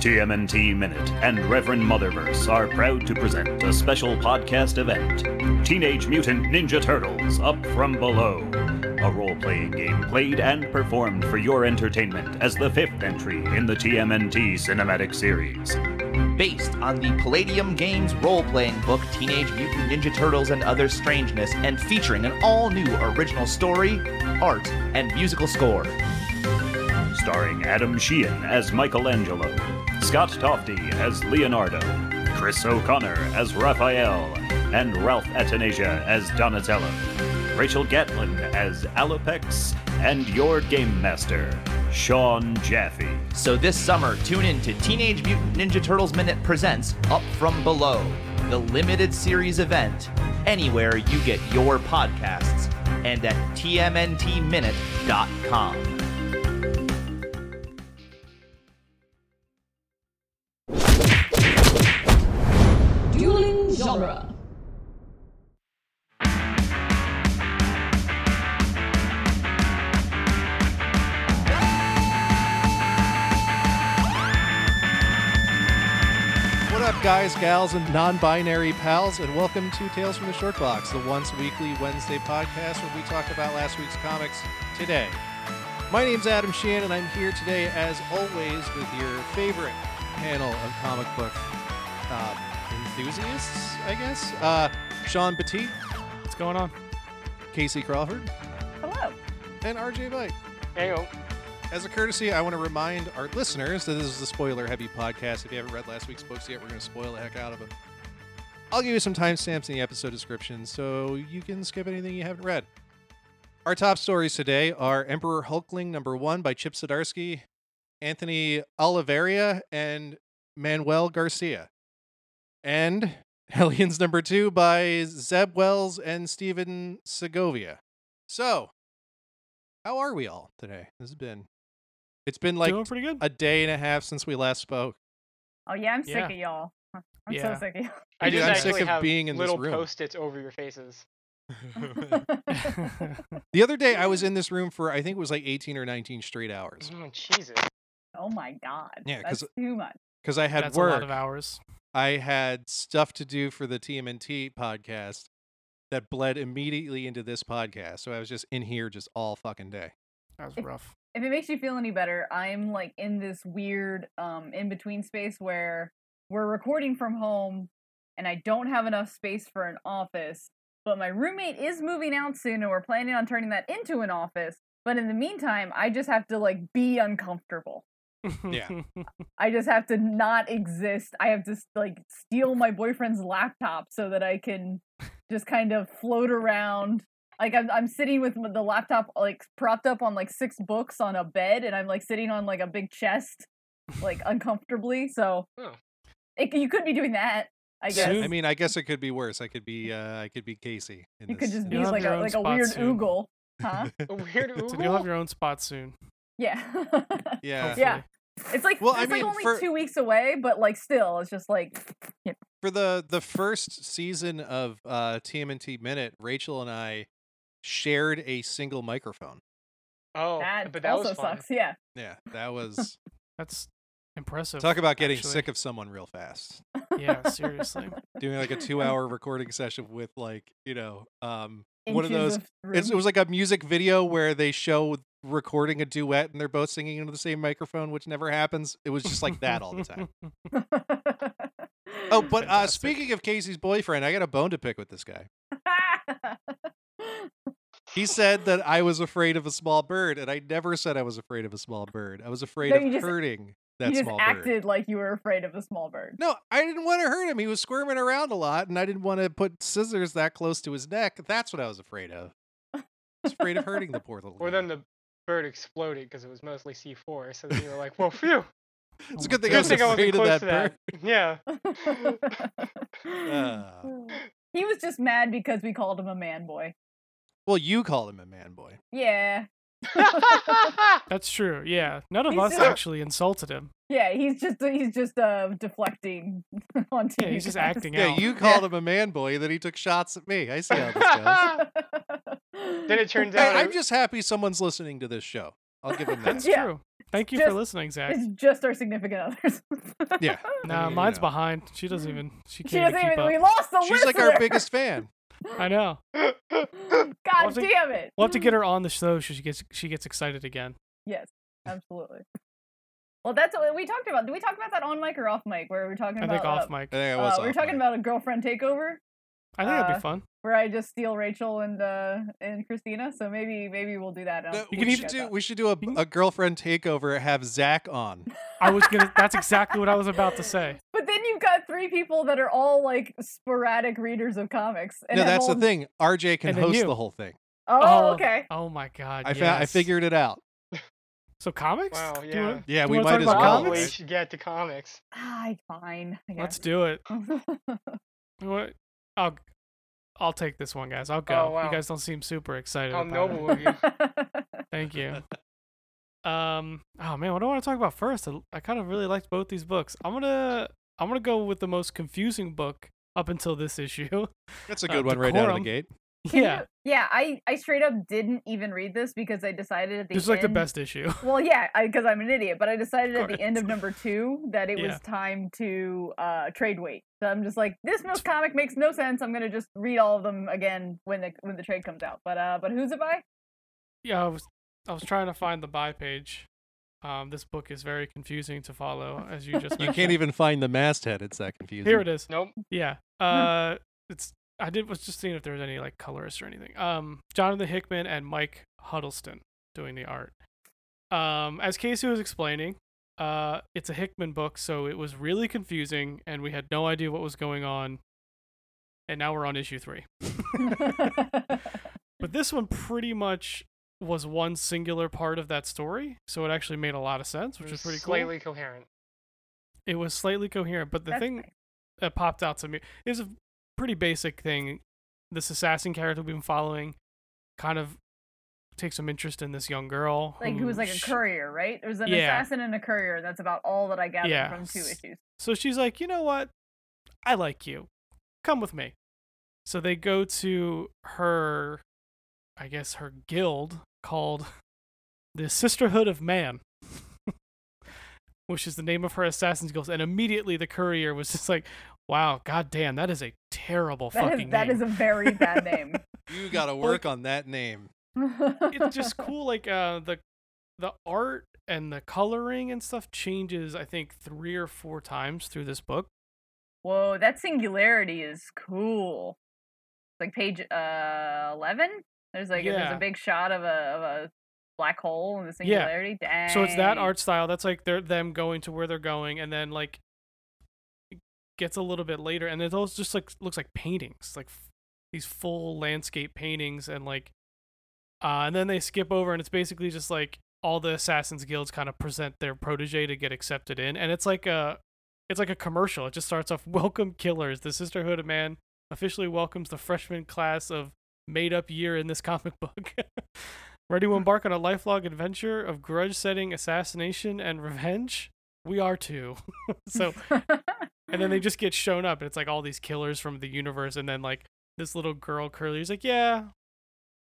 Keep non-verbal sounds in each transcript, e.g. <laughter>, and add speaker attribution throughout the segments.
Speaker 1: TMNT Minute and Reverend Motherverse are proud to present a special podcast event Teenage Mutant Ninja Turtles Up From Below. A role playing game played and performed for your entertainment as the fifth entry in the TMNT cinematic series.
Speaker 2: based on the Palladium Games role playing book Teenage Mutant Ninja Turtles and Other Strangeness, and featuring an all new original story, art, and musical score.
Speaker 1: starring Adam Sheehan as Michelangelo, Scott Tofty as Leonardo, Chris O'Connor as Raphael, and Ralph Atanasia as Donatello, Rachel Gatlin as Alopex, and your game master, Sean Jaffe.
Speaker 2: So this summer, tune in to Teenage Mutant Ninja Turtles Minute Presents Up From Below, the limited series event, anywhere you get your podcasts, and at tmntminute.com.
Speaker 3: Dueling Genre.
Speaker 4: What up, guys, gals, and non binary pals, and welcome to Tales from the Short Box, the once weekly Wednesday podcast where we talk about last week's comics today. My name's Adam Sheehan, and I'm here today, as always, with your favorite panel of comic book uh, enthusiasts, I guess. Uh, Sean Petit,
Speaker 5: What's going on?
Speaker 4: Casey Crawford,
Speaker 6: Hello.
Speaker 4: and RJ Knight.
Speaker 5: Heyo.
Speaker 4: As a courtesy, I want to remind our listeners that this is a spoiler heavy podcast. If you haven't read last week's books yet, we're going to spoil the heck out of them. I'll give you some timestamps in the episode description so you can skip anything you haven't read. Our top stories today are Emperor Hulkling number one by Chip Zdarsky, Anthony Oliveria, and Manuel Garcia. And <laughs> Hellions number two by Zeb Wells and Steven Segovia. So, how are we all today? This has been. It's been like
Speaker 5: Doing pretty good.
Speaker 4: a day and a half since we last spoke.
Speaker 6: Oh yeah, I'm sick
Speaker 5: Yeah.
Speaker 6: of y'all. I'm
Speaker 5: Yeah.
Speaker 6: so sick of
Speaker 7: I
Speaker 4: Dude,
Speaker 7: just
Speaker 4: I'm
Speaker 7: actually
Speaker 4: sick of
Speaker 7: have
Speaker 4: being in this
Speaker 7: little
Speaker 4: room.
Speaker 7: post-its over your faces.
Speaker 5: <laughs>
Speaker 6: y'all.
Speaker 4: The other day, I was in this room for I think it was like 18 or 19 straight hours
Speaker 7: Oh, Jesus.
Speaker 6: <laughs> oh my god.
Speaker 4: Yeah, 'cause-
Speaker 6: that's too much.
Speaker 4: because I had
Speaker 5: That's a lot of
Speaker 4: work,
Speaker 5: hours.
Speaker 4: I had stuff to do for the TMNT podcast that bled immediately into this podcast. So I was just in here just all fucking day.
Speaker 5: That was
Speaker 6: If-
Speaker 5: rough.
Speaker 6: If it makes you feel any better, I'm like in this weird um in between space where we're recording from home and I don't have enough space for an office, but my roommate is moving out soon and we're planning on turning that into an office. But in the meantime, I just have to like be uncomfortable. <laughs>
Speaker 4: Yeah.
Speaker 6: I just have to not exist. I have to s- like steal my boyfriend's laptop so that I can just kind of float around. Like I'm, I'm sitting with the laptop like propped up on like six books on a bed, and I'm like sitting on like a big chest,
Speaker 7: <laughs>
Speaker 6: like uncomfortably. So
Speaker 7: Oh.
Speaker 6: it, you could be doing that, I guess.
Speaker 5: Soon-
Speaker 4: I mean, I guess it could be worse. I could be, uh, I could be Casey. In
Speaker 6: you
Speaker 4: this,
Speaker 6: could just
Speaker 4: in
Speaker 6: be
Speaker 5: You'll
Speaker 4: this
Speaker 5: have
Speaker 6: like
Speaker 5: your
Speaker 6: a
Speaker 5: own
Speaker 6: like a
Speaker 5: spot
Speaker 6: weird
Speaker 5: soon.
Speaker 6: oogle,
Speaker 4: <laughs>
Speaker 6: huh?
Speaker 5: <laughs>
Speaker 7: A
Speaker 5: so you'll
Speaker 7: weird
Speaker 5: have
Speaker 6: Mm-hmm.
Speaker 7: oogle?
Speaker 5: your own spot soon.
Speaker 6: yeah, <laughs>
Speaker 4: yeah.
Speaker 5: Hopefully.
Speaker 6: Yeah. it's like
Speaker 4: Well, I
Speaker 6: it's
Speaker 4: mean,
Speaker 6: like only
Speaker 4: for-
Speaker 6: two weeks away, but like still, it's just like
Speaker 4: for the the first season of uh TMNT Minute, Rachel and I shared a single microphone.
Speaker 7: Oh,
Speaker 6: that,
Speaker 7: but that
Speaker 6: also
Speaker 7: was fun.
Speaker 6: sucks. Yeah,
Speaker 4: Yeah, that was
Speaker 5: That's impressive.
Speaker 4: talk about getting
Speaker 5: actually.
Speaker 4: sick of someone real fast.
Speaker 5: Yeah,
Speaker 4: <laughs>
Speaker 5: seriously.
Speaker 4: Doing like a
Speaker 6: <laughs>
Speaker 4: 2-hour recording session with like, you know, um one of
Speaker 6: Inches
Speaker 4: those it's,
Speaker 6: room.
Speaker 4: it was like a music video where they show recording a duet and they're both singing into the same microphone, which never happens. It was just like that all the time. Oh,
Speaker 6: <laughs>
Speaker 4: but uh,
Speaker 5: Fantastic.
Speaker 4: speaking of Casey's boyfriend, I got a bone to pick with this guy. He said that I was afraid of a small bird, and I never said I was afraid of a small bird. I was afraid
Speaker 6: No, you
Speaker 4: of
Speaker 6: just-
Speaker 4: hurting
Speaker 6: you
Speaker 4: that
Speaker 6: just
Speaker 4: small
Speaker 6: acted
Speaker 4: bird.
Speaker 6: like you were afraid of the small bird.
Speaker 4: No, I didn't want to hurt him. He was squirming around a lot, and I didn't want to put scissors that close to his neck. That's what I was afraid of. I was afraid of hurting the poor little.
Speaker 7: Or
Speaker 4: guy.
Speaker 7: then the bird exploded because it was mostly C4, so then you were like,
Speaker 5: <laughs>
Speaker 7: well, phew.
Speaker 4: it's
Speaker 5: Oh
Speaker 4: a good
Speaker 5: my
Speaker 4: thing I
Speaker 7: Good
Speaker 4: was
Speaker 7: thing I wasn't
Speaker 4: afraid of
Speaker 7: close
Speaker 4: that,
Speaker 7: to that.
Speaker 4: bird.
Speaker 5: <laughs>
Speaker 7: Yeah.
Speaker 6: <laughs>
Speaker 5: Ah.
Speaker 4: Uh.
Speaker 6: he was just mad because we called him a man boy.
Speaker 4: <laughs> Well, you called him a man boy.
Speaker 6: Yeah,
Speaker 5: <laughs> That's true. Yeah. None of
Speaker 6: He's
Speaker 5: us
Speaker 6: so-
Speaker 5: actually insulted him.
Speaker 6: yeah. He's just he's just uh deflecting <laughs> onto
Speaker 5: Yeah,
Speaker 6: you
Speaker 5: he's
Speaker 6: <laughs>
Speaker 5: just
Speaker 6: guys.
Speaker 5: acting
Speaker 4: Yeah,
Speaker 5: out.
Speaker 4: you called him a man boy, then he took shots at me. I see
Speaker 7: <laughs>
Speaker 4: how this goes. I,
Speaker 7: then it turns out.
Speaker 4: I'm
Speaker 7: I-
Speaker 4: just happy someone's listening to this show. I'll give him that.
Speaker 5: That's
Speaker 7: <laughs>
Speaker 6: Yeah.
Speaker 5: true. Thank you for
Speaker 6: Just-
Speaker 5: listening, Zach.
Speaker 6: It's just our significant others.
Speaker 4: Yeah. I
Speaker 5: Nah,
Speaker 4: mean,
Speaker 5: mine's
Speaker 4: you know.
Speaker 5: behind. She doesn't even. She
Speaker 6: <laughs> Mm-hmm. she
Speaker 5: can't
Speaker 6: doesn't
Speaker 5: even keep
Speaker 6: even. We
Speaker 5: up.
Speaker 6: lost the
Speaker 4: She's like our
Speaker 6: listener.
Speaker 4: biggest fan.
Speaker 5: I know.
Speaker 6: <laughs> God
Speaker 5: We'll have to-
Speaker 6: damn it.
Speaker 5: We'll have to get her on the show so she gets she gets excited again.
Speaker 6: <laughs> Yes, absolutely. Well, that's what we talked about. Did we talk about that on mic or off mic? Where we were talking
Speaker 5: I
Speaker 6: about.
Speaker 5: think
Speaker 6: uh,
Speaker 5: off mic.
Speaker 4: I think I
Speaker 7: Oh,
Speaker 6: uh,
Speaker 4: was.
Speaker 6: we were
Speaker 4: off
Speaker 6: talking
Speaker 4: mic.
Speaker 6: about a girlfriend takeover
Speaker 5: I think that'd
Speaker 6: uh,
Speaker 5: be fun.
Speaker 6: where I just steal Rachel and uh and Christina. So maybe maybe we'll do that. on-
Speaker 4: No,
Speaker 5: You
Speaker 4: we,
Speaker 5: can
Speaker 4: should do, we should do a, a girlfriend takeover. Have Zach on.
Speaker 5: I was gonna. That's exactly what I was about to
Speaker 6: <laughs>
Speaker 5: say.
Speaker 6: But then you've got three people that are all like sporadic readers of comics. And
Speaker 4: no,
Speaker 6: have
Speaker 4: that's the
Speaker 6: all-
Speaker 4: thing. RJ can
Speaker 5: And then
Speaker 4: host
Speaker 5: you.
Speaker 4: the whole thing.
Speaker 6: Oh, okay.
Speaker 5: Oh my god.
Speaker 4: I found. I
Speaker 5: yes.
Speaker 4: figured it out.
Speaker 5: So comics.
Speaker 7: Wow,
Speaker 5: Do you
Speaker 7: yeah.
Speaker 5: wanna-
Speaker 4: Yeah,
Speaker 5: do
Speaker 4: we
Speaker 5: you wanna
Speaker 4: might
Speaker 5: talk
Speaker 4: as
Speaker 5: about
Speaker 4: well,
Speaker 7: Probably
Speaker 4: right?
Speaker 5: comics?
Speaker 7: should get to comics.
Speaker 6: Ah, fine. I
Speaker 5: Let's
Speaker 6: guess. <laughs>
Speaker 5: do it.
Speaker 6: oh
Speaker 5: What? I'll I'll take this one, guys. I'll go.
Speaker 7: wow. Oh,
Speaker 5: You guys don't seem super excited.
Speaker 7: How
Speaker 5: about
Speaker 7: noble
Speaker 5: It.
Speaker 7: of you.
Speaker 5: <laughs> Thank you. Um. Oh man, what do I want to talk about first? I, I kind of really liked both these books. I'm gonna I'm gonna go with the most confusing book up until this issue. <laughs>
Speaker 4: That's a
Speaker 5: Uh,
Speaker 4: good one right out of the
Speaker 5: decorum.
Speaker 4: gate.
Speaker 6: Can
Speaker 5: yeah.
Speaker 6: you- yeah, I I straight up didn't even read this because I decided at the
Speaker 5: This is like the
Speaker 6: end-
Speaker 5: best issue. <laughs>
Speaker 6: Well, yeah, because I'm an idiot, but I decided at the end of
Speaker 5: course.
Speaker 6: number two that it
Speaker 5: Yeah.
Speaker 6: was time to uh, trade weight. So I'm just like, this most comic makes no sense. I'm gonna just read all of them again when the when the trade comes out. But uh, but who's
Speaker 5: <laughs>
Speaker 6: it by?
Speaker 5: Yeah, I was I was trying to find the buy page. Um, this book is very confusing to follow, as you just
Speaker 4: <laughs> You
Speaker 5: mentioned.
Speaker 4: can't even find the masthead. It's that confusing.
Speaker 5: Here it is.
Speaker 7: Nope.
Speaker 5: Yeah. Uh, it's I did was just seeing if there was any like colorist or anything. Um, Jonathan Hickman and Mike Huddleston doing the art. Um, as Casey was explaining, uh, it's a Hickman book, so it was really confusing, and we had no idea what was going on. And now we're on issue three.
Speaker 6: <laughs>
Speaker 5: But this one pretty much was one singular part of that story, so it actually made a lot of sense, which
Speaker 7: It
Speaker 5: is pretty cool.
Speaker 7: Slightly coherent.
Speaker 5: It was slightly coherent, but the
Speaker 6: That's
Speaker 5: thing
Speaker 6: nice.
Speaker 5: that popped out to me is a pretty basic thing. This assassin character we've been following kind of takes some interest in this young girl,
Speaker 6: like who was like a
Speaker 5: sh-
Speaker 6: courier, right? There was an
Speaker 5: Yeah.
Speaker 6: assassin and a courier. That's about all that I gathered
Speaker 5: Yeah.
Speaker 6: from two
Speaker 5: S-
Speaker 6: issues.
Speaker 5: So she's like, you know what? I like you. Come with me. So they go to her, I guess, her guild called the Sisterhood of Man, <laughs> which is the name of her assassin's guild. And immediately the courier was just like, wow, goddamn, that is a terrible
Speaker 6: That
Speaker 5: fucking
Speaker 6: is, that
Speaker 5: name.
Speaker 6: is a
Speaker 5: <laughs>
Speaker 6: very bad name. <laughs>
Speaker 4: You got to work on that name.
Speaker 5: it's just cool like uh the the art and the coloring and stuff changes i think three or four times through this book
Speaker 6: Whoa, that singularity is cool. Like page uh eleven. There's like there's
Speaker 5: Yeah.
Speaker 6: a big shot of a of a black hole in the
Speaker 5: Yeah.
Speaker 6: singularity. Dang.
Speaker 5: so it's that art style that's like they're them going to where they're going and then like it gets a little bit later and it also just like looks like paintings like f- these full landscape paintings and like uh and then they skip over and it's basically just like all the assassins guilds kind of present their protege to get accepted in and it's like a it's like a commercial it just starts off <laughs> welcome killers the sisterhood of man officially welcomes the freshman class of made up year in this <laughs> comic book Ready to embark on a lifelong adventure of grudge setting, assassination, and revenge? We are too. <laughs> so, and then they just get shown up, and it's like all these killers from the universe, and then like this little girl, Curly's like, yeah,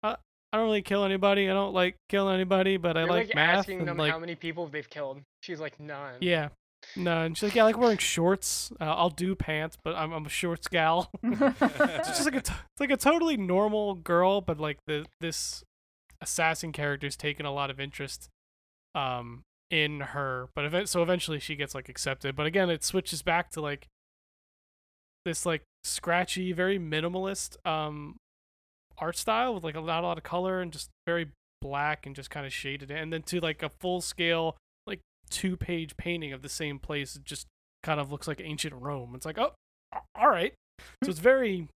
Speaker 5: I, I don't really kill anybody. I don't like kill anybody, but I
Speaker 7: You're
Speaker 5: like,
Speaker 7: like,
Speaker 5: math.
Speaker 7: asking
Speaker 5: and,
Speaker 7: them
Speaker 5: like,
Speaker 7: how many people they've killed. She's like none.
Speaker 5: yeah, no, and she's like, yeah, I like wearing shorts. Uh, I'll do pants, but I'm, I'm a shorts gal. <laughs> it's just like a t- it's like a totally normal girl, but like the this assassin character's taken a lot of interest um in her. But event so eventually she gets like accepted. But again, it switches back to like this like scratchy, very minimalist um art style with like a not a lot of color and just very black and just kind of shaded and then to like a full scale like two page painting of the same place it just kind of looks like ancient rome it's like oh all right so it's very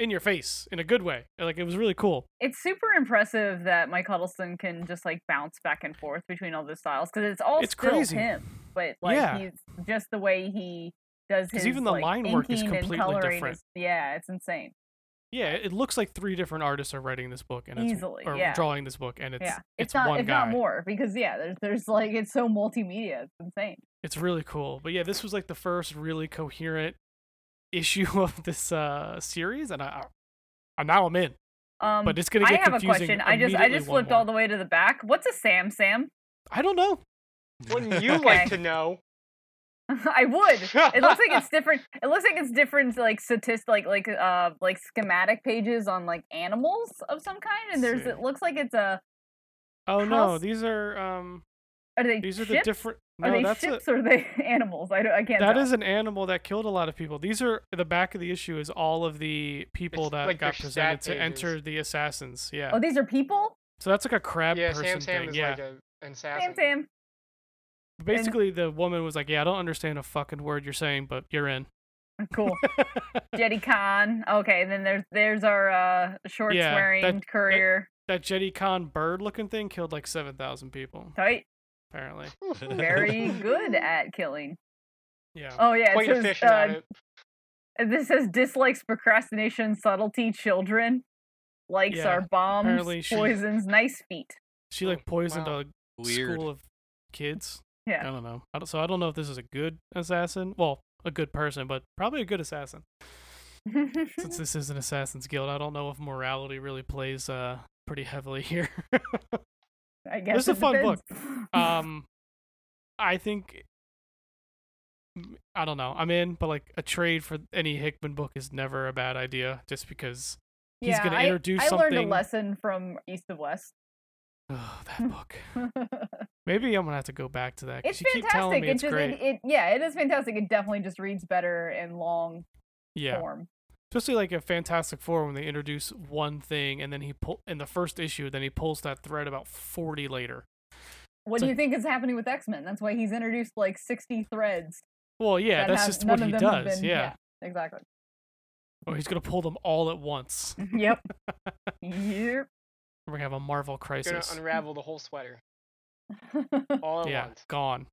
Speaker 5: in your face in a good way. Like it was really cool.
Speaker 6: it's super impressive that Mike Huddleston can just like bounce back and forth between all the styles because it's all
Speaker 5: It's
Speaker 6: still
Speaker 5: crazy.
Speaker 6: him, but like
Speaker 5: Yeah.
Speaker 6: he's just the way he does
Speaker 5: 'Cause
Speaker 6: his
Speaker 5: even the
Speaker 6: like,
Speaker 5: line work is
Speaker 6: inking and
Speaker 5: completely
Speaker 6: coloring
Speaker 5: different.
Speaker 6: is- yeah, it's insane.
Speaker 5: Yeah, it looks like three different artists are writing this book and it's
Speaker 6: Easily,
Speaker 5: or
Speaker 6: yeah.
Speaker 5: drawing this book and it's
Speaker 6: yeah,
Speaker 5: it's,
Speaker 6: if not
Speaker 5: one
Speaker 6: if
Speaker 5: guy.
Speaker 6: not more because yeah, there's there's like it's so multimedia, it's insane.
Speaker 5: It's really cool. But yeah, this was like the first really coherent issue <laughs> of this uh series and I, I and now I'm in.
Speaker 6: Um,
Speaker 5: But it's gonna
Speaker 6: I
Speaker 5: get
Speaker 6: have a
Speaker 5: confusing
Speaker 6: question. I just I
Speaker 5: immediately
Speaker 6: just
Speaker 5: one
Speaker 6: flipped
Speaker 5: more.
Speaker 6: all the way to the back. What's a Sam <laughs> Sam?
Speaker 5: I don't know.
Speaker 7: Wouldn't
Speaker 4: <laughs>
Speaker 6: <laughs>
Speaker 7: you like
Speaker 6: Okay.
Speaker 7: to know?
Speaker 6: I would. It looks like
Speaker 5: <laughs>
Speaker 6: it's different. It looks like it's different, like statistic, like like uh, like schematic pages on like animals of some kind. And there's
Speaker 5: See.
Speaker 6: it looks like it's a.
Speaker 5: Oh no,
Speaker 6: How's-
Speaker 5: these are um
Speaker 6: Are they
Speaker 5: these are
Speaker 6: ships?
Speaker 5: the different.
Speaker 6: Are
Speaker 5: No,
Speaker 6: they
Speaker 5: that's a,
Speaker 6: ships or are they <laughs> animals? I, don't, I can't.
Speaker 5: that
Speaker 6: tell.
Speaker 5: is an animal that killed a lot of people. These are the back of the issue is all of the people
Speaker 7: It's
Speaker 5: that
Speaker 7: like their
Speaker 5: got presented
Speaker 7: stat
Speaker 5: to enter
Speaker 7: pages.
Speaker 5: the assassins. Yeah,
Speaker 6: Oh, these are people.
Speaker 5: so that's like a crab
Speaker 7: yeah,
Speaker 5: person
Speaker 7: Sam Sam
Speaker 5: thing.
Speaker 7: is
Speaker 5: yeah,
Speaker 7: like a, an assassin.
Speaker 6: Sam, Sam.
Speaker 5: basically the woman was like, "Yeah, I don't understand a fucking word you're saying, but you're in."
Speaker 6: Mm,
Speaker 5: <laughs>
Speaker 6: Cool. Jetty Khan. Okay, and then there's there's our uh, shorts
Speaker 5: Yeah,
Speaker 6: wearing
Speaker 5: that- that-
Speaker 6: courier.
Speaker 5: That Jetty Khan bird looking thing killed like seven thousand people
Speaker 6: Tight.
Speaker 5: apparently.
Speaker 6: Very good
Speaker 5: <laughs>
Speaker 6: at killing.
Speaker 5: Yeah,
Speaker 6: Oh yeah. It
Speaker 7: Quite
Speaker 6: says,
Speaker 7: efficient at
Speaker 6: uh,
Speaker 7: it.
Speaker 6: This says dislikes procrastination, subtlety, children. Likes
Speaker 5: Yeah,
Speaker 6: our
Speaker 5: apparently
Speaker 6: bombs,
Speaker 5: she-
Speaker 6: poisons, nice feet.
Speaker 5: she like poisoned
Speaker 7: Oh, wow.
Speaker 5: a
Speaker 4: Weird.
Speaker 5: school of kids. I
Speaker 6: Yeah.
Speaker 5: don't know. I don't, so I don't know if this is a good assassin. Well, a good person, but probably a good assassin. Since this is an assassin's guild, I don't know if morality really plays uh pretty heavily <laughs>
Speaker 6: <laughs>
Speaker 5: here.
Speaker 6: I guess
Speaker 5: is a
Speaker 6: it
Speaker 5: fun book.
Speaker 6: depends.
Speaker 5: um, I think m- I don't know. I'm in, but like a trade for any Hickman book is never a bad idea, just because he's
Speaker 6: yeah,
Speaker 5: gonna
Speaker 6: I-
Speaker 5: introduce
Speaker 6: I, learned
Speaker 5: something-
Speaker 6: a lesson from East to West. <laughs>
Speaker 5: Ugh, that book. Maybe I'm gonna have to go back to that. 'cause
Speaker 6: Hmm. it's
Speaker 5: you keep telling
Speaker 6: fantastic.
Speaker 5: me
Speaker 6: It
Speaker 5: it's
Speaker 6: just
Speaker 5: great.
Speaker 6: it, it yeah, it is fantastic. It definitely just reads better in long
Speaker 5: yeah,
Speaker 6: form.
Speaker 5: especially like a Fantastic Four when they introduce one thing and then he pull in the first issue, then he pulls that thread about forty later.
Speaker 6: What
Speaker 5: It's
Speaker 6: do
Speaker 5: like-
Speaker 6: you think is happening with X Men? That's why he's introduced like sixty threads.
Speaker 5: Well, yeah,
Speaker 6: that
Speaker 5: that's
Speaker 6: have-
Speaker 5: just what
Speaker 6: none of
Speaker 5: he
Speaker 6: them have
Speaker 5: does.
Speaker 6: been-
Speaker 5: yeah.
Speaker 6: exactly. <laughs>
Speaker 5: or Oh, he's gonna pull them all at once. <laughs>
Speaker 6: Yep. yep.
Speaker 5: We're gonna have a Marvel
Speaker 7: Gonna
Speaker 5: crisis.
Speaker 7: unravel the whole sweater
Speaker 5: <laughs>
Speaker 7: all at
Speaker 5: yeah,
Speaker 7: once.
Speaker 5: gone.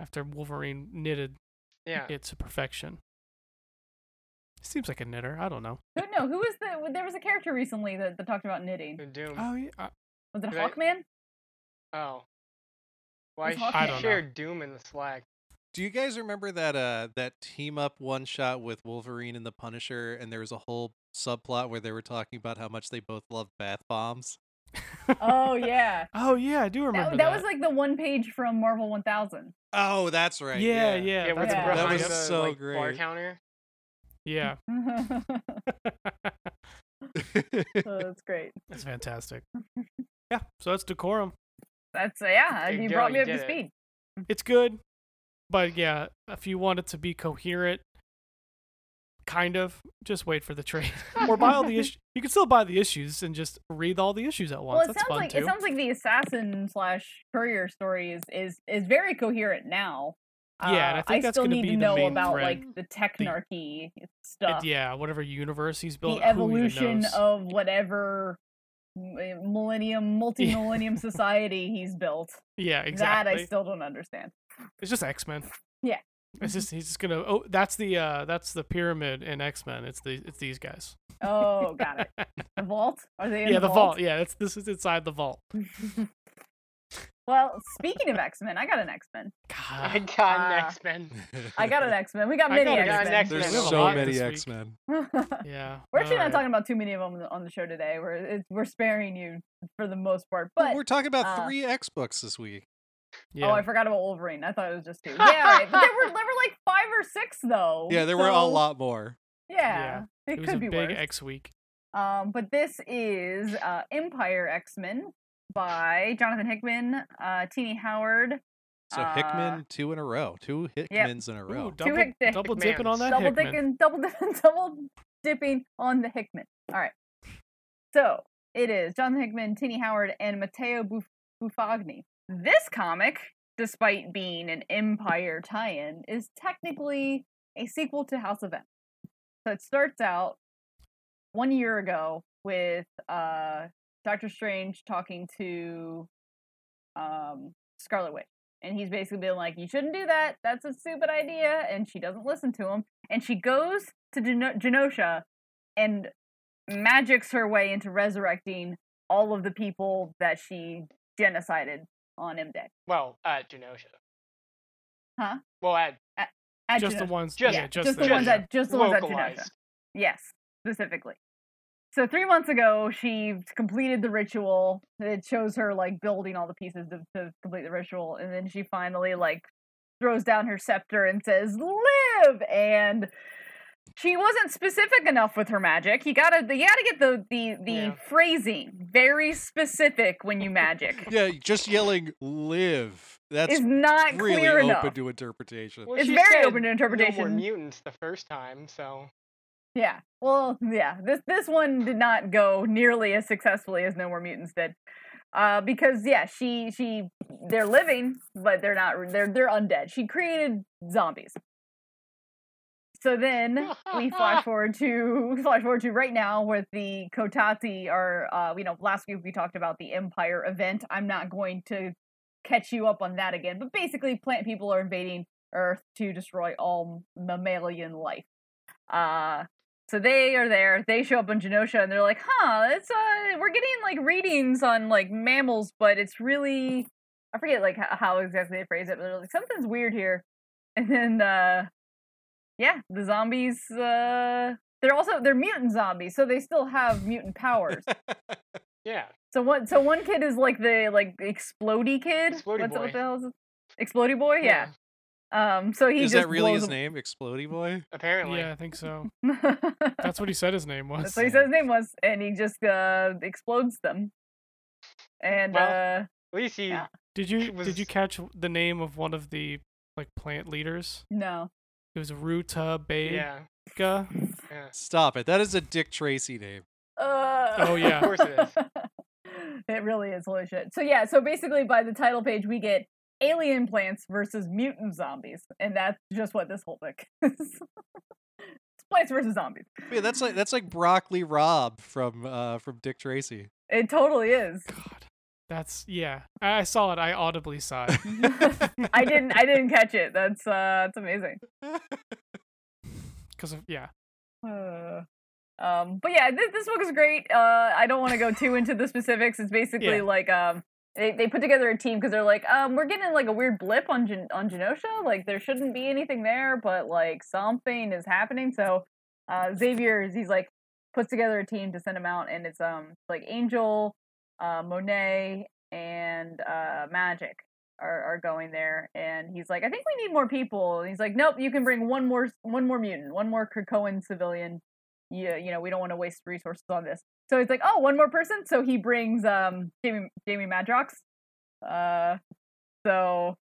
Speaker 5: After Wolverine knitted
Speaker 7: Yeah.
Speaker 5: it to perfection. Seems like a knitter. I don't know.
Speaker 6: Who no? Who was the? There was a character recently that, that talked about knitting.
Speaker 7: the Doom.
Speaker 5: Oh yeah, I,
Speaker 6: Was it
Speaker 7: Did
Speaker 5: <laughs>
Speaker 7: I-
Speaker 6: Hawkman?
Speaker 7: Oh. Why
Speaker 6: It's Hawkeye. I
Speaker 7: well,
Speaker 5: don't
Speaker 7: share
Speaker 5: know.
Speaker 7: Doom in the Slack?
Speaker 4: Do you guys remember that uh that team up one shot with Wolverine and the Punisher and there was a whole subplot where they were talking about how much they both loved bath bombs?
Speaker 6: Oh yeah.
Speaker 5: oh yeah, I do
Speaker 6: That,
Speaker 5: remember
Speaker 6: that
Speaker 5: that.
Speaker 6: was like the one page from Marvel <laughs> 1000.
Speaker 4: Oh, that's right.
Speaker 5: yeah, yeah,
Speaker 7: Yeah, with
Speaker 5: that's
Speaker 7: the
Speaker 6: Yeah.
Speaker 5: right.
Speaker 4: That
Speaker 7: behind
Speaker 4: was
Speaker 7: the
Speaker 4: so
Speaker 7: like, bar
Speaker 4: great.
Speaker 7: counter.
Speaker 5: <laughs> yeah,
Speaker 4: <laughs>
Speaker 6: oh, that's great.
Speaker 5: that's
Speaker 6: <laughs>
Speaker 5: fantastic. Yeah, so that's decorum.
Speaker 6: That's uh, yeah.
Speaker 7: There you
Speaker 6: You
Speaker 7: go,
Speaker 6: brought me
Speaker 7: you
Speaker 6: up to
Speaker 7: did it.
Speaker 6: speed.
Speaker 5: It's good, but yeah, if you want it to be coherent, kind of, just wait for the
Speaker 6: <laughs>
Speaker 5: trade or buy all the issues. You can still buy the issues and just read all the issues at once.
Speaker 6: Well, it
Speaker 5: that's
Speaker 6: sounds
Speaker 5: fun
Speaker 6: like
Speaker 5: too.
Speaker 6: it sounds like the assassin slash courier story is is is very coherent now.
Speaker 5: Yeah, and I
Speaker 6: Uh,
Speaker 5: think that's
Speaker 6: still
Speaker 5: gonna
Speaker 6: need
Speaker 5: be
Speaker 6: to
Speaker 5: the
Speaker 6: know
Speaker 5: main
Speaker 6: about
Speaker 5: thread.
Speaker 6: like the technarchy stuff.
Speaker 5: And yeah, whatever universe he's built.
Speaker 6: the evolution of whatever m- millennium
Speaker 5: <laughs>
Speaker 6: multi millennium society he's built.
Speaker 5: yeah, exactly.
Speaker 6: That I still don't understand.
Speaker 5: It's just X Men.
Speaker 6: Yeah.
Speaker 5: It's just he's just gonna. Oh, that's the uh, that's the pyramid in X Men. It's the it's these guys.
Speaker 6: Oh, got it.
Speaker 5: <laughs>
Speaker 6: The vault? Are they in
Speaker 5: yeah,
Speaker 6: the
Speaker 5: vault. Yeah, it's this is inside the vault.
Speaker 6: Well, speaking of X Men, I got an X Men. <laughs>
Speaker 7: I
Speaker 5: God,
Speaker 7: got
Speaker 6: Ah.
Speaker 7: next man.
Speaker 6: I got
Speaker 5: <laughs>
Speaker 6: an X Men. We got
Speaker 5: I
Speaker 6: many
Speaker 5: got an
Speaker 6: X Men.
Speaker 7: X-Men.
Speaker 4: There's
Speaker 5: We have a
Speaker 4: so
Speaker 5: lot
Speaker 4: many
Speaker 5: this week.
Speaker 4: X Men.
Speaker 5: yeah.
Speaker 6: <laughs> we're actually
Speaker 5: all
Speaker 6: not
Speaker 5: right.
Speaker 6: talking about too many of them on the, on the show today. We're it, we're sparing you for the most part. But
Speaker 4: we're talking about
Speaker 6: uh,
Speaker 4: three X books this week.
Speaker 5: Yeah.
Speaker 6: oh, I forgot about Wolverine. I thought it was just two. Yeah, all right. but there
Speaker 5: <laughs>
Speaker 6: were there were like five or six though.
Speaker 4: Yeah, there were a
Speaker 6: so,
Speaker 4: lot more.
Speaker 6: Yeah,
Speaker 5: it
Speaker 6: it,
Speaker 5: was
Speaker 6: could
Speaker 5: a
Speaker 6: be
Speaker 5: big
Speaker 6: worse.
Speaker 5: X week.
Speaker 6: Um, but this is uh, Empire X Men by Jonathan Hickman, uh, Teeny Howard.
Speaker 4: So
Speaker 6: Uh,
Speaker 4: Hickman, two in a row, two Hickmans in a
Speaker 5: Ooh,
Speaker 4: row.
Speaker 5: double,
Speaker 6: Hick- the
Speaker 5: double dipping on
Speaker 7: Hickmans.
Speaker 5: that
Speaker 6: double
Speaker 5: Hickman.
Speaker 6: dipping, <laughs> double dipping, double dipping on the Hickman. All right. So it is Jonathan Hickman, Tini Howard, and Matteo Buf- Buffagni. This comic, despite being an Empire tie-in, is technically a sequel to House of M. So it starts out one year ago with uh, Doctor Strange talking to um, Scarlet Witch. And he's basically been like, you shouldn't do that. That's a stupid idea. And she doesn't listen to him. And she goes to Geno- Genosha and magics her way into resurrecting all of the people that she genocided on M Day.
Speaker 7: <laughs> Well, at Genosha.
Speaker 6: Huh?
Speaker 7: Well, at
Speaker 6: At
Speaker 5: Just the
Speaker 6: Genosha.
Speaker 5: ones.
Speaker 7: Just-
Speaker 5: yeah,
Speaker 6: just the
Speaker 5: that-
Speaker 6: ones
Speaker 5: yeah.
Speaker 6: that just the ones at Genosha.
Speaker 7: localized.
Speaker 6: Yes, specifically. So three months ago, she completed the ritual. It shows her like building all the pieces to, to complete the ritual, and then she finally like throws down her scepter and says, "Live!" And she wasn't specific enough with her magic. You gotta, you gotta get the the the
Speaker 7: Yeah.
Speaker 6: phrasing very specific when you magic.
Speaker 4: Yeah, just yelling "live." That's
Speaker 6: It's not
Speaker 4: really
Speaker 6: clear
Speaker 4: open
Speaker 6: enough.
Speaker 4: to interpretation.
Speaker 7: Well,
Speaker 6: It's
Speaker 7: she
Speaker 6: very
Speaker 7: said
Speaker 6: open to
Speaker 7: No more
Speaker 6: interpretation.
Speaker 7: mutants the first time, so
Speaker 6: Yeah. Well, yeah. This this one did not go nearly as successfully as No More Mutants did. Uh, because yeah, she she they're living, but they're not they're they're undead. She created zombies. So then we flash forward to <laughs> we flash forward to right now with the Kotati or uh you know last week we talked about the Empire event. I'm not going to catch you up on that again, but basically plant people are invading Earth to destroy all mammalian life. Uh so they are there. They show up on Genosha and they're like, "Huh, it's uh we're getting like readings on like mammals, but it's really I forget like h- how exactly they phrase it, but they're like something's weird here." <laughs> And then uh yeah, the zombies uh they're also they're mutant zombies, so they still have
Speaker 4: <laughs>
Speaker 6: mutant powers.
Speaker 7: yeah.
Speaker 6: so one so one kid is like the like explodey kid.
Speaker 7: Explodey
Speaker 6: What's
Speaker 7: boy.
Speaker 6: what the hell is it? Explodey boy, yeah. Um so he
Speaker 4: Is
Speaker 6: just
Speaker 4: that really
Speaker 6: blows
Speaker 4: his name, Explodey Boy?
Speaker 7: Apparently.
Speaker 5: Yeah, I think
Speaker 6: <laughs>
Speaker 5: so.
Speaker 6: name?
Speaker 5: That's what he said his name was.
Speaker 6: That's what he said his name was, and he just uh, explodes them. And
Speaker 7: Well-
Speaker 6: uh,
Speaker 7: At least he
Speaker 6: Yeah.
Speaker 5: Did you
Speaker 7: It
Speaker 5: did you
Speaker 7: was-
Speaker 5: catch the name of one of the like plant leaders?
Speaker 6: no,
Speaker 5: It was Rutabaga.
Speaker 7: Yeah. yeah.
Speaker 4: Stop it! That is a Dick Tracy name.
Speaker 6: uh,
Speaker 5: Oh, yeah. Of
Speaker 7: course it is.
Speaker 6: <laughs> it really is holy shit. So yeah, so basically, by the title page, we get alien plants versus mutant zombies, and that's just what this whole book <laughs> is. It's plants versus zombies.
Speaker 4: Yeah, that's like that's like Broccoli Rob from uh from Dick
Speaker 6: <laughs>
Speaker 4: Tracy.
Speaker 6: It totally is. <laughs>
Speaker 5: God, that's yeah. I I saw it. I audibly saw
Speaker 6: <laughs>
Speaker 5: it.
Speaker 6: I didn't. I didn't catch it. That's uh, that's amazing.
Speaker 5: Cause of, yeah,
Speaker 6: Uh, um, but yeah, this, this book is great. Uh, I don't want to go too into the specifics. It's basically
Speaker 5: Yeah.
Speaker 6: like um, they, they put together a team because they're like, um, we're getting like a weird blip on Gen- on Genosha. Like there shouldn't be anything there, but like something is happening. So uh, Xavier, he's like puts together a team to send him out, and it's um like Angel, uh, Monet, and uh, Magic. Are, are going there and he's like i think we need more people and he's like nope you can bring one more one more mutant one more krakoan civilian you, you know, we don't want to waste resources on this. So he's like, oh, one more person. So he brings um Jamie Jamie Madrox. Uh, so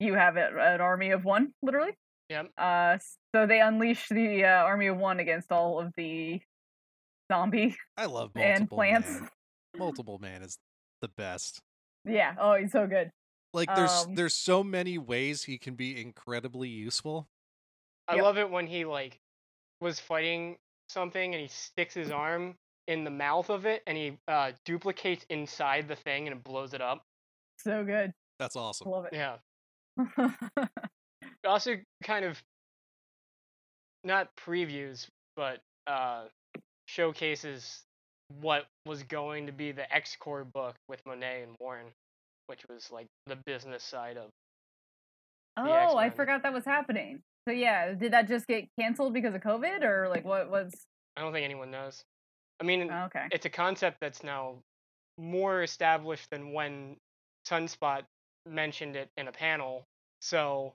Speaker 6: you have it, an army of one, literally.
Speaker 7: Yep.
Speaker 6: Uh, so they unleash the uh, army of one against all of the zombie <laughs>
Speaker 4: I love multiple
Speaker 6: and plants.
Speaker 4: Man. Multiple man is the best.
Speaker 6: Yeah. Oh, he's so good.
Speaker 4: Like there's
Speaker 6: Um,
Speaker 4: there's so many ways he can be incredibly useful.
Speaker 7: I
Speaker 6: Yep.
Speaker 7: love it when he like was fighting something and he sticks his arm in the mouth of it and he uh, duplicates inside the thing and it blows it up.
Speaker 6: So good.
Speaker 4: That's awesome.
Speaker 6: Love it.
Speaker 7: Yeah.
Speaker 6: <laughs>
Speaker 7: It also kind of not previews, but uh, showcases what was going to be the X Core book with Monet and Warren, which was like the business side of
Speaker 6: oh, I
Speaker 7: X-Men.
Speaker 6: forgot that was happening. So yeah, did that just get canceled because of COVID or like what was?
Speaker 7: I don't think anyone knows. I mean,
Speaker 6: oh, okay.
Speaker 7: it's a concept that's now more established than when Sunspot mentioned it in a panel. So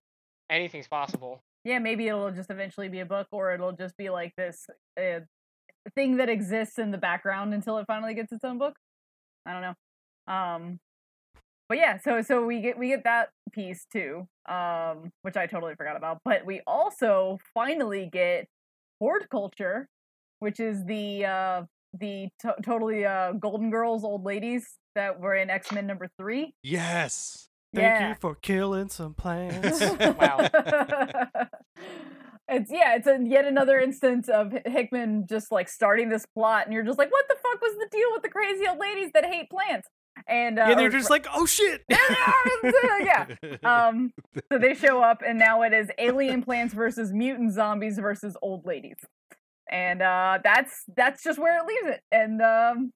Speaker 7: anything's possible.
Speaker 6: yeah, maybe it'll just eventually be a book, or it'll just be like this uh, thing that exists in the background until it finally gets its own book. I don't know. Um, but yeah, so so we get we get that piece too, um, which I totally forgot about. But we also finally get horde culture, which is the uh, the to- totally uh, Golden Girls old ladies that were in X Men number three.
Speaker 4: Yes.
Speaker 6: <laughs>
Speaker 5: thank
Speaker 6: yeah.
Speaker 5: you for killing some
Speaker 6: <laughs>
Speaker 5: plants. <laughs>
Speaker 7: Wow.
Speaker 6: it's yeah, it's a, yet another instance of Hi- Hickman just like starting this plot, and you're just like, what the fuck was the deal with the crazy old ladies that hate plants? And uh,
Speaker 5: yeah, they're
Speaker 6: or-
Speaker 5: just like, oh shit. <laughs>
Speaker 6: yeah.
Speaker 4: <laughs>
Speaker 6: Um, so they show up, and now it is alien plants versus mutant zombies versus old ladies, and uh, that's that's just where it leaves it, and um,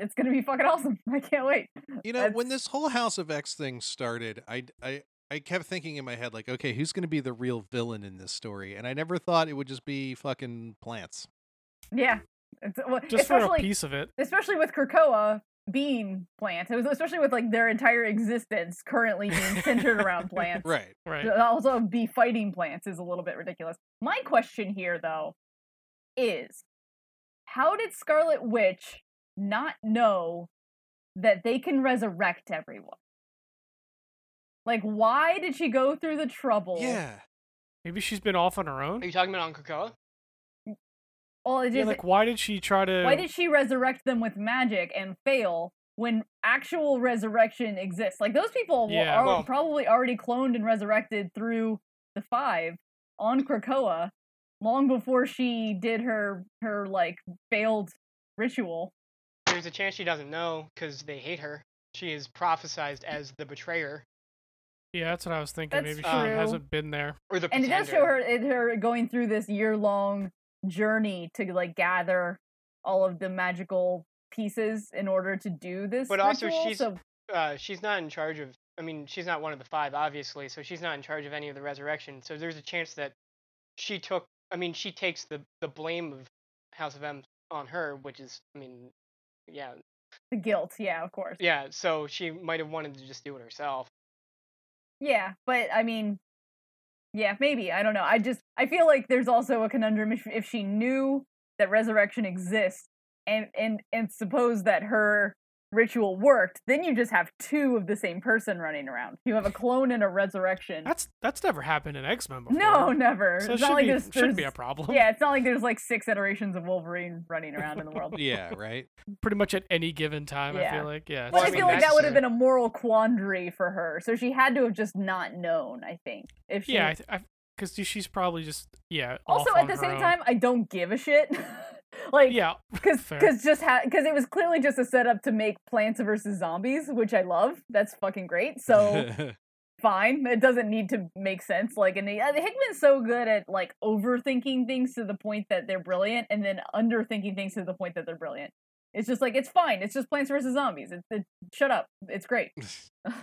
Speaker 6: it's gonna be fucking awesome. <laughs> I can't wait.
Speaker 4: You know, when
Speaker 6: That's-
Speaker 4: this whole House of X thing started, I I I kept thinking in my head like, okay, who's going to be the real villain in this story? And I never thought it would just be fucking plants.
Speaker 6: Yeah, It's, well,
Speaker 5: just for a
Speaker 6: especially,
Speaker 5: piece of it.
Speaker 6: especially with Krakoa being plants. It was especially with like their entire existence currently being centered around plants.
Speaker 4: Right.
Speaker 5: Right.
Speaker 6: To Also, be fighting plants is a little bit ridiculous. My question here, though, is how did Scarlet Witch not know that they can resurrect everyone? Like, why did she go through the trouble?
Speaker 4: Yeah.
Speaker 5: Maybe she's been off on her own.
Speaker 7: Are you talking about on Krakoa?
Speaker 6: Well, it
Speaker 5: Yeah,
Speaker 6: just,
Speaker 5: like why did she try to?
Speaker 6: why did she resurrect them with magic and fail when actual resurrection exists? Like those people were
Speaker 5: Yeah,
Speaker 6: al-
Speaker 7: well-
Speaker 6: probably already cloned and resurrected through the five on Krakoa long before she did her her like failed ritual.
Speaker 7: There's a chance she doesn't know because they hate her. She is prophesized as the betrayer
Speaker 5: Yeah, that's what I was thinking.
Speaker 6: That's
Speaker 5: Maybe she
Speaker 7: true.
Speaker 5: hasn't been there.
Speaker 7: or the
Speaker 6: And it
Speaker 7: pretender.
Speaker 6: does show her it- her going through this year long journey to like gather all of the magical pieces in order to do this.
Speaker 7: But also
Speaker 6: ritual,
Speaker 7: she's-
Speaker 6: so
Speaker 7: Uh, she's not in charge of. I mean, she's not one of the five, obviously. So she's not in charge of any of the resurrection. So there's a chance that she took. I mean, she takes the the blame of House of M on her, which is. I mean, yeah,
Speaker 6: the guilt, yeah, of course.
Speaker 7: yeah. So she might have wanted to just do it herself.
Speaker 6: Yeah, but I mean, yeah, maybe I don't know. I just I feel like there's also a conundrum if, if she knew that resurrection exists and and and suppose that her ritual worked, then you just have two of the same person running around. You have a clone and a resurrection.
Speaker 5: That's that's never happened in X Men before.
Speaker 6: No, never.
Speaker 5: So it
Speaker 6: it's
Speaker 5: should
Speaker 6: not like
Speaker 5: be,
Speaker 6: there's,
Speaker 5: shouldn't be a
Speaker 6: there's-
Speaker 5: problem.
Speaker 6: yeah, it's not like there's like six iterations of Wolverine running around in
Speaker 5: <laughs>
Speaker 6: the world.
Speaker 4: Yeah. Right.
Speaker 5: Pretty much at any given time, I
Speaker 6: Yeah.
Speaker 5: feel like. Yeah.
Speaker 6: But
Speaker 7: Well,
Speaker 6: I
Speaker 7: I mean,
Speaker 6: feel like that would have
Speaker 7: that's-
Speaker 6: been a moral quandary for her, so she had to have just not known. I think if she
Speaker 5: yeah, I, th- I, cause she's probably just yeah.
Speaker 6: also
Speaker 5: off
Speaker 6: at
Speaker 5: on
Speaker 6: the
Speaker 5: her
Speaker 6: same
Speaker 5: own.
Speaker 6: time i don't give a shit <laughs> like
Speaker 5: Yeah.
Speaker 6: because
Speaker 5: fair.
Speaker 6: just because it was clearly just a setup to make plants versus zombies which i love that's fucking
Speaker 5: <laughs>
Speaker 6: great <laughs> so fine it doesn't need to make sense like and the, uh, hickman's so good at like overthinking things to the point that they're brilliant and then underthinking things to the point that they're brilliant it's just like it's fine it's just plants versus zombies it, it, shut up
Speaker 5: <laughs>
Speaker 6: it's great
Speaker 4: <laughs>
Speaker 6: <laughs>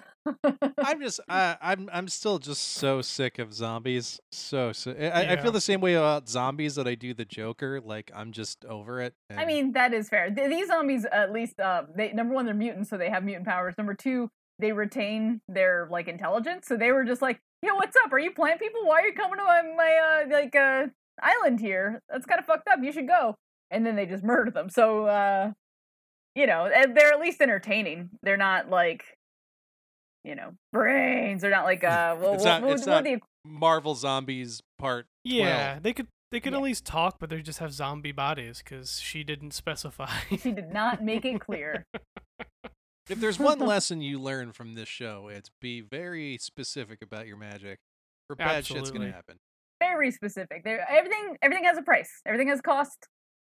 Speaker 4: I'm just I, I'm I'm still just so sick of zombies. So si- I, I
Speaker 5: Yeah.
Speaker 4: feel the same way about zombies that I do the Joker. Like I'm just over it.
Speaker 6: I
Speaker 4: and-
Speaker 6: mean, that is fair. Th- these zombies, at least, uh, they number one, they're mutants, so they have mutant powers. Number two, they retain their like intelligence, so they were just like, "Yo, what's up? Are you plant people? Why are you coming to my, my uh, like uh, island here? That's kind of fucked up. You should go." And then they just murder them. So, uh, you know, and they're at least entertaining. They're not like, you know, brains. They're
Speaker 4: <laughs>
Speaker 6: not like uh, what,
Speaker 4: It's
Speaker 6: what,
Speaker 4: not-
Speaker 6: what,
Speaker 4: it's
Speaker 6: what
Speaker 4: not-
Speaker 6: do you-
Speaker 4: Marvel zombies part.
Speaker 5: Yeah, they could they could
Speaker 6: Yeah.
Speaker 5: at least talk, but they just have zombie bodies because she didn't
Speaker 6: <laughs>
Speaker 5: specify.
Speaker 6: she did not make it clear.
Speaker 4: If there's
Speaker 6: <laughs>
Speaker 4: one lesson you learn from this show, it's be very specific about your magic. Or bad shit's
Speaker 5: Absolutely.
Speaker 4: gonna happen.
Speaker 6: very specific. There, everything, everything has a price. Everything has a cost.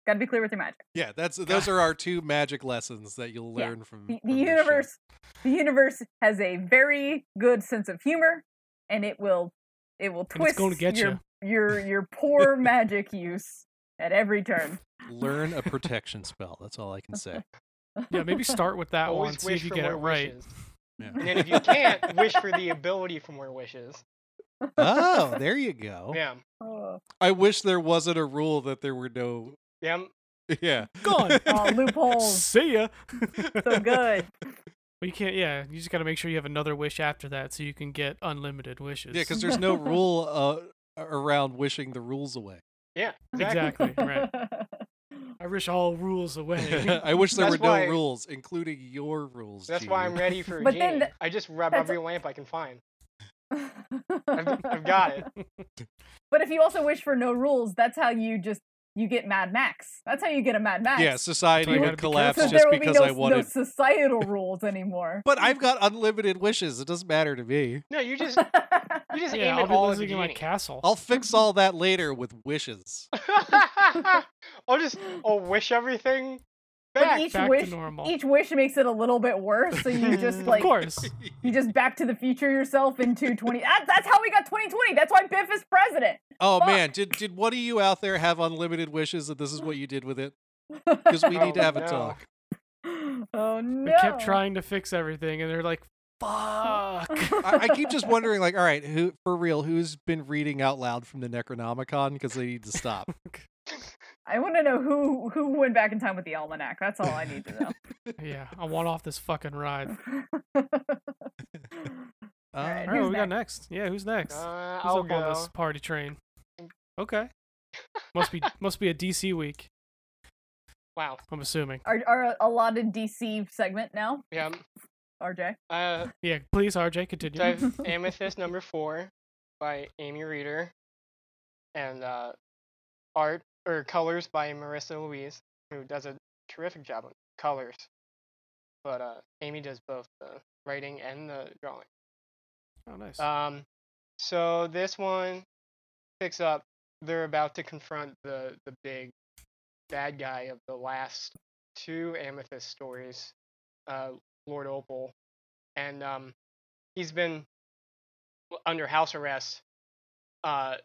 Speaker 6: Got to be clear with your magic.
Speaker 4: Yeah, that's those are our two magic lessons that you'll
Speaker 6: Yeah.
Speaker 4: learn
Speaker 5: Mm,
Speaker 4: from
Speaker 6: The,
Speaker 4: from
Speaker 6: the
Speaker 4: this show.
Speaker 6: universe, the universe has a very good sense of humor, and it will, it will
Speaker 5: And it's
Speaker 6: twist
Speaker 5: gonna get
Speaker 6: your, your your
Speaker 5: <laughs>
Speaker 6: poor magic use at every turn.
Speaker 4: Learn a protection spell. That's all I can say.
Speaker 6: <laughs>
Speaker 5: yeah, maybe start with that
Speaker 7: Always
Speaker 5: one. See
Speaker 7: wish
Speaker 5: if you
Speaker 7: for
Speaker 5: get it
Speaker 7: more
Speaker 5: right.
Speaker 7: wishes.
Speaker 4: Yeah.
Speaker 7: And then if
Speaker 5: <laughs>
Speaker 7: you can't, wish for the ability for more wishes.
Speaker 4: Oh, there you go.
Speaker 7: Yeah.
Speaker 6: Oh,
Speaker 4: I wish there wasn't a rule that there were no <laughs>
Speaker 7: Yeah.
Speaker 4: Yeah.
Speaker 5: Gone.
Speaker 6: oh, loopholes,
Speaker 5: See ya.
Speaker 4: <laughs>
Speaker 6: so good.
Speaker 5: But you can't. Yeah, you just got to make sure you have another wish after that, so you can get unlimited wishes.
Speaker 4: Yeah, because there's no rule uh, around wishing the rules away.
Speaker 7: Yeah.
Speaker 5: <laughs> exactly
Speaker 6: <laughs>
Speaker 5: right. I wish all rules
Speaker 7: <laughs>
Speaker 5: away.
Speaker 4: <laughs> I wish there
Speaker 7: <laughs> That's
Speaker 4: were
Speaker 7: why-
Speaker 4: no rules, including your rules.
Speaker 7: That's why I'm
Speaker 4: Gene.
Speaker 7: ready for a
Speaker 6: But then
Speaker 7: genie.
Speaker 6: th-
Speaker 7: I just rub
Speaker 6: that's-
Speaker 7: every lamp I can find. I've, I've got
Speaker 5: <laughs>
Speaker 7: it.
Speaker 6: But if you also wish for no rules, that's how you just you get Mad Max. That's how you get a Mad
Speaker 4: <laughs>
Speaker 6: Max.
Speaker 4: Yeah, society
Speaker 5: You
Speaker 4: would
Speaker 5: gotta be
Speaker 4: collapse
Speaker 6: so
Speaker 5: careful.
Speaker 4: just
Speaker 6: there will
Speaker 4: because
Speaker 6: be no,
Speaker 4: I
Speaker 6: no
Speaker 4: wanted.
Speaker 6: societal rules anymore. <laughs>
Speaker 4: But I've got unlimited wishes. It doesn't matter to me.
Speaker 7: No, you just you just
Speaker 5: yeah,
Speaker 7: aim
Speaker 5: I'll
Speaker 7: it
Speaker 5: be
Speaker 7: all at the
Speaker 5: losing in my
Speaker 7: genie.
Speaker 5: castle.
Speaker 4: I'll fix
Speaker 6: <laughs>
Speaker 4: all that later with wishes.
Speaker 7: <laughs> I'll just I'll wish everything
Speaker 6: but
Speaker 7: back.
Speaker 6: each
Speaker 5: back to
Speaker 6: wish,
Speaker 5: normal.
Speaker 6: each wish makes it a little bit worse.
Speaker 5: <laughs>
Speaker 6: So you just
Speaker 5: of
Speaker 6: like <laughs>
Speaker 5: course.
Speaker 6: you just Back to the Future yourself into twenty. That, that's how we got twenty twenty. That's why Biff is president. <gasps>
Speaker 4: Oh
Speaker 6: Fuck.
Speaker 4: man, did did one of you out there have unlimited wishes and this is what you did with it? Because we
Speaker 7: <laughs>
Speaker 4: need to
Speaker 7: Oh,
Speaker 4: have a
Speaker 7: no.
Speaker 4: talk.
Speaker 6: Oh no!
Speaker 5: We kept trying to fix everything, and they're like, "Fuck." <laughs>
Speaker 6: <laughs>
Speaker 4: I, I keep just wondering, like, all right, who for real? Who's been reading out loud from the Necronomicon? Because they need to stop.
Speaker 6: I want to know who who went back in time with the almanac. That's all I need to know.
Speaker 5: Yeah, I want off this fucking ride.
Speaker 6: <laughs> All
Speaker 5: All
Speaker 6: right.
Speaker 5: right, what we got next? Yeah, who's next? Who's
Speaker 7: Uh, I'll
Speaker 5: up on this
Speaker 7: go.
Speaker 5: party train?
Speaker 7: <laughs>
Speaker 5: Okay. Must be must be a DC week.
Speaker 7: Wow.
Speaker 5: I'm assuming.
Speaker 6: Are are allotted DC segment now,
Speaker 7: Yeah.
Speaker 6: RJ?
Speaker 7: Uh,
Speaker 5: Yeah, please, RJ, continue.
Speaker 7: so I have Amethyst number four by Amy Reeder, and uh, art or colors by Marissa Louise, who does a terrific job on colors. But uh, Amy does both the writing and the drawing.
Speaker 5: Oh, nice.
Speaker 7: Um, so this one picks up. They're about to confront the the big bad guy of the last two Amethyst stories, uh, Lord Opal, and um, he's been w- under house arrest. Uh,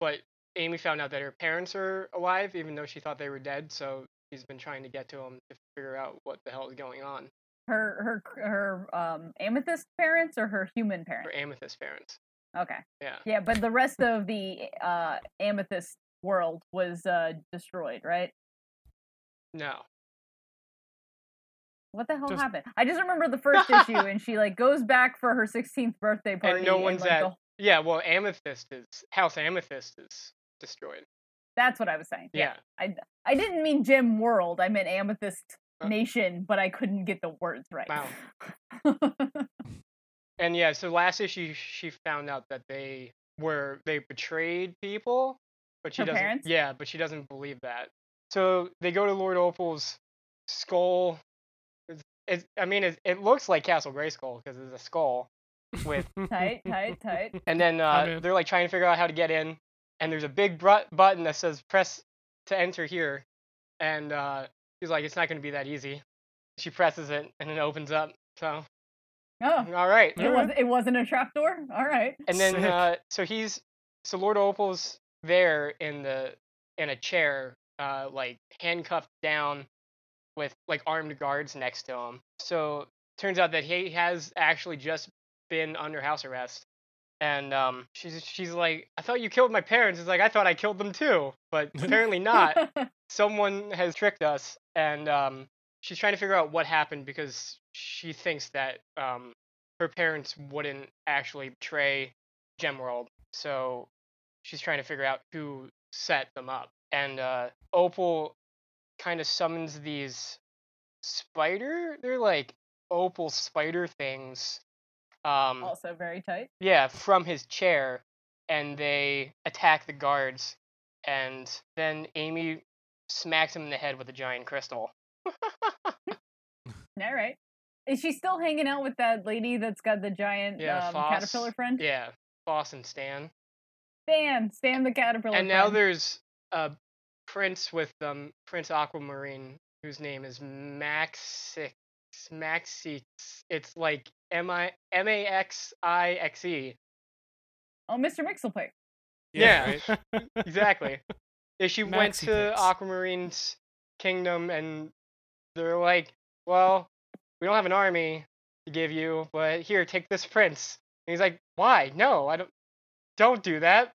Speaker 7: but Amy found out that her parents are alive, even though she thought they were dead. So she's been trying to get to him to figure out what the hell is going on.
Speaker 6: Her her her um amethyst parents or her human
Speaker 7: Her
Speaker 6: parents?
Speaker 7: Amethyst parents.
Speaker 6: Okay.
Speaker 7: Yeah.
Speaker 6: Yeah, but the rest of the uh amethyst world was uh destroyed, right?
Speaker 7: No.
Speaker 6: What the hell
Speaker 5: Just-
Speaker 6: happened? I just remember the first
Speaker 7: <laughs>
Speaker 6: issue and she like goes back for her 16th birthday party
Speaker 7: no one's
Speaker 6: like,
Speaker 7: at-
Speaker 6: the-
Speaker 7: Yeah, well, Amethyst is House Amethyst is destroyed.
Speaker 6: That's what I was saying.
Speaker 7: Yeah,
Speaker 6: I didn't mean gem world. I meant amethyst
Speaker 7: Uh.
Speaker 6: nation, but I couldn't get the words right. <laughs>
Speaker 7: wow. And yeah, so last issue she found out that they were they betrayed people, but she
Speaker 6: Her
Speaker 7: doesn't.
Speaker 6: parents?
Speaker 7: Yeah, but she doesn't believe that. So they go to Lord Opal's skull. It's, it's, I mean, it, it looks like Castle Grayskull because it's a skull with
Speaker 6: tight, tight, tight.
Speaker 7: <laughs> And then
Speaker 5: I'm
Speaker 7: uh,
Speaker 5: in.
Speaker 7: they're like trying to figure out how to get in, and there's a big bru- button that says "press to enter here," and uh, he's like, "It's not going to be that easy." She presses it, and it opens up. So
Speaker 6: Oh,
Speaker 7: all right,
Speaker 6: it was it wasn't a trapdoor. All right.
Speaker 7: and then
Speaker 5: Sick.
Speaker 7: uh, so he's so Lord Opal's there in the in a chair, uh, like handcuffed down with like armed guards next to him. So turns out that he has actually just been under house arrest, and um, she's she's like, I thought you killed my parents. He's like, I thought I killed them too, but
Speaker 6: <laughs>
Speaker 7: apparently not Mm. someone has tricked us and um, she's trying to figure out what happened because she thinks that um, her parents wouldn't actually betray Gemworld. So she's trying to figure out who set them up. And uh, Opal kind of summons these spider, they're like opal spider things. Um,
Speaker 6: also very tight.
Speaker 7: yeah, from his chair, and they attack the guards, and then Amy smacks him in the head with a giant crystal.
Speaker 6: All right. Is she still hanging out with that lady that's got the giant
Speaker 7: Yeah,
Speaker 6: um,
Speaker 7: Foss.
Speaker 6: caterpillar friend?
Speaker 7: Yeah, Foss and Stan.
Speaker 6: Stan, Stan the caterpillar.
Speaker 7: and now
Speaker 6: friend.
Speaker 7: there's a prince with them, Prince Aquamarine, whose name is Maxix. Maxix. It's like M I M A X I X E.
Speaker 6: oh Mr. Mixelpig.
Speaker 7: Yeah, <laughs> exactly. Yeah, she went
Speaker 5: Maxi
Speaker 7: to
Speaker 5: fix.
Speaker 7: Aquamarine's kingdom, and they're like, "Well, we don't have an army to give you, but here, take this prince." And he's like, "Why? No, I don't. Don't do that."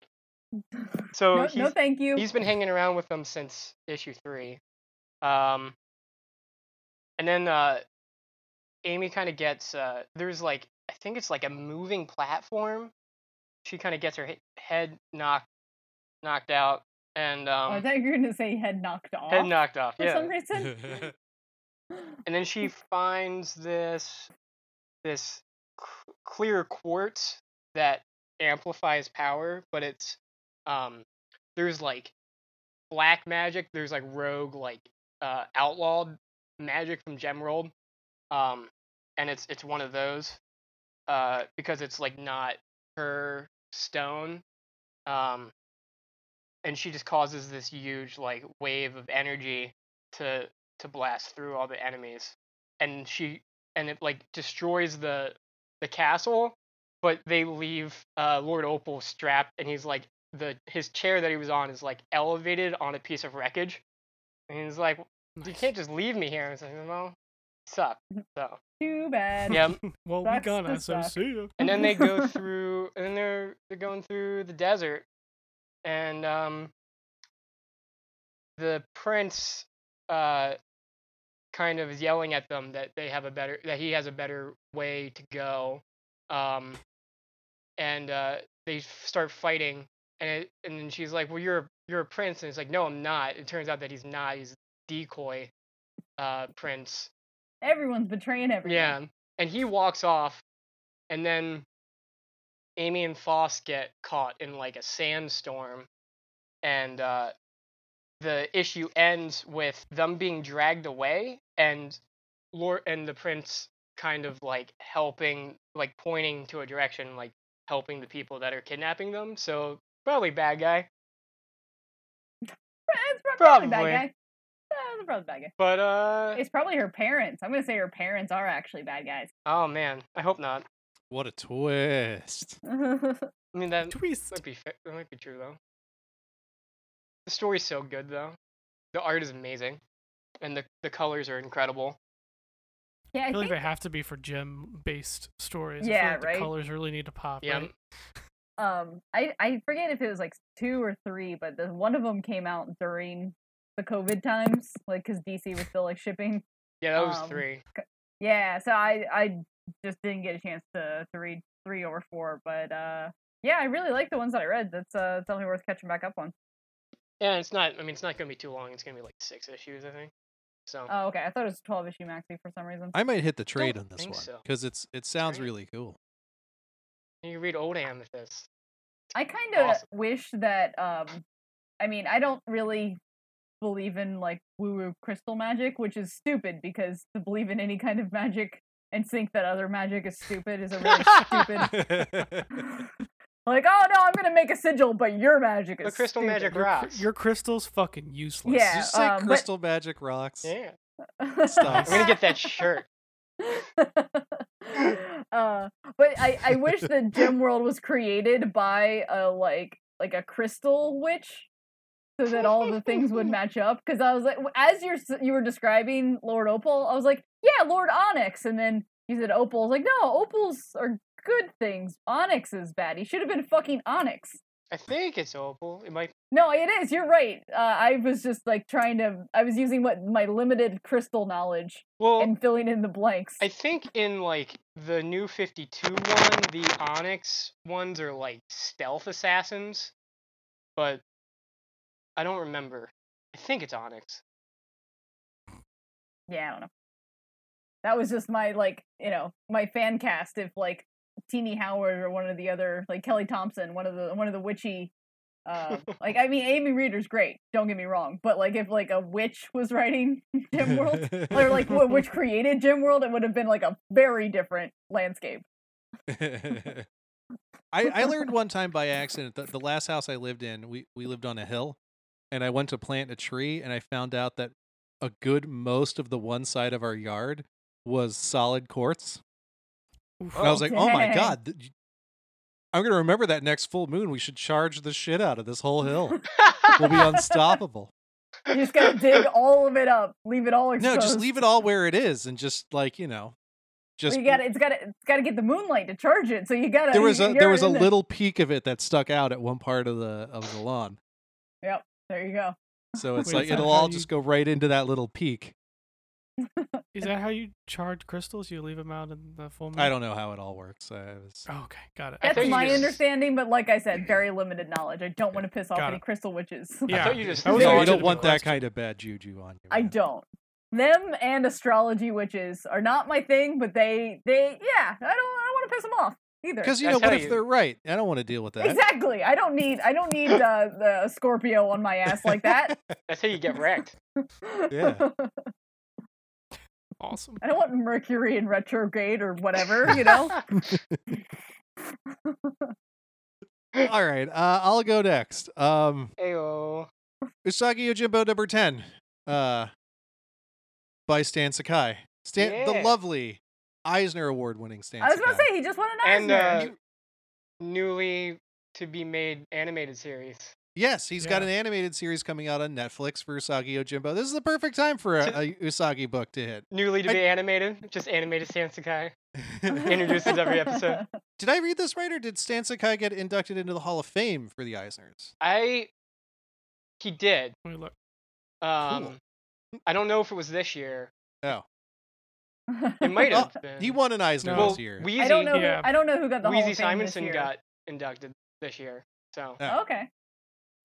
Speaker 7: So
Speaker 6: no,
Speaker 7: Oh, he's
Speaker 6: no, thank you.
Speaker 7: he's been hanging around with them since issue three. Um, and then uh, Amy kind of gets uh, there's like I think it's like a moving platform. She kind of gets her he- head knocked knocked out and
Speaker 6: oh, I
Speaker 7: um,
Speaker 6: thought you were going to say head knocked off
Speaker 7: head knocked off.
Speaker 6: for
Speaker 7: yeah,
Speaker 6: some
Speaker 7: <laughs>
Speaker 6: reason.
Speaker 7: and then she finds this this c- clear quartz that amplifies power but it's um there's like black magic there's like rogue like uh outlawed magic from gemworld um and it's it's one of those uh because it's like not her stone um and she just causes this huge like wave of energy to to blast through all the enemies and she and it like destroys the the castle but they leave uh lord opal strapped and he's like the his chair that he was on is like elevated on a piece of wreckage and he's like you can't just leave me here and it's like well suck so
Speaker 6: Too bad.
Speaker 7: yeah
Speaker 5: <laughs> well, we
Speaker 6: That's
Speaker 5: gonna
Speaker 6: the
Speaker 5: so
Speaker 6: suck.
Speaker 5: see ya.
Speaker 6: <laughs>
Speaker 7: and then they go through and then they're they're going through the desert and um the prince uh kind of is yelling at them that they have a better that he has a better way to go um and uh they f- start fighting and it, and then she's like well you're a, you're a prince and it's like no I'm not it turns out that he's not he's decoy uh prince
Speaker 6: Everyone's betraying everyone.
Speaker 7: yeah and he walks off and then Amy and Foss get caught in like a sandstorm and uh the issue ends with them being dragged away and Lord and the prince kind of like helping like pointing to a direction like helping the people that are kidnapping them so probably bad guy
Speaker 6: It's prob- probably,
Speaker 7: Probably.
Speaker 6: bad guy. No, they're probably bad guy.
Speaker 7: but uh
Speaker 6: It's probably her parents. I'm gonna say her parents are actually bad guys. <laughs>
Speaker 7: oh man I hope not
Speaker 4: <laughs> What a twist.
Speaker 7: I mean that
Speaker 5: Twist.
Speaker 7: might be fa- that might be true though the story's so good though the art is amazing and the the colors are incredible
Speaker 5: I
Speaker 6: yeah, I
Speaker 5: feel like
Speaker 6: think
Speaker 5: they have to be for gem based stories. I feel
Speaker 6: Yeah,
Speaker 5: like the
Speaker 6: right?
Speaker 5: colors really need to pop.
Speaker 7: Yeah.
Speaker 5: right?
Speaker 6: um I I forget if it was like two or three, but the one of them came out during the COVID times, like because DC was still like shipping.
Speaker 7: yeah that was
Speaker 6: Um,
Speaker 7: three
Speaker 6: Yeah, so I I just didn't get a chance to to read three or four, but uh yeah, I really like the ones that I read. That's uh it's definitely worth catching back up on.
Speaker 7: Yeah, it's not. I mean, it's not going to be too long. It's going to be like six issues, I think. So
Speaker 6: Oh, okay, I thought it was a twelve issue maxi for some reason.
Speaker 4: I might hit the trade
Speaker 7: Don't
Speaker 4: on this
Speaker 7: think
Speaker 4: one
Speaker 7: so.
Speaker 4: because it's it sounds
Speaker 7: Trade?
Speaker 4: really
Speaker 7: <laughs>
Speaker 4: cool. <laughs>
Speaker 7: you can read
Speaker 6: <laughs>
Speaker 7: Old Amethyst.
Speaker 6: I kind of
Speaker 7: Awesome.
Speaker 6: wish that um I mean, I don't really believe in like woo-woo crystal magic, which is stupid because to believe in any kind of magic and think that other magic is stupid is a really
Speaker 7: <laughs>
Speaker 6: stupid like, oh no, I'm gonna make a sigil, but your magic is
Speaker 7: The crystal
Speaker 6: stupid."
Speaker 7: magic
Speaker 5: Your cr-
Speaker 7: rocks.
Speaker 5: Your crystal's fucking useless.
Speaker 6: Yeah.
Speaker 4: Did you say
Speaker 6: um, but-
Speaker 4: crystal magic rocks?
Speaker 7: Yeah,
Speaker 6: <laughs>
Speaker 4: stuff.
Speaker 7: I'm going to get that shirt.
Speaker 6: <laughs> uh, but I, I wish that Gem World was created by a like like a crystal witch, so that all the things would match up. Because I was like, as you're s- you were describing Lord Opal, I was like, yeah, Lord Onyx, and then you said Opal. I was like, no, Opals are good things. Onyx is bad. He should have been fucking Onyx.
Speaker 7: I think it's opal. It might.
Speaker 6: No, it is. You're right. Uh, I was just like trying to. I was using what my limited crystal knowledge
Speaker 7: Well,
Speaker 6: and filling in the blanks.
Speaker 7: I think in like the new 52 one, the Onyx ones are like stealth assassins, but I don't remember. I think it's Onyx.
Speaker 6: yeah, I don't know. That was just my like, you know, my fan cast. If like Teeny Howard or one of the other, like Kelly Thompson, one of the one of the witchy,
Speaker 4: <laughs>
Speaker 6: uh, like I mean, Amy Reader's great. Don't get me wrong, but like if like a witch was writing <laughs>
Speaker 4: <laughs>
Speaker 6: Gem World or like wh- which created Gem World, it would have been like a very different landscape.
Speaker 4: I, I learned one time by accident that the last house I lived in, we, we lived on a hill, and I went to plant a tree, and I found out that a good most of the one side of our yard was solid quartz.
Speaker 5: Oof.
Speaker 4: And I was like, oh my
Speaker 6: Dang.
Speaker 4: god, th- I'm gonna remember that next full moon. We should charge the shit out of this whole hill. We'll be unstoppable.
Speaker 6: You just gotta dig all of it up, leave it all exposed.
Speaker 4: No, just leave it all where it is, and just like you know, just
Speaker 6: you got to it's got to it's got to get the moonlight to charge it. So you got to.
Speaker 4: there was a there was a little peak of it that stuck out at one part of the of the lawn.
Speaker 6: There you go.
Speaker 4: So it's
Speaker 5: Wait,
Speaker 4: like
Speaker 5: is that
Speaker 4: it'll
Speaker 5: how
Speaker 4: all
Speaker 5: you-
Speaker 4: just go right into that little peak.
Speaker 5: Is that how you charge crystals? You leave them out in the full moon?
Speaker 4: I don't know how it all works. I was
Speaker 5: Oh, okay, got it.
Speaker 7: I
Speaker 6: That's
Speaker 7: think you
Speaker 6: my
Speaker 7: just-
Speaker 6: understanding, but like I said, very limited knowledge. I don't want to piss off
Speaker 5: Got
Speaker 6: any
Speaker 5: it.
Speaker 6: crystal witches.
Speaker 5: Yeah,
Speaker 7: thought you just
Speaker 5: I was
Speaker 4: no,
Speaker 7: No,
Speaker 5: going
Speaker 4: you
Speaker 7: on
Speaker 5: to
Speaker 4: don't
Speaker 5: the
Speaker 4: want that
Speaker 5: question.
Speaker 4: kind of bad juju on you.
Speaker 6: I
Speaker 4: man.
Speaker 6: don't. Them and astrology witches are not my thing, but they they yeah, I don't I don't want to piss them off either.
Speaker 4: because you know
Speaker 7: That's
Speaker 4: what
Speaker 7: how
Speaker 4: if
Speaker 7: you-
Speaker 4: they're right? I don't want to deal with that.
Speaker 6: Exactly. I don't need I don't need uh, the Scorpio on my ass like that.
Speaker 7: That's how you
Speaker 6: <laughs>
Speaker 7: get wrecked.
Speaker 4: Yeah.
Speaker 5: Awesome.
Speaker 6: I don't want Mercury in retrograde
Speaker 5: <laughs>
Speaker 6: or whatever, you know.
Speaker 4: <laughs> all right, uh, I'll go next. Um,
Speaker 7: <laughs> Ayo.
Speaker 4: Usagi Yojimbo number ten, uh, by Stan Sakai. Stan, the
Speaker 7: Yeah.
Speaker 4: lovely Eisner Award winning Stan.
Speaker 6: I was about to
Speaker 4: Sakai.
Speaker 6: say he just won an
Speaker 7: And
Speaker 6: Eisner.
Speaker 7: uh, newly to be made animated series.
Speaker 4: Yes, he's got
Speaker 5: Yeah.
Speaker 4: an animated series coming out on Netflix for Usagi Yojimbo. This is the perfect time for a,
Speaker 7: To-
Speaker 4: a Usagi book to hit.
Speaker 7: Newly to
Speaker 4: I-
Speaker 7: be animated, just animated Stan Sakai.
Speaker 6: <laughs>
Speaker 7: uh, introduces every episode.
Speaker 4: Did I read this right, or did Stan Sakai get inducted into the Hall of Fame for the Eisners?
Speaker 7: I he did.
Speaker 5: Let me look.
Speaker 6: Hmm.
Speaker 7: Um, I don't know if it was this year.
Speaker 4: Oh.
Speaker 6: <laughs>
Speaker 7: It might
Speaker 4: Well,
Speaker 7: have been.
Speaker 4: He won an Eisner
Speaker 5: No.
Speaker 7: well,
Speaker 4: this year.
Speaker 7: Wheezy,
Speaker 6: I don't know.
Speaker 5: Yeah.
Speaker 6: Who, I don't know who got the Hall
Speaker 7: Wheezy
Speaker 6: of Fame this
Speaker 7: Simonson
Speaker 6: year.
Speaker 7: got inducted this year. So
Speaker 4: Yeah.
Speaker 6: Okay.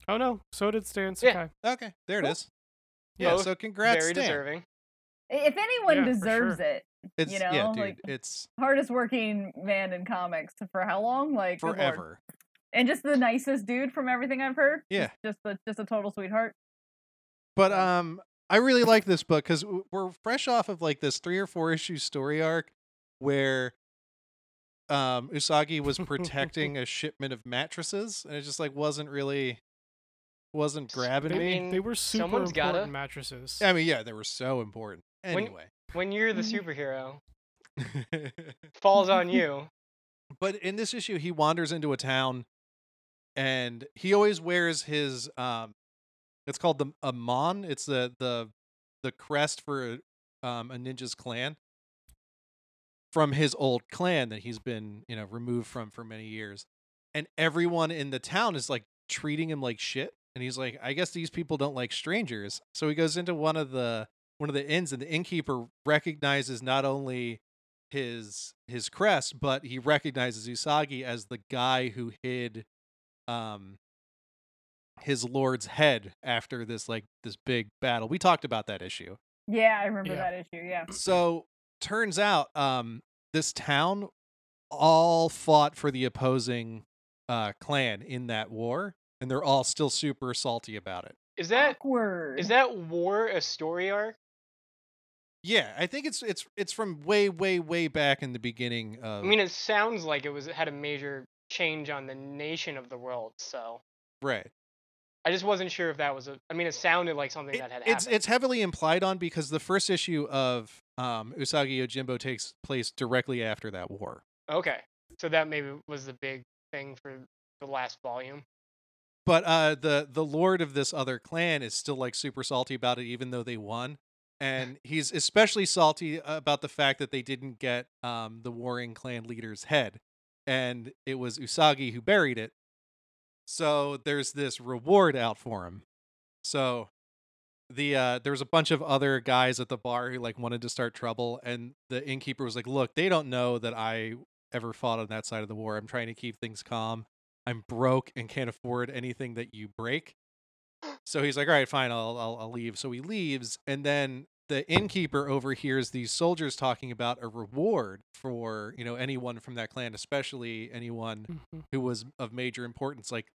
Speaker 5: Oh no, so did Stan
Speaker 7: Yeah.
Speaker 5: Sakai.
Speaker 4: Okay, there it
Speaker 6: Cool.
Speaker 4: is. Yeah,
Speaker 7: Both
Speaker 4: so congrats,
Speaker 7: very
Speaker 4: Stan.
Speaker 7: deserving.
Speaker 6: I- If anyone
Speaker 5: Yeah, for
Speaker 6: deserves
Speaker 5: sure.
Speaker 6: it,
Speaker 4: It's yeah,
Speaker 6: know,
Speaker 4: dude.
Speaker 6: like- <laughs>
Speaker 4: it's
Speaker 6: hardest working man in comics for how long? Like good lord.
Speaker 4: forever.
Speaker 6: and just the nicest dude from everything I've heard. <laughs>
Speaker 4: Yeah.
Speaker 6: just a just a total sweetheart.
Speaker 4: But um, I really like this book because we're fresh off of like this three or four issue story arc where um Usagi was
Speaker 7: <laughs>
Speaker 4: protecting a shipment of mattresses, and it just like wasn't really wasn't grabbing
Speaker 5: They,
Speaker 4: me.
Speaker 7: mean,
Speaker 5: they were super
Speaker 7: someone's
Speaker 5: important
Speaker 7: gotta-
Speaker 5: mattresses.
Speaker 4: I mean, yeah, they were so important.
Speaker 7: When-
Speaker 4: Anyway,
Speaker 7: When you're the
Speaker 6: Mm-hmm.
Speaker 7: superhero,
Speaker 4: <laughs>
Speaker 6: <laughs>
Speaker 7: falls on you.
Speaker 4: but in this issue, he wanders into a town, and he always wears his um, it's called the a mon. It's the the the crest for um a ninja's clan from his old clan that he's been you know removed from for many years, and everyone in the town is like treating him like shit. And he's like, I guess these people don't like strangers. So he goes into one of the one of the inns, and the innkeeper recognizes not only his his crest, but he recognizes Usagi as the guy who hid um his lord's head after this like this big battle. We talked about that issue.
Speaker 7: Mm-hmm.
Speaker 6: Yeah, I remember
Speaker 5: Yeah.
Speaker 6: that issue. Yeah,
Speaker 4: So turns out um this town all fought for the opposing uh clan in that war and they're all still super salty about it.
Speaker 7: Is that
Speaker 6: awkward.
Speaker 7: is that war a story arc?
Speaker 4: Yeah, I think it's it's it's from way way way back in the beginning of
Speaker 7: I mean, it sounds like it was it had a major change on the nation of the world. So
Speaker 4: right.
Speaker 7: I just wasn't sure if that was a. I mean, it sounded like something
Speaker 4: It-
Speaker 7: that had
Speaker 4: it's
Speaker 7: happened.
Speaker 4: it's heavily implied on because the first issue of um, Usagi Yojimbo takes place directly after that war.
Speaker 7: Okay, so that maybe was the big thing for the last volume.
Speaker 4: But uh, the the lord of this other clan is still like super salty about it, even though they won,
Speaker 7: <laughs>
Speaker 4: and he's especially salty about the fact that they didn't get um, the warring clan leader's head, and it was Usagi who buried it. So there's this reward out for him. So the uh there was a bunch of other guys at the bar who like wanted to start trouble and the innkeeper was like look they don't know that i ever fought on that side of the war i'm trying to keep things calm i'm broke and can't afford anything that you break so he's like all right fine i'll i'll, I'll leave so he leaves and then the innkeeper overhears these soldiers talking about a reward for you know anyone from that clan especially anyone
Speaker 5: Mhm.
Speaker 4: who was of major importance like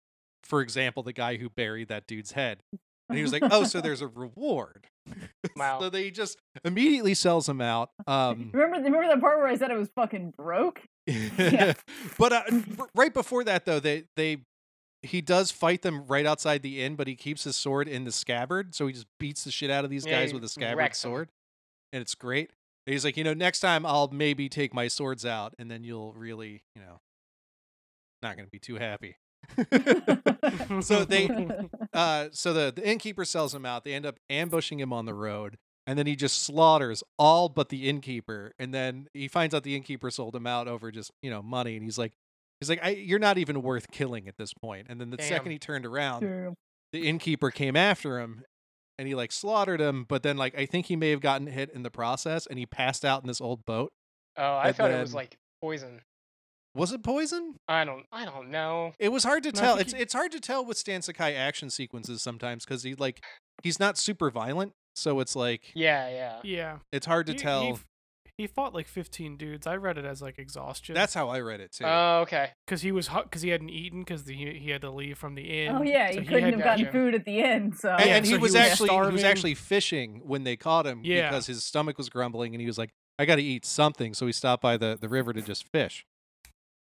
Speaker 4: for example the guy who buried that dude's head and he was like oh
Speaker 7: <laughs>
Speaker 4: so there's a reward <laughs>
Speaker 7: Wow.
Speaker 4: so they just immediately sells him out um
Speaker 7: <laughs>
Speaker 6: remember remember that part where I said I was fucking
Speaker 5: <laughs>
Speaker 6: broke? <laughs> Yeah.
Speaker 4: <laughs> but uh, r- right before that though they they he does fight them right outside the inn but he keeps his sword in the scabbard so he just beats the shit out of these
Speaker 7: Yeah,
Speaker 4: guys
Speaker 7: he
Speaker 4: with a scabbard
Speaker 7: wrecks 'em.
Speaker 4: sword and it's great And he's like you know next time i'll maybe take my swords out and then you'll really you know not gonna be too happy <laughs> so they uh, so the, the innkeeper sells him out. They end up ambushing him on the road, and then he just slaughters all but the innkeeper. And then he finds out the innkeeper sold him out over just you know money, and he's like, he's like, I, you're not even worth killing at this point. And then the second
Speaker 7: Damn.
Speaker 4: he turned around,
Speaker 5: Um,
Speaker 6: Damn.
Speaker 4: the innkeeper came after him, and he like slaughtered him. But then like I think he may have gotten hit in the process, and he passed out in this old boat.
Speaker 7: Oh, I
Speaker 4: and
Speaker 7: thought it was
Speaker 4: then-
Speaker 7: like poison.
Speaker 4: Was it poison?
Speaker 7: I don't. I don't know.
Speaker 4: It was hard to
Speaker 5: No, I
Speaker 4: tell.
Speaker 5: think
Speaker 4: It's it's hard to tell with Stan Sakai action sequences sometimes because he like he's not super violent, so it's like
Speaker 7: Yeah, yeah.
Speaker 5: <laughs> yeah.
Speaker 4: it's hard to
Speaker 5: He- he
Speaker 4: tell.
Speaker 5: f- He, fought like 15 dudes. I read it as like exhaustion.
Speaker 4: That's how I read it too.
Speaker 5: Uh,
Speaker 7: Oh, okay.
Speaker 5: because he was because he hadn't eaten because he he had to leave from the inn.
Speaker 6: Oh yeah,
Speaker 5: so
Speaker 6: you
Speaker 5: he
Speaker 6: couldn't
Speaker 5: had
Speaker 6: have
Speaker 5: to-
Speaker 6: gotten
Speaker 7: yeah.
Speaker 6: food at the end, so
Speaker 4: and,
Speaker 5: yeah,
Speaker 4: and he,
Speaker 5: so he
Speaker 4: was
Speaker 5: was
Speaker 4: actually he was
Speaker 5: starving.
Speaker 4: actually fishing when they caught him
Speaker 5: Yeah.
Speaker 4: because his stomach was grumbling and he was like, I got to eat something, so he stopped by the the river to just fish,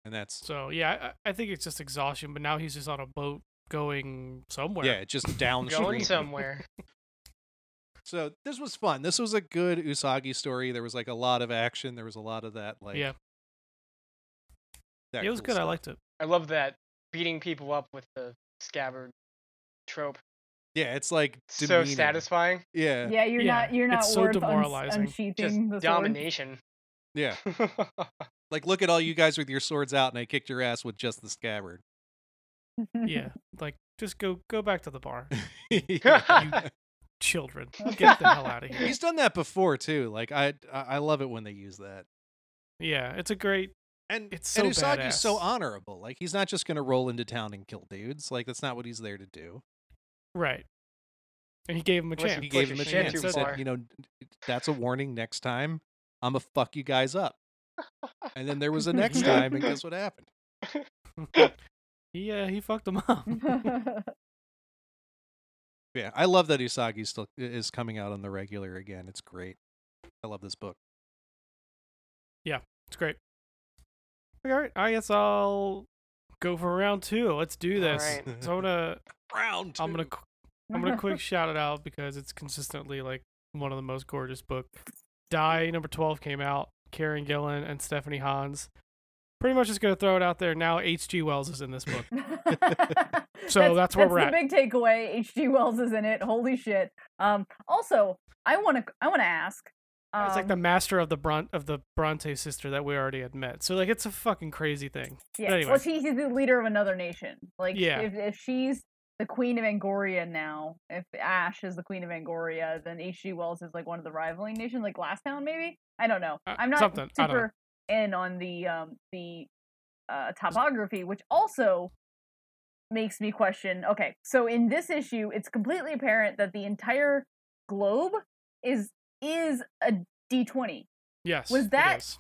Speaker 4: and that's
Speaker 5: So yeah, I, I think it's just exhaustion. But now he's just on a boat going somewhere.
Speaker 4: yeah, just
Speaker 7: Going
Speaker 4: downstream.
Speaker 7: somewhere.
Speaker 4: So this was fun. This was a good Usagi story. There was like a lot of action. There was a lot of that like
Speaker 5: yeah.
Speaker 4: that
Speaker 5: it was
Speaker 4: cool
Speaker 5: good. I
Speaker 4: stuff.
Speaker 5: liked it.
Speaker 7: I love that beating people up with the scabbard trope.
Speaker 4: yeah, it's like
Speaker 7: So
Speaker 4: demeaning.
Speaker 7: satisfying.
Speaker 4: Yeah,
Speaker 6: yeah, you're
Speaker 5: Yeah,
Speaker 6: not you're not
Speaker 5: it's so
Speaker 6: worth uns-
Speaker 5: demoralizing.
Speaker 6: unsheathing
Speaker 7: Just
Speaker 6: the sword. <laughs>
Speaker 7: domination. <laughs>
Speaker 4: yeah. Like, look at all you guys with your swords out, and I kicked your ass with just the
Speaker 5: <laughs>
Speaker 4: scabbard. <laughs>
Speaker 6: <laughs>
Speaker 4: <laughs>
Speaker 5: Yeah, like just go go back to the bar.
Speaker 4: yeah,
Speaker 6: <laughs>
Speaker 5: children. Get the hell out
Speaker 4: <laughs>
Speaker 5: of here.
Speaker 4: He's done that before too. Like I, I I love it when they use that.
Speaker 5: Yeah, it's a great.
Speaker 4: And
Speaker 5: It's
Speaker 4: and
Speaker 5: so
Speaker 4: Usagi's so
Speaker 5: badass.
Speaker 4: honorable. Like he's not just gonna roll into town and kill dudes. Like that's not what he's there to do.
Speaker 5: Right. And he gave him a
Speaker 7: Unless
Speaker 5: chance.
Speaker 4: He
Speaker 7: push
Speaker 4: gave
Speaker 7: your
Speaker 4: him a
Speaker 7: shit
Speaker 4: chance.
Speaker 7: too
Speaker 4: He
Speaker 7: far.
Speaker 4: said, you know, that's a warning. Next time, I'm gonna fuck you guys up. And then there was a next time, and guess what happened?
Speaker 5: he, uh, he fucked him <laughs> up.
Speaker 4: Yeah, I love that Usagi still is coming out on the regular again. It's great. I love this book.
Speaker 5: It's great. All right, I guess I'll go for round two. Let's do
Speaker 7: All
Speaker 5: this.
Speaker 7: right.
Speaker 5: So I'm gonna,
Speaker 4: <laughs> Round.
Speaker 5: I'm gonna,
Speaker 4: two.
Speaker 5: qu- I'm gonna
Speaker 7: <laughs>
Speaker 5: quick shout it out because it's consistently like one of the most gorgeous book. Die number twelve came out. Karen Gillan and Stephanie Hans. Pretty much just gonna throw it out there now. H.G. Wells is in this <laughs> book. So that's where we're
Speaker 6: the
Speaker 5: at.
Speaker 6: Big takeaway: H.G. Wells is in it. Holy shit! Um, also, I want to I want to ask. Um,
Speaker 5: it's like the master of the Bron- of the Bronte sister that we already had met. So like it's a fucking crazy thing.
Speaker 6: yeah.
Speaker 5: but anyway.
Speaker 6: Well, she, he's the leader of another nation. Like,
Speaker 5: Yeah.
Speaker 6: if, if she's the queen of Angoria now, if Ash is the queen of Angoria, then H.G. Wells is like one of the rivaling nations, like Glasstown, maybe. I don't know.
Speaker 5: Uh,
Speaker 6: I'm not
Speaker 5: something. I don't know.
Speaker 6: super in on the um the uh, topography, which also makes me question. Okay, so in this issue, it's completely apparent that the entire globe is is a d20
Speaker 5: Yes.
Speaker 6: Was
Speaker 5: it
Speaker 6: that
Speaker 5: is.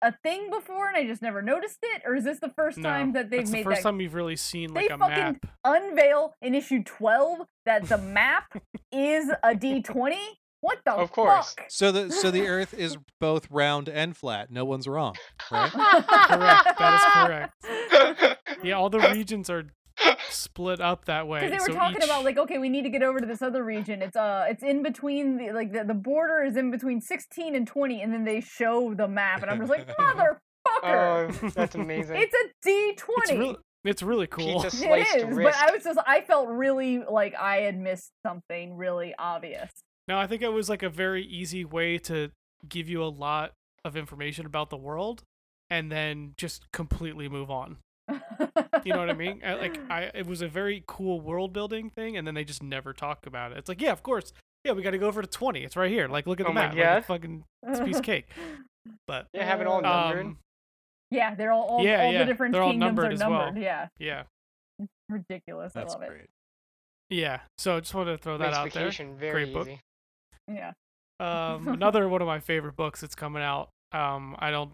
Speaker 6: a thing before, and I just never noticed it, or is this the first
Speaker 5: No,
Speaker 6: time that they've
Speaker 5: it's
Speaker 6: made
Speaker 5: the first
Speaker 6: that
Speaker 5: time we've really seen
Speaker 6: They
Speaker 5: like a
Speaker 6: fucking-
Speaker 5: map?
Speaker 6: unveil in issue twelve that
Speaker 5: <laughs>
Speaker 6: the map is a d20? What the
Speaker 7: Of course.
Speaker 6: fuck?
Speaker 4: So the so the Earth is both round and flat. No one's wrong, right?
Speaker 5: Correct. That
Speaker 6: <laughs>
Speaker 5: is correct.
Speaker 6: Because
Speaker 5: Yeah, all the regions are split up that way.
Speaker 6: they were
Speaker 5: so
Speaker 6: talking
Speaker 5: each-
Speaker 6: about like, okay, we need to get over to this other region. It's uh, it's in between the like the, the border is in between sixteen and twenty, and then they show the map, and I'm
Speaker 5: <laughs>
Speaker 6: just like, motherfucker,
Speaker 7: Oh,
Speaker 4: <laughs>
Speaker 7: that's amazing.
Speaker 6: it's a D
Speaker 5: it's
Speaker 6: twenty.
Speaker 5: really, it's really cool.
Speaker 7: Pizza sliced
Speaker 6: It is,
Speaker 7: wrist.
Speaker 6: but I was just I felt really like I had missed something really obvious.
Speaker 5: <laughs> No, I think it was like a very easy way to give you a lot of information about the world and then just completely move on. You know what I
Speaker 6: <laughs>
Speaker 5: mean? I, like I it was a very cool world building thing and then they just never talk about it. It's like, yeah, of course. Yeah, we got to go over to 20. It's right here. Like look at the
Speaker 7: Oh my
Speaker 5: map. Like,
Speaker 7: God.
Speaker 5: it's fucking it's a piece of
Speaker 6: <laughs>
Speaker 5: cake. But
Speaker 7: yeah, have it all numbered.
Speaker 5: um,
Speaker 6: yeah, they're all, all,
Speaker 5: Yeah,
Speaker 6: all
Speaker 5: yeah,
Speaker 6: the different
Speaker 5: they're all
Speaker 6: kingdoms
Speaker 5: numbered
Speaker 6: are
Speaker 5: as well.
Speaker 6: numbered. Yeah,
Speaker 5: yeah.
Speaker 6: ridiculous.
Speaker 4: That's
Speaker 6: I love
Speaker 4: great.
Speaker 5: Yeah. So I just wanted to throw that
Speaker 7: Makes
Speaker 5: out there.
Speaker 7: vacation very
Speaker 5: Great book.
Speaker 7: easy.
Speaker 6: it. Yeah. <laughs>
Speaker 5: um, another one of my favorite books that's coming out. Um, I don't.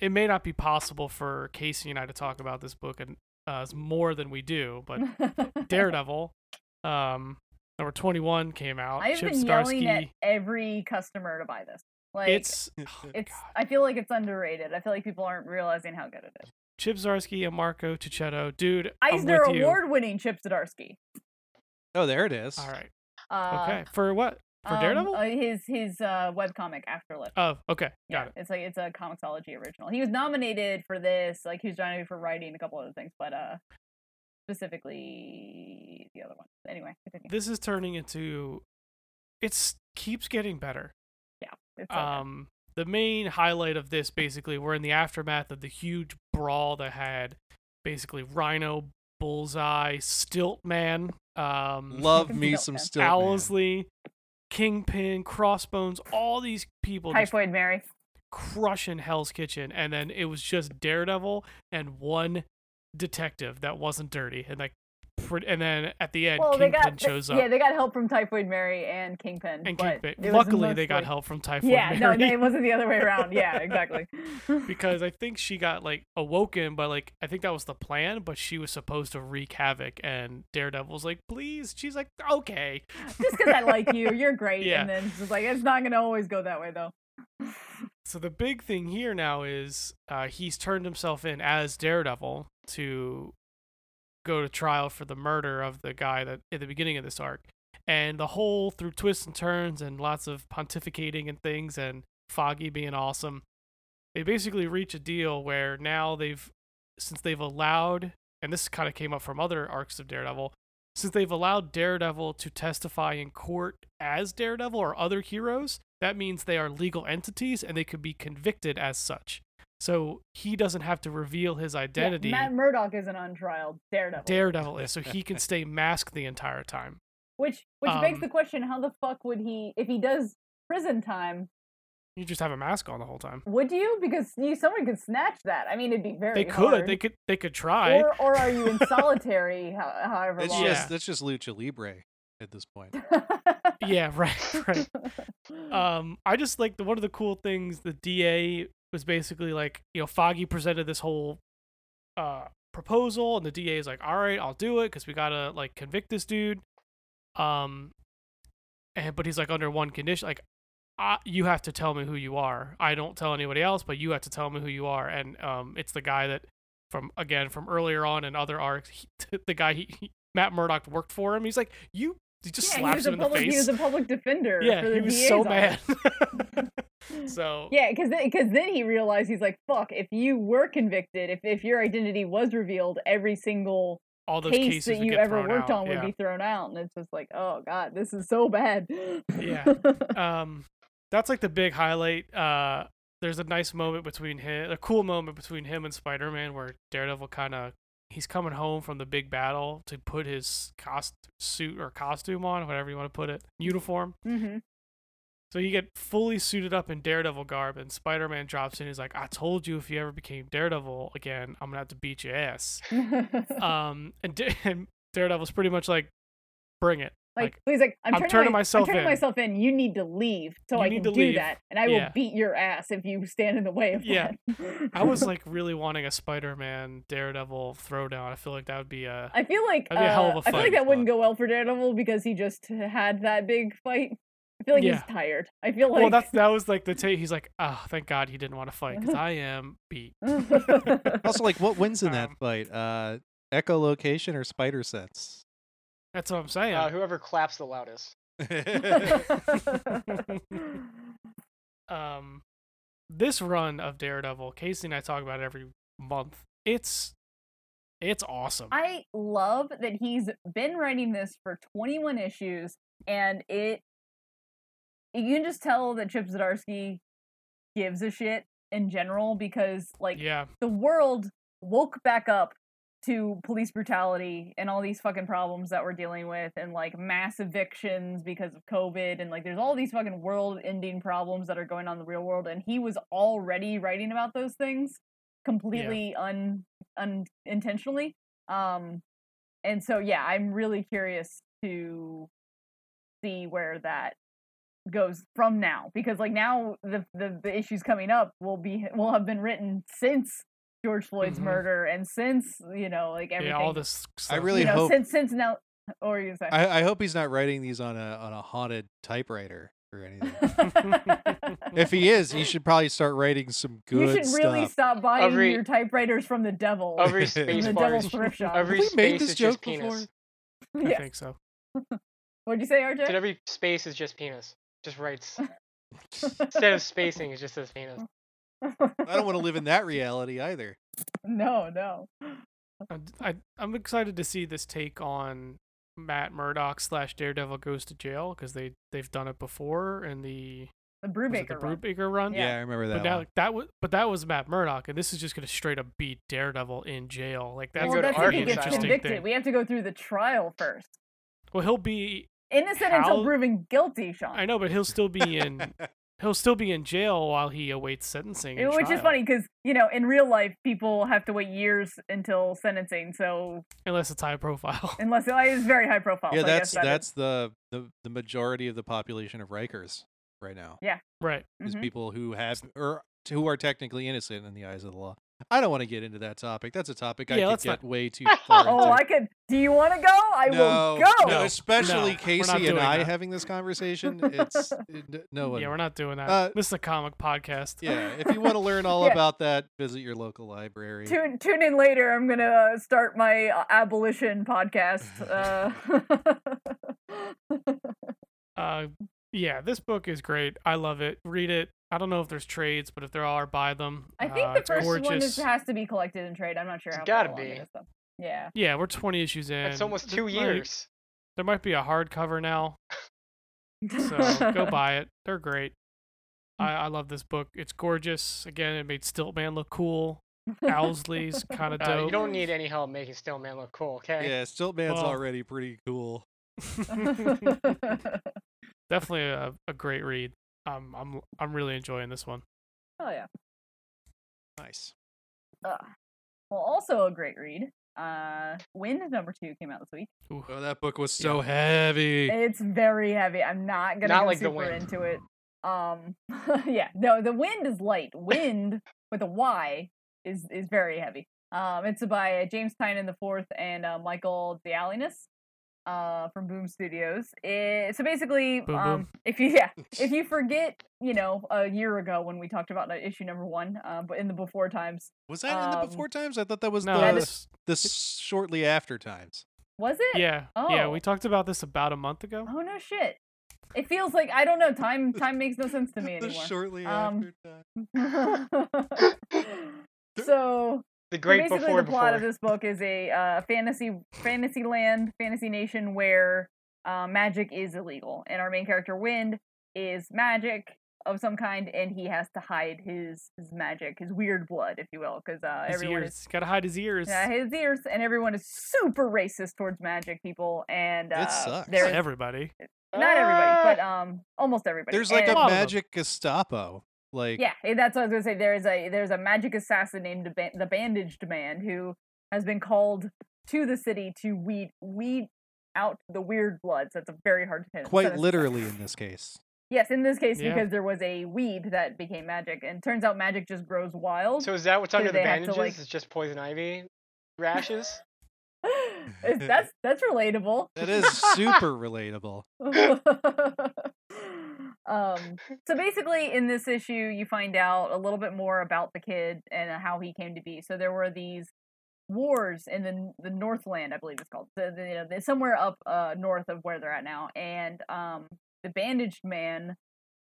Speaker 5: It may not be possible for Casey and I to talk about this book and uh, it's more than we do,
Speaker 6: <laughs>
Speaker 5: but Daredevil, um, number twenty one came out.
Speaker 6: I've
Speaker 5: Chip
Speaker 6: been
Speaker 5: Starsky.
Speaker 6: yelling at every customer to buy this. Like it's,
Speaker 5: it's
Speaker 4: <laughs>
Speaker 5: oh
Speaker 6: I feel like it's underrated. I feel like people aren't realizing how good it is.
Speaker 5: Chip Starsky and Marco Cicchetto. Dude, I'm
Speaker 6: Eisner
Speaker 5: with you.
Speaker 6: award-winning Chip Zdarsky.
Speaker 4: Oh, there it is.
Speaker 5: All right.
Speaker 6: Uh,
Speaker 5: Okay. For what? For
Speaker 6: um,
Speaker 5: Daredevil?
Speaker 6: uh, his his uh, webcomic Afterlife.
Speaker 5: oh, okay.
Speaker 6: Yeah,
Speaker 5: Got it.
Speaker 6: it's like it's a comicsology original. He was nominated for this, like he was nominated for writing a couple other things, but uh specifically the other one. Anyway, continue.
Speaker 5: This is turning into. It's keeps getting better.
Speaker 6: It's uh, so good.
Speaker 5: um the main highlight of this basically we're in the aftermath of the huge brawl that had basically rhino bullseye stiltman um
Speaker 4: Love
Speaker 6: Fucking
Speaker 4: me
Speaker 6: Stilt
Speaker 4: some
Speaker 6: Man.
Speaker 4: still.
Speaker 5: owlsley kingpin crossbones all these people just
Speaker 6: Typhoid Mary.
Speaker 5: crushing hell's kitchen and then it was just daredevil and one detective that wasn't dirty and like pret- and then at the end
Speaker 6: Well, they
Speaker 5: kingpin
Speaker 6: got they-
Speaker 5: shows up
Speaker 6: yeah, they got help from Typhoid Mary and Kingpin.
Speaker 5: and
Speaker 6: but
Speaker 5: kingpin
Speaker 6: it was
Speaker 5: luckily they got
Speaker 6: mostly-
Speaker 5: help from typhoid
Speaker 6: Yeah,
Speaker 5: Mary.
Speaker 6: no, <laughs> no, it wasn't the other way around. Yeah, exactly.
Speaker 5: <laughs> because I think she got like awoken by like I think that was the plan, but she was supposed to wreak havoc, and Daredevil's like, "Please," she's like, "Okay."
Speaker 6: just because I like you, you're great,
Speaker 5: Yeah.
Speaker 6: and then it's just like it's not gonna always go that way though.
Speaker 5: So the big thing here now is uh, he's turned himself in as Daredevil to go to trial for the murder of the guy that at the beginning of this arc, and the whole through twists and turns and lots of pontificating and things and Foggy being awesome, they basically reach a deal where now they've since they've allowed and this kind of came up from other arcs of Daredevil since they've allowed Daredevil to testify in court as Daredevil or other heroes, that means they are legal entities and they could be convicted as such. So he doesn't have to reveal his
Speaker 6: Yeah,
Speaker 5: identity.
Speaker 6: Matt Murdock isn't on trial. Daredevil.
Speaker 5: <laughs> Daredevil is, so he can stay masked the entire time.
Speaker 6: Which which begs
Speaker 5: Um,
Speaker 6: the question: How the fuck would he, if he does prison time,
Speaker 5: You just have a mask on the whole time.
Speaker 6: would you? Because you, someone could snatch that. I mean, it'd be very.
Speaker 5: They could,
Speaker 6: hard.
Speaker 5: they could, they could try.
Speaker 6: Or or are you
Speaker 5: <laughs>
Speaker 6: in solitary? how, however
Speaker 4: It's
Speaker 6: long.
Speaker 5: Yeah.
Speaker 6: <laughs>
Speaker 4: just that's just lucha libre at this point.
Speaker 5: yeah, <laughs> right, right.
Speaker 6: Mm.
Speaker 5: um i just like the one of the cool things the da was basically like you know foggy presented this whole uh proposal and the da is like all right i'll do it because we gotta like convict this dude um and but he's like under one condition like I, you have to tell me who you are i don't tell anybody else but you have to tell me who you are and um it's the guy that from again from earlier on in other arcs he, <laughs> the guy he, he- matt murdock worked for him he's like you he just
Speaker 6: yeah, he
Speaker 5: slaps
Speaker 6: was a
Speaker 5: him in the
Speaker 6: public.
Speaker 5: face
Speaker 6: He was a public defender.
Speaker 5: yeah,
Speaker 6: for the
Speaker 5: he was so
Speaker 6: DA's
Speaker 5: mad. <laughs>
Speaker 6: office. <laughs>
Speaker 5: so
Speaker 6: Yeah, because then, cause then he realized he's like, fuck, if you were convicted, if, if your identity was revealed, every single
Speaker 5: all those
Speaker 6: case
Speaker 5: cases
Speaker 6: that
Speaker 5: would
Speaker 6: you
Speaker 5: get
Speaker 6: ever
Speaker 5: thrown
Speaker 6: worked
Speaker 5: out.
Speaker 6: on would
Speaker 5: yeah.
Speaker 6: be thrown out. And it's just like, oh, God, this is so bad.
Speaker 5: Yeah.
Speaker 6: <laughs>
Speaker 5: um that's like the big highlight uh there's a nice moment between him a cool moment between him and spider-man where daredevil kind of he's coming home from the big battle to put his cost suit or costume on whatever you want to put it uniform
Speaker 6: <laughs> hmm
Speaker 5: so you get fully suited up in daredevil garb and spider-man drops in he's like i told you if you ever became daredevil again i'm gonna have to beat your ass um and, Da- <laughs> and daredevil's pretty much like bring it
Speaker 6: like,
Speaker 5: like,
Speaker 6: he's like, I'm,
Speaker 5: I'm
Speaker 6: turning,
Speaker 5: turning
Speaker 6: my-
Speaker 5: myself
Speaker 6: I'm turning
Speaker 5: in.
Speaker 6: myself in. You need to leave so
Speaker 5: You
Speaker 6: I
Speaker 5: need
Speaker 6: can
Speaker 5: to
Speaker 6: do
Speaker 5: leave.
Speaker 6: that. And I will
Speaker 5: Yeah.
Speaker 6: beat your ass if you stand in the way of
Speaker 5: Yeah.
Speaker 6: that.
Speaker 5: I
Speaker 6: <laughs>
Speaker 5: was like really wanting a Spider-Man Daredevil throwdown. I feel like that would be a
Speaker 6: I feel like
Speaker 5: That'd be a hell
Speaker 6: uh,
Speaker 5: of a
Speaker 6: I feel
Speaker 5: fight.
Speaker 6: like that wouldn't go well for Daredevil because he just had that big fight. I feel like
Speaker 5: Yeah.
Speaker 6: he's tired. I feel like
Speaker 5: well. That's <laughs> that was like the take. He's like, oh, thank God he didn't want to fight because I am
Speaker 6: <laughs>
Speaker 5: beat.
Speaker 4: also, like what wins in that
Speaker 5: Um,
Speaker 4: fight? Uh, echolocation or spider
Speaker 5: <laughs>
Speaker 6: <laughs>
Speaker 4: sense?
Speaker 5: That's what I'm saying.
Speaker 7: Uh, whoever claps the loudest.
Speaker 5: um, this run of Daredevil, Casey and I talk about it every month. It's it's awesome.
Speaker 6: <laughs> I love that he's been writing this for 21 issues, and it you can just tell that Chip Zdarsky gives a shit in general because like
Speaker 5: yeah,
Speaker 6: the world woke back up to police brutality and all these fucking problems that we're dealing with and like mass evictions because of covid and like there's all these fucking world ending problems that are going on in the real world and he was already writing about those things completely un unintentionally um and so yeah i'm really curious to see where that goes from now because like now the the, the issues coming up will be will have been written since George Floyd's
Speaker 5: Mhm.
Speaker 6: murder and since you know like everything
Speaker 5: yeah, all this. Stuff.
Speaker 4: really
Speaker 6: you know
Speaker 4: hope-
Speaker 6: since since now or you say
Speaker 4: I, <laughs> I hope he's not writing these on a on a haunted typewriter or
Speaker 6: <laughs>
Speaker 4: anything. if he is, he should probably start writing some
Speaker 6: <laughs> you
Speaker 4: good
Speaker 6: should really
Speaker 4: stuff.
Speaker 6: stop buying
Speaker 7: Every-
Speaker 6: your typewriters from the devil <laughs>
Speaker 7: Every
Speaker 4: From
Speaker 6: from
Speaker 7: space
Speaker 6: the
Speaker 7: bar
Speaker 6: devil's <laughs>
Speaker 7: is
Speaker 6: thrift shop
Speaker 7: every
Speaker 4: Have we made
Speaker 7: space
Speaker 4: this
Speaker 7: is just
Speaker 4: joke before?
Speaker 7: penis.
Speaker 5: I
Speaker 6: <laughs> yeah
Speaker 5: think so.
Speaker 6: what'd you say RJ
Speaker 7: That every space is just penis. Just
Speaker 6: <laughs>
Speaker 7: writes instead of spacing, it just says penis.
Speaker 4: I don't want to live in that reality either.
Speaker 6: no no
Speaker 5: I, I I'm excited to see this take on Matt Murdock slash Daredevil goes to jail because they they've done it before in the
Speaker 6: the
Speaker 5: was it the
Speaker 6: Brewmaker run.
Speaker 5: Brubaker run.
Speaker 4: Yeah,
Speaker 6: Yeah.
Speaker 4: I remember
Speaker 5: But
Speaker 4: that.
Speaker 5: now,
Speaker 4: one.
Speaker 5: like, that was, but that was Matt Murdock, and this is just gonna straight up beat Daredevil in jail. Like that's
Speaker 7: You
Speaker 6: well
Speaker 7: go to
Speaker 5: gonna
Speaker 6: that's if
Speaker 5: be
Speaker 6: he
Speaker 5: an
Speaker 7: Arkansas.
Speaker 6: gets
Speaker 5: interesting
Speaker 6: convicted
Speaker 5: thing.
Speaker 6: we have to go through the trial first
Speaker 5: Well, he'll be.
Speaker 6: innocent until
Speaker 5: How-
Speaker 6: proven guilty Sean
Speaker 5: I know, but he'll still
Speaker 4: <laughs>
Speaker 5: be in. he'll still be in jail while he awaits sentencing. and
Speaker 6: Eh, which is
Speaker 5: trial.
Speaker 6: funny because you know in real life people have to wait years until sentencing so
Speaker 5: unless it's high
Speaker 6: <laughs>
Speaker 5: profile.
Speaker 6: unless like, it's very high profile
Speaker 4: yeah,
Speaker 6: so I
Speaker 4: that's
Speaker 6: guess that
Speaker 4: that's the, the the majority of the population of Rikers right now
Speaker 5: right.
Speaker 6: is-
Speaker 4: is
Speaker 6: Mhm.
Speaker 4: people who have or who are technically innocent in the eyes of the law. I don't want to get into that topic. That's a topic
Speaker 5: Yeah,
Speaker 4: I could
Speaker 5: let's
Speaker 4: get
Speaker 5: not-
Speaker 4: way
Speaker 5: <laughs>
Speaker 4: too far into.
Speaker 6: oh i could do you want to go i will go
Speaker 4: no, especially
Speaker 5: no, we're not
Speaker 4: Casey
Speaker 5: doing
Speaker 4: and I
Speaker 5: that.
Speaker 4: having this conversation.
Speaker 5: <laughs>
Speaker 4: It's n- no one.
Speaker 5: Yeah, we're not <laughs> doing that.
Speaker 4: Uh,
Speaker 5: this is a comic podcast.
Speaker 4: Yeah, if you want to learn all
Speaker 6: Yeah.
Speaker 4: about that, visit your local library.
Speaker 6: Tune, tune in later. I'm gonna uh, start my uh, abolition podcast.
Speaker 5: <laughs>
Speaker 6: Uh, <laughs>
Speaker 5: Uh, yeah, this book is great. I love it. Read it. I don't know if there's trades, but if there are, buy them.
Speaker 6: I think
Speaker 5: Uh,
Speaker 6: the
Speaker 5: it's
Speaker 6: first
Speaker 5: gorgeous.
Speaker 6: one is, has to be collected and trade. I'm not sure
Speaker 7: It's
Speaker 6: how
Speaker 7: gotta
Speaker 6: far along
Speaker 7: be.
Speaker 6: it is, though. Yeah,
Speaker 5: Yeah, we're 20 issues in.
Speaker 7: That's almost
Speaker 5: There
Speaker 7: two
Speaker 5: might-
Speaker 7: years.
Speaker 5: there might be a hardcover now,
Speaker 6: <laughs>
Speaker 5: so go buy it. They're great. I, I love this book. It's gorgeous. Again, it made Stiltman look cool.
Speaker 6: <laughs>
Speaker 5: Owsley's kind of
Speaker 7: Uh,
Speaker 5: dope.
Speaker 7: you don't need any help making Stillman look cool, okay?
Speaker 4: Yeah, Stiltman's
Speaker 5: Well-
Speaker 4: already pretty cool.
Speaker 6: <laughs>
Speaker 5: <laughs>
Speaker 6: Hell
Speaker 5: Definitely a, a great read. Um, I'm I'm really enjoying this one.
Speaker 6: Oh, yeah.
Speaker 4: Nice.
Speaker 6: Ugh. Well, also a great read. Uh, Wind number two came out this week.
Speaker 5: Ooh.
Speaker 7: Uh,
Speaker 4: Oh, that book was so heavy.
Speaker 6: It's very heavy. I'm not gonna
Speaker 7: Not
Speaker 6: go
Speaker 7: like The
Speaker 6: super
Speaker 7: Wind.
Speaker 6: into it. Um, <laughs> yeah, no, the wind is light. Wind with a Y is is very heavy. Um, it's by uh, James Tynan the fourth and uh, Michael Dialinas, uh, from Boom Studios. It, so basically,
Speaker 5: Boom,
Speaker 6: um,
Speaker 5: boom.
Speaker 6: if you
Speaker 7: <laughs>
Speaker 6: yeah, if you forget, you know, a year ago when we talked about uh, issue number one, uh, but in the before times,
Speaker 4: Was that in the
Speaker 6: um,
Speaker 4: before times? I thought that was
Speaker 5: No,
Speaker 6: Yeah,
Speaker 4: the,
Speaker 5: this,
Speaker 4: the s- shortly after times.
Speaker 6: was it?
Speaker 5: yeah, yeah.
Speaker 6: Oh.
Speaker 5: We talked about this about a month ago.
Speaker 6: Oh no, shit. It feels like I don't know. Time time makes no sense to me
Speaker 4: <laughs> the
Speaker 6: anymore.
Speaker 4: shortly
Speaker 6: Um,
Speaker 4: after times.
Speaker 6: <laughs> so
Speaker 7: The great
Speaker 6: basically,
Speaker 7: before
Speaker 6: the plot
Speaker 7: before.
Speaker 6: of this book is a uh, fantasy fantasy land, fantasy nation where uh, magic is illegal, and our main character Wind is magic of some kind, and he has to hide his his magic, his weird blood, if you will, because uh,
Speaker 5: his
Speaker 6: everyone
Speaker 5: ears.
Speaker 6: is
Speaker 5: He's Gotta hide his ears.
Speaker 6: yeah, his ears, and everyone is super racist towards magic people, and
Speaker 4: It
Speaker 6: uh,
Speaker 4: sucks.
Speaker 5: Not
Speaker 6: there's-
Speaker 5: everybody.
Speaker 6: not everybody, but
Speaker 7: Ah!
Speaker 6: um, almost everybody.
Speaker 4: There's like
Speaker 6: and,
Speaker 4: a
Speaker 5: lot of them.
Speaker 4: magic Gestapo. Like
Speaker 6: Yeah, eh, that's what I was gonna say. There's a there's a magic assassin named Ba- the Bandaged Man who has been called to the city to weed weed out the weird blood. So it's a very hard to
Speaker 4: quite
Speaker 6: sentence.
Speaker 4: literally in this case.
Speaker 6: Yes, in this case
Speaker 5: Yeah.
Speaker 6: because there was a weed that became magic, and turns out magic just grows wild.
Speaker 7: So is that what's
Speaker 6: So
Speaker 7: under the
Speaker 6: they have to,
Speaker 7: bandages?
Speaker 6: like-
Speaker 7: It's just poison ivy rashes?
Speaker 4: <laughs>
Speaker 6: <laughs> <laughs> It's- that's that's relatable.
Speaker 4: That is
Speaker 6: <laughs>
Speaker 4: super relatable.
Speaker 6: <laughs> um, so basically, in this issue, you find out a little bit more about the kid and uh, how he came to be. So there were these wars in the the Northland, I believe it's called, the, the, you know, the, somewhere up uh, north of where they're at now. And um, the bandaged man,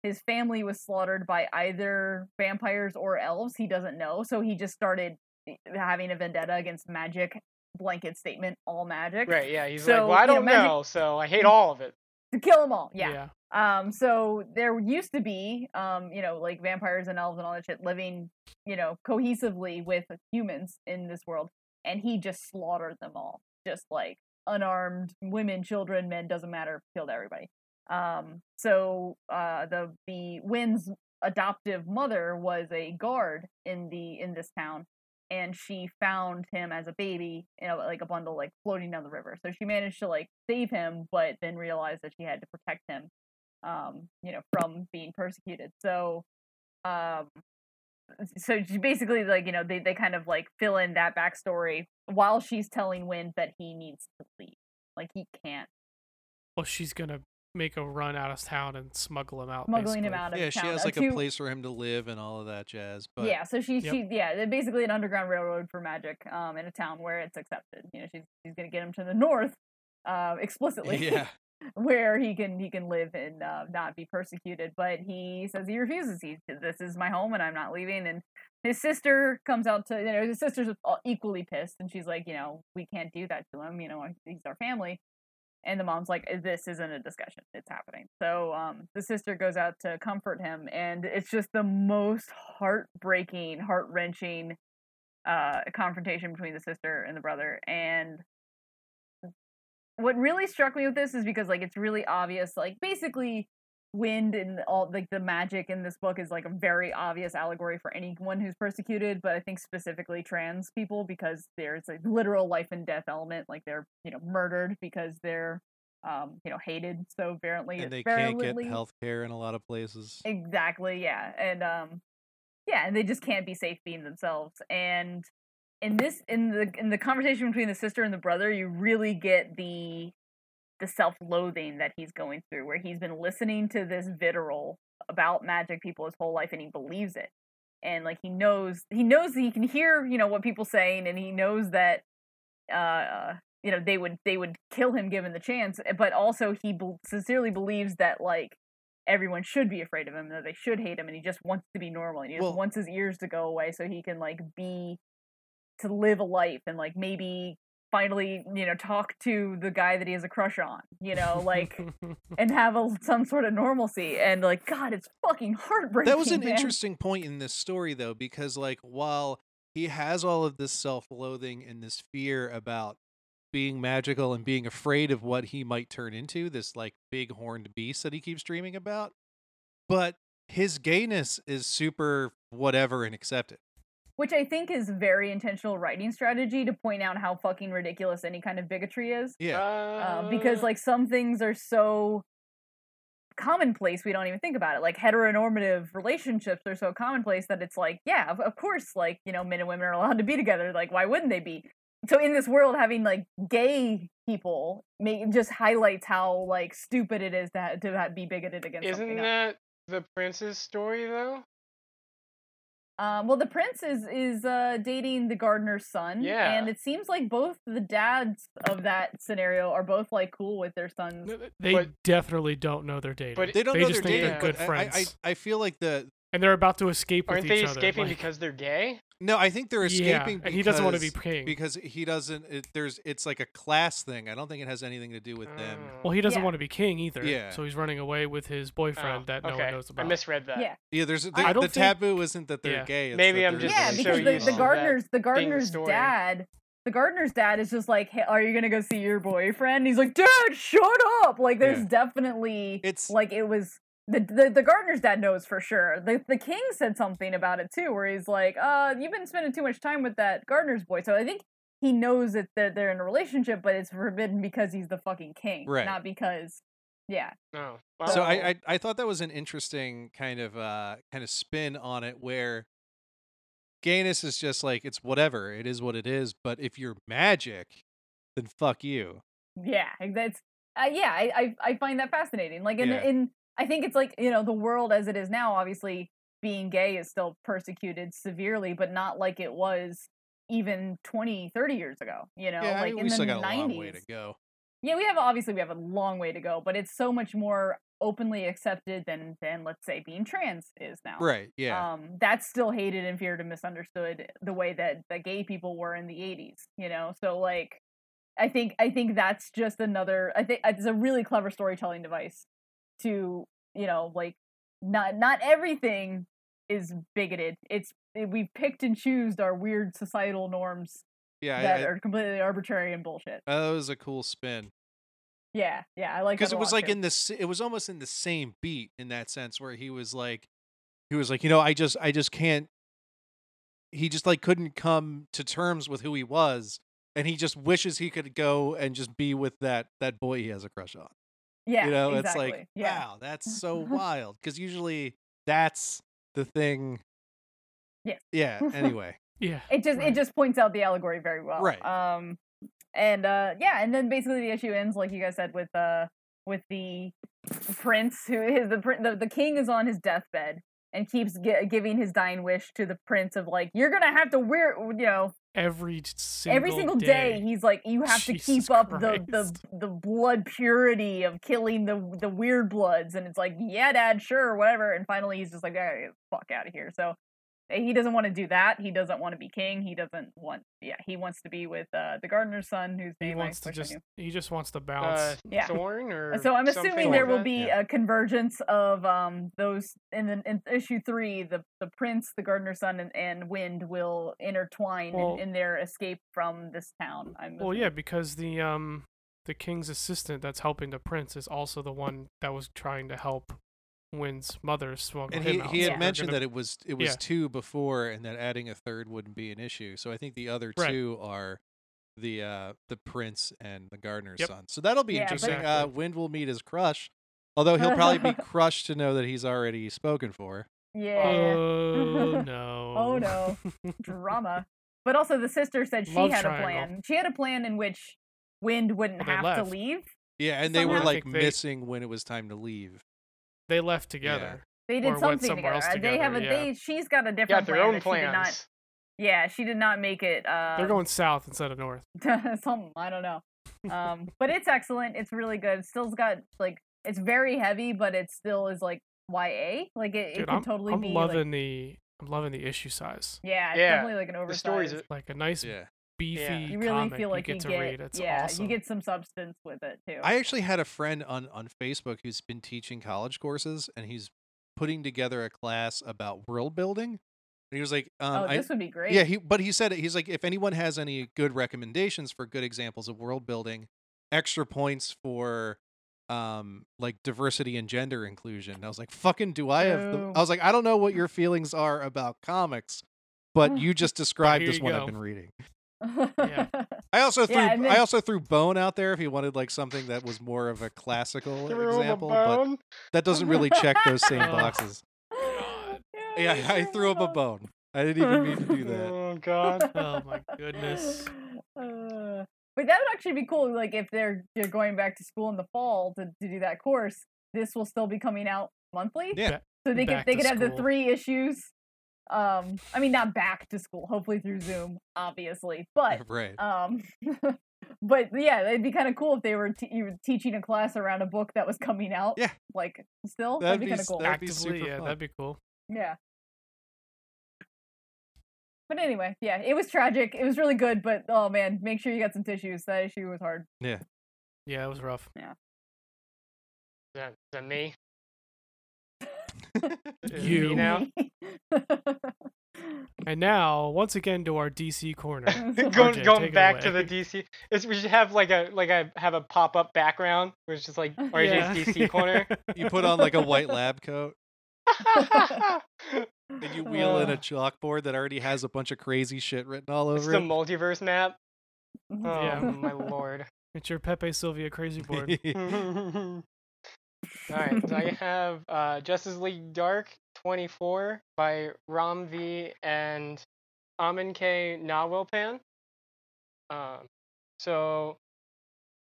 Speaker 6: his family was slaughtered by either vampires or elves. He doesn't know, so he just started eh, having a vendetta against magic. Blanket statement: all magic.
Speaker 7: right, yeah. He's
Speaker 6: So,
Speaker 7: like, well,
Speaker 6: you
Speaker 7: I
Speaker 6: know,
Speaker 7: don't know,
Speaker 6: magic-
Speaker 7: so
Speaker 6: <laughs>
Speaker 7: I hate all of it.
Speaker 6: To kill them all. yeah. Um, so there used to be, um, you know, like vampires and elves and all that shit living, you know, cohesively with humans in this world, and he just slaughtered them all, just like unarmed women, children, men, doesn't matter, killed everybody. Um, so uh, the the Wynn's adoptive mother was a guard in the in this town, and she found him as a baby, you know, like a bundle, like floating down the river. So she managed to like save him, but then realized that she had to protect him um, you know, from being persecuted. So, um, so she basically, like, you know, they, they kind of like fill in that backstory while she's telling Wynn that he needs to leave. Like, he can't.
Speaker 5: Well, she's gonna make a run out of town and smuggle him out.
Speaker 6: Smuggling him
Speaker 5: basically.
Speaker 6: out of
Speaker 4: Yeah,
Speaker 6: town.
Speaker 4: she has
Speaker 6: Uh,
Speaker 4: like a
Speaker 6: two-
Speaker 4: place for him to live and all of that jazz. But
Speaker 6: yeah, so she
Speaker 5: Yep.
Speaker 6: she yeah, they're basically an underground railroad for magic um in a town where it's accepted. You know, she's she's gonna get him to the north,
Speaker 4: <laughs>
Speaker 6: uh, explicitly.
Speaker 4: <laughs> yeah.
Speaker 6: <laughs> where he can he can live and uh, not be persecuted. But he says he refuses. He this is my home and I'm not leaving. And his sister comes out to you know his sister's all equally pissed and she's like you know we can't do that to him. You know he's our family. And the mom's like, "This isn't a discussion. It's happening." So um, the sister goes out to comfort him, and it's just the most heartbreaking, heart wrenching uh, confrontation between the sister and the brother. And what really struck me with this is because like it's really obvious. Like basically, wind and all like the magic in this book is like a very obvious allegory for anyone who's persecuted, but I think specifically trans people because there's a literal life and death element. Like they're you know murdered because they're um, you know hated so virulently.
Speaker 4: And they can't get
Speaker 6: virulently.
Speaker 4: health care in a lot of places.
Speaker 6: Exactly, yeah. And um yeah, and they just can't be safe being themselves. And in this in the in the conversation between the sister and the brother, you really get the the self-loathing that he's going through where he's been listening to this vitriol about magic people his whole life and he believes it. And like he knows he knows that he can hear, you know, what people saying and he knows that uh you know they would they would kill him given the chance eh, but also he bel sincerely believes that like everyone should be afraid of him that they should hate him and he just wants to be normal and he just
Speaker 4: Well-
Speaker 6: wants his ears to go away so he can like be to live a life and like maybe finally you know talk to the guy that he has a crush on you know
Speaker 4: <laughs>
Speaker 5: <laughs>
Speaker 6: like and have a, some sort of normalcy and like god it's fucking heartbreaking
Speaker 4: That was an
Speaker 6: man.
Speaker 4: interesting point in this story though, because like while he has all of this self loathing and this fear about being magical and being afraid of what he might turn into, this like big horned beast that he keeps dreaming about. But his gayness is super whatever and accepted.
Speaker 6: Which I think is very intentional writing strategy to point out how fucking ridiculous any kind of bigotry is.
Speaker 4: Yeah.
Speaker 6: Um,
Speaker 7: Uh.
Speaker 6: because like some things are so commonplace we don't even think about it like heteronormative relationships are so commonplace that it's like yeah of, of course like you know men and women are allowed to be together like why wouldn't they be so in this world having like gay people may, just highlights how like stupid it is to, ha- to ha- be bigoted against
Speaker 7: Uh, isn't
Speaker 6: something else.
Speaker 7: that the prince's story though?
Speaker 6: Um, well, the prince is is uh, dating the gardener's son,
Speaker 7: Yeah.
Speaker 6: and it seems like both the dads of that scenario are both like cool with their sons.
Speaker 5: They
Speaker 7: But-
Speaker 5: definitely don't know they're dating,
Speaker 7: But
Speaker 4: They don't
Speaker 5: They
Speaker 4: know
Speaker 5: just
Speaker 4: they're
Speaker 5: think
Speaker 4: dating.
Speaker 5: they're good
Speaker 4: but I- I,
Speaker 5: friends.
Speaker 4: I, I feel like the
Speaker 5: and they're about to escape with
Speaker 7: aren't
Speaker 5: each
Speaker 7: they
Speaker 5: other.
Speaker 7: escaping
Speaker 5: like-
Speaker 7: because they're gay?
Speaker 4: no. I think they're escaping.
Speaker 5: yeah,
Speaker 4: because,
Speaker 5: and he doesn't want to be king.
Speaker 4: because he doesn't. It, there's it's like a class thing. I don't think it has anything to do with them.
Speaker 7: Oh.
Speaker 5: well, he doesn't
Speaker 6: Yeah.
Speaker 5: want to be king either.
Speaker 4: Yeah.
Speaker 5: So he's running away with his boyfriend
Speaker 7: Oh,
Speaker 5: that no
Speaker 7: okay.
Speaker 5: one knows about.
Speaker 7: I misread that.
Speaker 6: Yeah.
Speaker 4: Yeah, there's the,
Speaker 5: I
Speaker 4: the
Speaker 5: don't think-
Speaker 4: taboo isn't that they're
Speaker 5: Yeah.
Speaker 4: gay. it's
Speaker 7: Maybe
Speaker 4: that
Speaker 7: I'm
Speaker 4: they're
Speaker 7: just
Speaker 6: yeah,
Speaker 7: so
Speaker 6: because
Speaker 7: used
Speaker 6: the,
Speaker 7: to
Speaker 6: the
Speaker 7: that
Speaker 6: gardener's the
Speaker 7: the
Speaker 6: gardener's
Speaker 7: story.
Speaker 6: dad, the gardener's dad is just like, hey, "Are you gonna go see your boyfriend?" He's like, "Dad, shut up!" Like, there's
Speaker 4: Yeah.
Speaker 6: definitely
Speaker 4: It's-
Speaker 6: like it was the, the the gardener's dad knows for sure. The the king said something about it too, where he's like, "Uh, you've been spending too much time with that gardener's boy." So I think he knows that they're they're in a relationship, but it's forbidden because he's the fucking king,
Speaker 4: Right.
Speaker 6: not because yeah.
Speaker 7: No.
Speaker 4: so
Speaker 7: Well,
Speaker 4: I, I I thought that was an interesting kind of uh kind of spin on it where gayness is just like it's whatever it is what it is but if you're magic then fuck you
Speaker 6: yeah like that's uh, yeah I, I i find that fascinating like in
Speaker 4: Yeah.
Speaker 6: in i think it's like you know the world as it is now obviously being gay is still persecuted severely but not like it was even 20 30 years ago you know
Speaker 4: yeah I
Speaker 6: like
Speaker 4: mean,
Speaker 6: in
Speaker 4: we
Speaker 6: the
Speaker 4: still
Speaker 6: 90s
Speaker 4: got a long way to go
Speaker 6: yeah we have obviously we have a long way to go but it's so much more openly accepted than than let's say being trans is now
Speaker 4: right yeah
Speaker 6: um that's still hated and feared and misunderstood the way that that gay people were in the 80s you know so like i think i think that's just another i think it's a really clever storytelling device to you know like not not everything is bigoted it's we picked and choosed our weird societal norms
Speaker 4: yeah I-
Speaker 6: that
Speaker 4: I-
Speaker 6: are completely arbitrary and bullshit
Speaker 4: uh, that was a cool spin
Speaker 6: yeah yeah i like
Speaker 4: because it
Speaker 6: that a
Speaker 4: was
Speaker 6: lot,
Speaker 4: like
Speaker 6: too.
Speaker 4: in this it was almost in the same beat in that sense where he was like he was like you know i just i just can't he just like couldn't come to terms with who he was and he just wishes he could go and just be with that that boy he has a crush on
Speaker 6: yeah
Speaker 4: you know
Speaker 6: exactly.
Speaker 4: it's like
Speaker 6: yeah
Speaker 4: wow
Speaker 6: <laughs>
Speaker 4: that's so wild because usually that's the thing
Speaker 6: Yes. <laughs>
Speaker 4: yeah anyway
Speaker 5: yeah.
Speaker 6: it just
Speaker 5: Right.
Speaker 6: it just points out the allegory very well
Speaker 4: Right.
Speaker 6: um and uh yeah and then basically the issue ends like you guys said with uh with the prince who is the prin- the, the king is on his deathbed and keeps gi- giving his dying wish to the prince of like you're gonna have to wear you know
Speaker 5: Every single
Speaker 6: every single day. he's like you have to
Speaker 5: Jesus
Speaker 6: keep up the, the
Speaker 5: Christ.
Speaker 6: the blood purity of killing the the weird bloods and it's like yeah dad sure whatever and finally he's just like all right, fuck out of here so eh, he doesn't want to do that he doesn't want to be king he doesn't want yeah he wants to be with uh, the gardener's son whose
Speaker 5: he
Speaker 6: name
Speaker 5: wants to
Speaker 6: I wish I
Speaker 5: just
Speaker 6: knew.
Speaker 5: he just wants to bounce.
Speaker 7: uh,
Speaker 6: Yeah.
Speaker 7: Thorn or
Speaker 6: so I'm
Speaker 7: something
Speaker 6: assuming
Speaker 7: like
Speaker 6: there will
Speaker 7: that?
Speaker 6: be a convergence of um those in, the, in issue three. The the prince, the gardener's son, and, and wind will intertwine
Speaker 5: Well-
Speaker 6: in, in their escape from this town. I'm
Speaker 5: Well,
Speaker 6: assuming.
Speaker 5: yeah, because the um the king's assistant that's helping the prince is also the one that was trying to help Wynn's mother smuggle
Speaker 4: and
Speaker 5: him
Speaker 4: he,
Speaker 5: out.
Speaker 4: he
Speaker 5: so
Speaker 4: had
Speaker 5: they're
Speaker 4: mentioned
Speaker 5: gonna-
Speaker 4: that it was it was
Speaker 5: Yeah.
Speaker 4: two before and that adding a third wouldn't be an issue so i think the other
Speaker 5: Right.
Speaker 4: two are the uh the prince and the gardener's
Speaker 5: Yep.
Speaker 4: son so that'll be
Speaker 6: Yeah, but-
Speaker 4: interesting uh
Speaker 5: Exactly.
Speaker 4: wind will meet his crush although he'll probably
Speaker 6: <laughs>
Speaker 4: be crushed to know that he's already spoken for
Speaker 6: <laughs> yeah.
Speaker 5: Oh no!
Speaker 6: <laughs> Oh,
Speaker 5: <laughs>
Speaker 6: no. drama. But also, the sister said she
Speaker 5: Love
Speaker 6: had a
Speaker 5: triangle.
Speaker 6: plan. She had a plan in which Wind wouldn't
Speaker 5: Well, they
Speaker 6: have
Speaker 5: left.
Speaker 6: to leave.
Speaker 4: yeah and they were
Speaker 6: Somehow-
Speaker 4: like
Speaker 5: Think they-
Speaker 4: missing when it was time to leave
Speaker 5: They left together.
Speaker 6: They
Speaker 5: Or
Speaker 6: did
Speaker 5: went
Speaker 6: something
Speaker 5: somewhere
Speaker 6: together. Uh,
Speaker 5: else
Speaker 6: They have a.
Speaker 5: together, yeah.
Speaker 6: They. She's got a different
Speaker 7: got their
Speaker 6: plan
Speaker 7: own
Speaker 6: that she did not.
Speaker 7: plans.
Speaker 6: Yeah, she did not make it. Uh,
Speaker 5: They're going south instead of north.
Speaker 6: <laughs> something I don't know. Um, but it's excellent. It's really good. Still's got like it's very heavy, but it still is like YA. Like it,
Speaker 5: Dude,
Speaker 6: it could
Speaker 5: I'm,
Speaker 6: totally
Speaker 5: I'm
Speaker 6: be. like-
Speaker 5: loving the I'm loving the issue size.
Speaker 6: yeah, it's
Speaker 7: Yeah,
Speaker 6: definitely like an
Speaker 7: The
Speaker 6: oversized.
Speaker 7: stories are-
Speaker 5: Like a nice
Speaker 6: <laughs>
Speaker 4: yeah
Speaker 5: beefy
Speaker 6: you really
Speaker 5: comic
Speaker 6: feel like
Speaker 5: you
Speaker 6: you
Speaker 5: get to read. It's
Speaker 6: yeah,
Speaker 5: awesome.
Speaker 6: you get <laughs> some substance with it too.
Speaker 4: I actually had a friend on on Facebook who's been teaching college courses and he's putting together a class about world building And he was like, um,
Speaker 6: oh,
Speaker 4: I,
Speaker 6: this would be great. <laughs>
Speaker 4: yeah, he, but he said it. He's like, if anyone has any good recommendations for good examples of world building, extra points for um like diversity and gender inclusion. And I was like, fucking do I have the
Speaker 6: Boo.
Speaker 4: I was like, I don't know what your feelings are about comics, but you just described
Speaker 5: here
Speaker 4: this
Speaker 5: you
Speaker 4: one I've
Speaker 5: go.
Speaker 4: been reading.
Speaker 5: Yeah.
Speaker 4: I also threw
Speaker 6: Yeah, and
Speaker 4: I
Speaker 6: then-
Speaker 4: also threw Bone out there if he wanted like something that was more of a classical
Speaker 7: Threw 'em a
Speaker 4: example, but
Speaker 7: bone.
Speaker 4: that doesn't really check those same
Speaker 5: Oh.
Speaker 4: boxes.
Speaker 6: yeah,
Speaker 4: Yeah, I, I threw
Speaker 6: <laughs>
Speaker 4: him a bone. I didn't even mean to do that.
Speaker 7: Oh god.
Speaker 5: Oh my goodness.
Speaker 6: <laughs> Uh, but that would actually be cool. Like if they're they're going back to school in the fall to, to do that course, this will still be coming out monthly.
Speaker 4: Yeah.
Speaker 5: Ba-
Speaker 6: So they could
Speaker 5: back
Speaker 6: they
Speaker 5: to
Speaker 6: could have the
Speaker 5: school.
Speaker 6: three issues. Um, I mean, not back to school. Hopefully through Zoom, obviously. But
Speaker 4: <laughs> Right.
Speaker 6: um, <laughs> but yeah, it'd be kind of cool if they were te- you were teaching a class around a book that was coming out.
Speaker 4: Yeah.
Speaker 6: Like still,
Speaker 4: That'd
Speaker 6: that'd, be
Speaker 4: be
Speaker 6: kind of
Speaker 4: s-
Speaker 6: cool.
Speaker 4: that'd be
Speaker 5: Actively,
Speaker 4: super
Speaker 5: yeah,
Speaker 4: fun.
Speaker 5: that'd be cool.
Speaker 6: Yeah. But anyway, yeah, it was tragic. It was really good, but oh man, make sure you got some tissues. That issue was hard.
Speaker 5: Yeah, it was rough.
Speaker 7: Is that, is
Speaker 4: <laughs>
Speaker 7: that me? Is it
Speaker 5: You.
Speaker 6: <laughs>
Speaker 7: me now?
Speaker 5: And now, once again, to our DC corner.
Speaker 6: <laughs>
Speaker 7: <laughs> Go,
Speaker 5: RJ, take
Speaker 7: going
Speaker 5: it
Speaker 7: back to
Speaker 5: away.
Speaker 7: the DC, it's, we should have like a like I have a pop up background where it's
Speaker 6: <laughs>
Speaker 7: just like RJ's
Speaker 5: Yeah. <laughs>
Speaker 7: DC corner.
Speaker 4: You put on like a white lab coat and
Speaker 6: <laughs>
Speaker 4: you wheel in a
Speaker 7: Uh.
Speaker 4: chalkboard that already has a bunch of crazy shit written all
Speaker 7: it's
Speaker 4: over
Speaker 7: the
Speaker 4: it.
Speaker 7: multiverse map. Oh
Speaker 5: Yeah.
Speaker 7: my
Speaker 6: <laughs>
Speaker 7: lord.
Speaker 5: It's your Pepe Sylvia
Speaker 4: <laughs>
Speaker 5: crazy board.
Speaker 7: All right, so I have uh, Justice League Dark 24 by Ram V and Amin K. Nawilpan. Um, so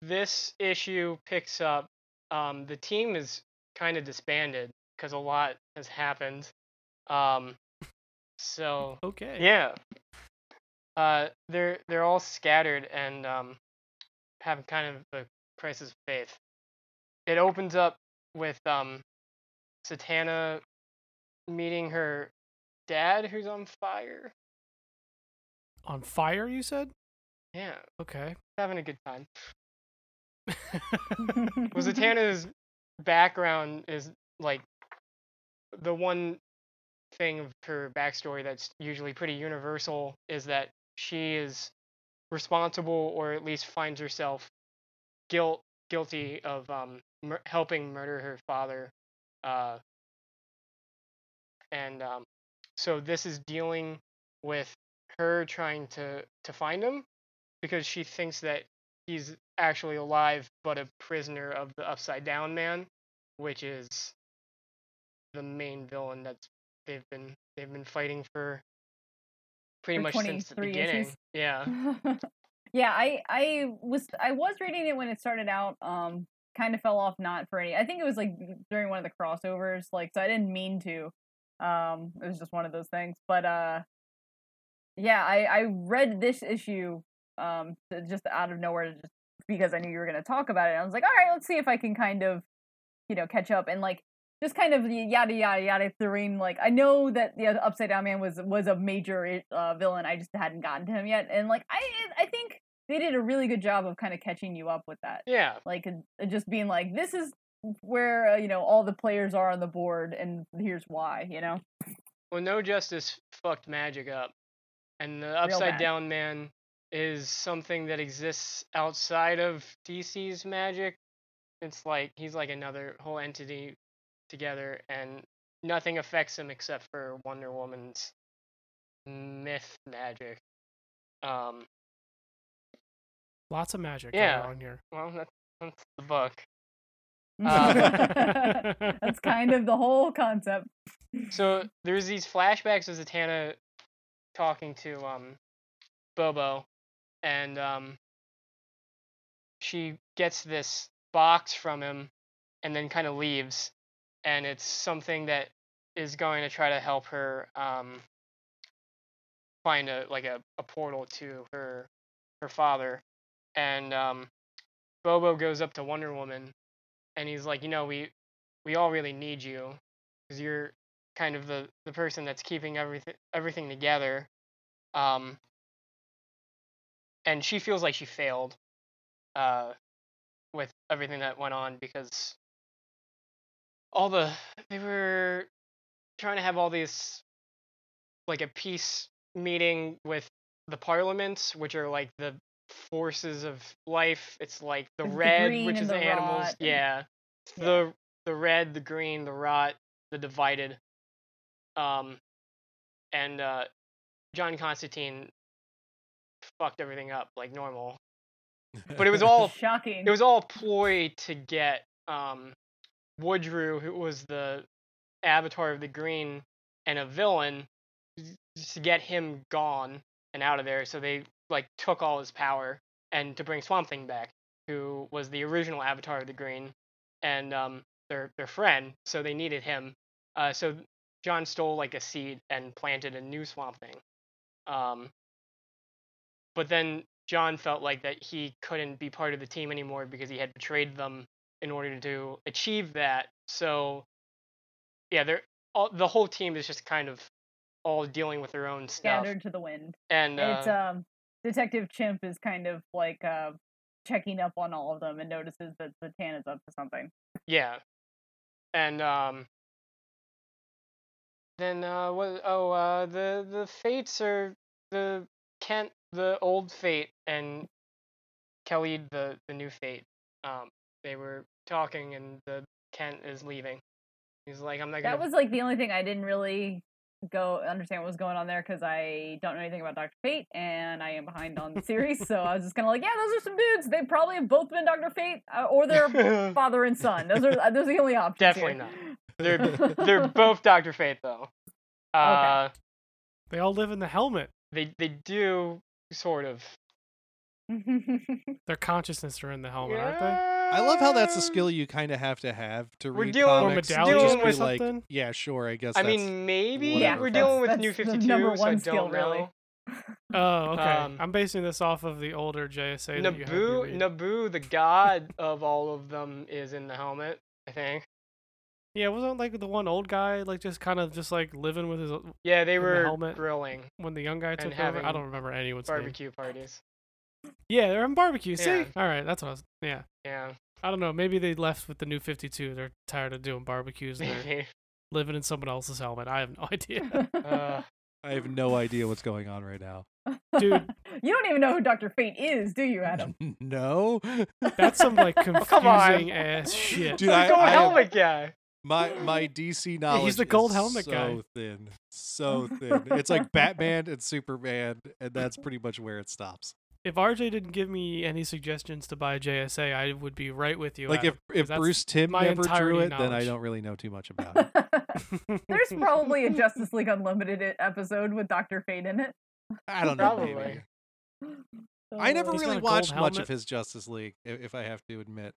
Speaker 7: this issue picks up. Um, the team is kind of disbanded because a lot has happened. Um, so
Speaker 5: Okay.
Speaker 7: yeah. Uh, they're they're all scattered and um, have kind of a crisis of faith. It opens up with um, Satana meeting her dad, who's on fire.
Speaker 5: On fire, you said?
Speaker 7: Yeah,
Speaker 5: Okay.
Speaker 7: having a good time.
Speaker 6: <laughs>
Speaker 7: Well, Zatanna's background is like the one thing of her backstory that's usually pretty universal is that she is responsible or at least finds herself guilt guilty of um mur- helping murder her father uh and um so this is dealing with her trying to to find him because she thinks that he's actually alive but a prisoner of the upside down man which is the main villain that's they've been they've been fighting for pretty
Speaker 6: For
Speaker 7: much since the
Speaker 6: 23
Speaker 7: beginning
Speaker 6: issues?
Speaker 7: yeah
Speaker 6: <laughs> yeah, I I was I was reading it when it started out. Um, kind of fell off not for any. I think it was like during one of the crossovers. Like, so I didn't mean to. Um, it was just one of those things. But uh, yeah, I I read this issue um th- just out of nowhere, just because I knew you were going to talk about it. I was like, all right, let's see if I can kind of, you know, catch up and like just kind of yada yada yada throwing like I know that the Upside Down Man was was a major uh, villain. I just hadn't gotten to him yet, and like I I think they did a really good job of kind of catching you up with that,
Speaker 7: yeah
Speaker 6: like and- and just being like this is where uh, you know all the players are on the board, and here's why, you know.
Speaker 7: Well, No Justice fucked magic up, and the Upside
Speaker 6: bad.
Speaker 7: Down Man is something that exists outside of DC's magic. It's like he's like another whole entity together, and nothing affects him except for Wonder Woman's myth magic. Um,
Speaker 5: Lots of magic
Speaker 7: Yeah.
Speaker 5: going on here.
Speaker 7: well, that's, that's the book.
Speaker 5: Uh.
Speaker 6: Um, <laughs>
Speaker 7: <laughs>
Speaker 6: That's kind of the whole concept.
Speaker 7: So there's these flashbacks of Zatanna talking to um Bobo and um she gets this box from him and then kind of leaves and it's something that is going to try to help her um find a like a, a portal to her her father and um Bobo goes up to Wonder Woman and he's like you know we we all really need you cuz you're kind of the the person that's keeping everything everything together um and she feels like she failed uh with everything that went on because all the they were trying to have all these like a peace meeting with the parliaments, which are like the forces of life. It's like the,
Speaker 6: The
Speaker 7: red,
Speaker 6: green
Speaker 7: which
Speaker 6: and
Speaker 7: is the,
Speaker 6: the
Speaker 7: animals.
Speaker 6: rot and-
Speaker 7: Yeah. It's
Speaker 6: Yeah.
Speaker 7: The the red, the green, the rot, the divided. Um and uh John Constantine fucked everything up like normal. But it
Speaker 4: <laughs>
Speaker 7: was all
Speaker 6: Shocking.
Speaker 7: it was all a ploy to get um, Woodrue, who was the avatar of the Green and a villain, just to get him gone and out of there. So they like took all his power and to bring Swamp Thing back, who was the original avatar of the Green and um, their their friend. So they needed him. Uh, so John stole like a seed and planted a new Swamp Thing. Um, but then John felt like that he couldn't be part of the team anymore because he had betrayed them in order to achieve that. So yeah, they're all the whole team is just kind of all dealing with their own stuff.
Speaker 6: scattered to the wind.
Speaker 7: And
Speaker 6: And it's
Speaker 7: uh,
Speaker 6: um Detective Chimp is kind of like uh checking up on all of them and notices that the tan is up to something.
Speaker 7: yeah, and um, then uh, what? Oh, uh, the the fates are the Kent, the old fate, and Kelly, the the new fate. Um, they were talking, and the Kent is leaving. He's like, I'm not gonna.
Speaker 6: That
Speaker 7: <laughs>
Speaker 6: was like the only thing I didn't really go understand what was going on there because I don't know anything about Doctor Fate and I am behind on the
Speaker 7: <laughs>
Speaker 6: series, so I was just kind of like, yeah, those are some dudes. They probably have both been Doctor Fate uh, or
Speaker 7: <laughs>
Speaker 6: they're father and son. Those are uh, those are the only options.
Speaker 7: Definitely not.
Speaker 6: <laughs>
Speaker 7: they're
Speaker 4: <laughs>
Speaker 7: they're both Doctor Fate though. Uh,
Speaker 5: They all live in the helmet.
Speaker 7: they they do sort of.
Speaker 6: not.
Speaker 5: Their consciousness are in the helmet, aren't they?
Speaker 4: Oh, I love how that's a
Speaker 7: Yeah.
Speaker 4: skill you kind of have to have to
Speaker 7: We're
Speaker 4: read
Speaker 7: dealing- Or
Speaker 4: comics. to
Speaker 5: medallion
Speaker 4: just
Speaker 5: or
Speaker 4: be Like,
Speaker 5: something?
Speaker 4: yeah, sure. I guess.
Speaker 7: I
Speaker 4: that's-
Speaker 7: mean, maybe
Speaker 4: Yeah,
Speaker 7: we're
Speaker 4: that's-
Speaker 7: dealing with New
Speaker 6: that's the
Speaker 7: Fifty Two,
Speaker 6: number
Speaker 7: so I
Speaker 6: one
Speaker 7: don't
Speaker 6: skill, really.
Speaker 7: know.
Speaker 5: Oh, okay.
Speaker 7: Um,
Speaker 5: I'm basing this off of the older JSA that you had me
Speaker 7: Naboo,
Speaker 5: read.
Speaker 7: Naboo, the god of all of them, is in the helmet. I think.
Speaker 5: yeah, wasn't like the one old guy like just kind of just like living with his
Speaker 7: Yeah, they
Speaker 5: In the
Speaker 7: were
Speaker 5: helmet.
Speaker 7: grilling
Speaker 5: when the young guy took over. I
Speaker 7: having
Speaker 5: don't remember anyone's name.
Speaker 7: barbecue parties.
Speaker 5: Yeah, they're on barbecue. See,
Speaker 7: Yeah.
Speaker 5: all right, that's what I was. Yeah,
Speaker 7: Yeah.
Speaker 5: I don't know. Maybe they left with the new 52. They're tired of doing
Speaker 7: <laughs>
Speaker 5: barbecues. and They're living in someone else's helmet. I have no <laughs> idea,
Speaker 7: uh, <laughs>
Speaker 4: I have no idea what's going on right now.
Speaker 5: dude.
Speaker 6: you don't even know who Doctor Fate is, do you, Adam? <laughs>
Speaker 4: no,
Speaker 5: That's some
Speaker 7: <laughs>
Speaker 5: like
Speaker 7: Oh, come on.
Speaker 5: confusing ass shit.
Speaker 4: dude.
Speaker 7: the
Speaker 4: I,
Speaker 7: gold
Speaker 4: I am-
Speaker 7: helmet guy.
Speaker 4: my my
Speaker 5: <laughs>
Speaker 4: DC knowledge.
Speaker 5: the gold
Speaker 4: is
Speaker 5: helmet
Speaker 4: so
Speaker 5: guy.
Speaker 4: thin,
Speaker 5: <laughs>
Speaker 4: so thin. It's like Batman and Superman, and that's pretty much where it stops.
Speaker 5: If RJ didn't give me any suggestions to buy JSA, I would be right with you.
Speaker 4: Like if
Speaker 5: Adam, 'cause
Speaker 4: if
Speaker 5: that's-
Speaker 4: Bruce Tim
Speaker 5: my
Speaker 4: never drew
Speaker 5: entirety
Speaker 4: it, then I
Speaker 5: knowledge.
Speaker 4: don't really know too much about
Speaker 5: <laughs>
Speaker 4: it.
Speaker 6: There's
Speaker 7: <laughs>
Speaker 6: probably a Justice League Unlimited e- episode with Doctor Fate in it.
Speaker 4: I don't know. maybe.
Speaker 7: Probably.
Speaker 4: I never
Speaker 5: Oh, He's got
Speaker 4: really
Speaker 5: a gold
Speaker 4: watched much
Speaker 5: helmet.
Speaker 4: of his Justice League, i- if I have to admit.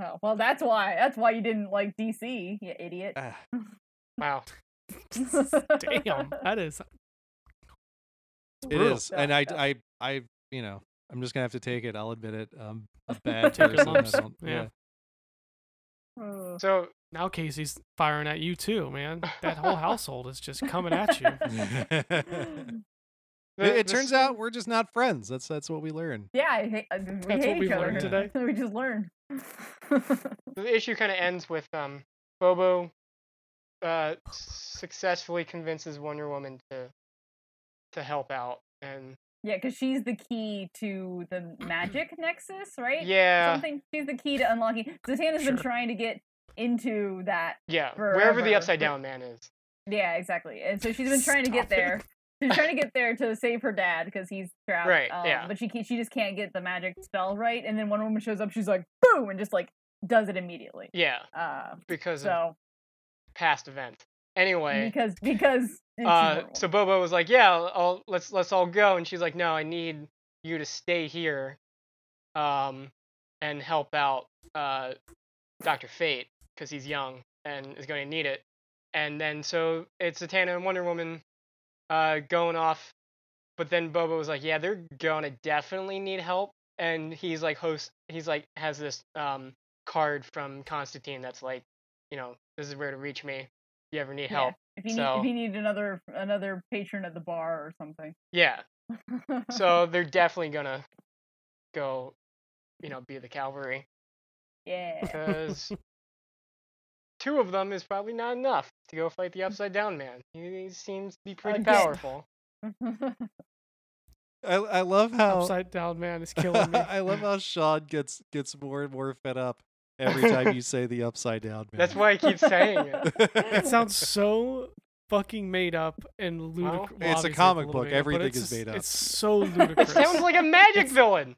Speaker 6: Oh, well, that's why. That's why you didn't like DC, you idiot.
Speaker 4: Ah,
Speaker 7: Wow.
Speaker 6: <laughs>
Speaker 5: damn, that is
Speaker 4: it
Speaker 5: brutal.
Speaker 4: is, and I,
Speaker 6: Yeah.
Speaker 4: I, I, you know, I'm just gonna have to take it. I'll admit it. I'm
Speaker 5: <laughs>
Speaker 4: a bad
Speaker 5: Take your
Speaker 4: person. I
Speaker 5: lumps.
Speaker 4: don't-
Speaker 5: Yeah.
Speaker 4: yeah. <laughs>
Speaker 6: Ugh.
Speaker 7: So
Speaker 5: now Casey's firing at you too, man. That
Speaker 4: <laughs>
Speaker 5: whole household is just coming <laughs> at you.
Speaker 4: it,
Speaker 6: Mm.
Speaker 7: the-
Speaker 4: it
Speaker 7: the
Speaker 4: turns
Speaker 7: s-
Speaker 4: out we're just not friends. That's that's what we learn.
Speaker 6: yeah, I hate, uh, we
Speaker 5: what
Speaker 6: hate
Speaker 5: we
Speaker 6: each other.
Speaker 5: learned today.
Speaker 6: <laughs> we just learned.
Speaker 7: the issue kind of ends with um Bobo uh successfully convinces Wonder Woman to to help out and
Speaker 6: yeah, because she's the key to the magic nexus, right?
Speaker 7: yeah
Speaker 6: Something. She's the key to unlocking. Zatanna's has
Speaker 5: Sure.
Speaker 6: been trying to get into that
Speaker 7: yeah wherever the
Speaker 6: forever.
Speaker 7: upside down man is
Speaker 6: Yeah, exactly. And so she's been trying to get
Speaker 5: Stop it.
Speaker 6: there. She's
Speaker 5: <laughs>
Speaker 6: trying to get there to save her dad because he's trapped. um,
Speaker 7: Right, yeah.
Speaker 6: But she can't, she just can't get the magic spell right. And then one woman shows up. She's like, boom, and just like does it immediately.
Speaker 7: yeah
Speaker 6: Uh,
Speaker 7: because of
Speaker 6: so
Speaker 7: past event anyway
Speaker 6: because because it's
Speaker 7: uh
Speaker 6: normal.
Speaker 7: so Bobo was like yeah I'll, I'll- let's let's all go and she's like no I need you to stay here um and help out uh Dr. Fate because he's young and is going to need it and then so it's Satana and Wonder Woman uh, going off. But then Boba was like, "Yeah, they're gonna definitely need help." And he's like, host. He's like, has this um card from Constantine that's like, you know, this is where to reach me. If you ever need
Speaker 6: Yeah.
Speaker 7: help,
Speaker 6: if you
Speaker 7: so-
Speaker 6: need if you need another another patron at the bar or something.
Speaker 7: yeah. So they're definitely gonna
Speaker 6: <laughs>
Speaker 7: go, you know, be the cavalry
Speaker 6: <laughs> yeah,
Speaker 7: because two of them is probably not enough to go fight the Upside Down Man. He, he seems to be pretty
Speaker 6: Mm. Again. <laughs>
Speaker 7: powerful.
Speaker 4: I, I love
Speaker 6: oh.
Speaker 4: how <laughs>
Speaker 5: Upside down man
Speaker 6: <laughs>
Speaker 5: is killing me.
Speaker 4: I love how Sean gets gets more and more fed up every time you say the upside
Speaker 5: <laughs>
Speaker 4: down. Man.
Speaker 7: That's why I keep saying
Speaker 6: <laughs>
Speaker 7: it.
Speaker 4: <laughs>
Speaker 5: that <laughs> sounds so fucking made up and
Speaker 7: Well,
Speaker 5: ludicrous.
Speaker 4: it's a comic book. Everything is made up.
Speaker 5: It's so
Speaker 7: It
Speaker 5: ludicrous.
Speaker 7: sounds like a magic villain.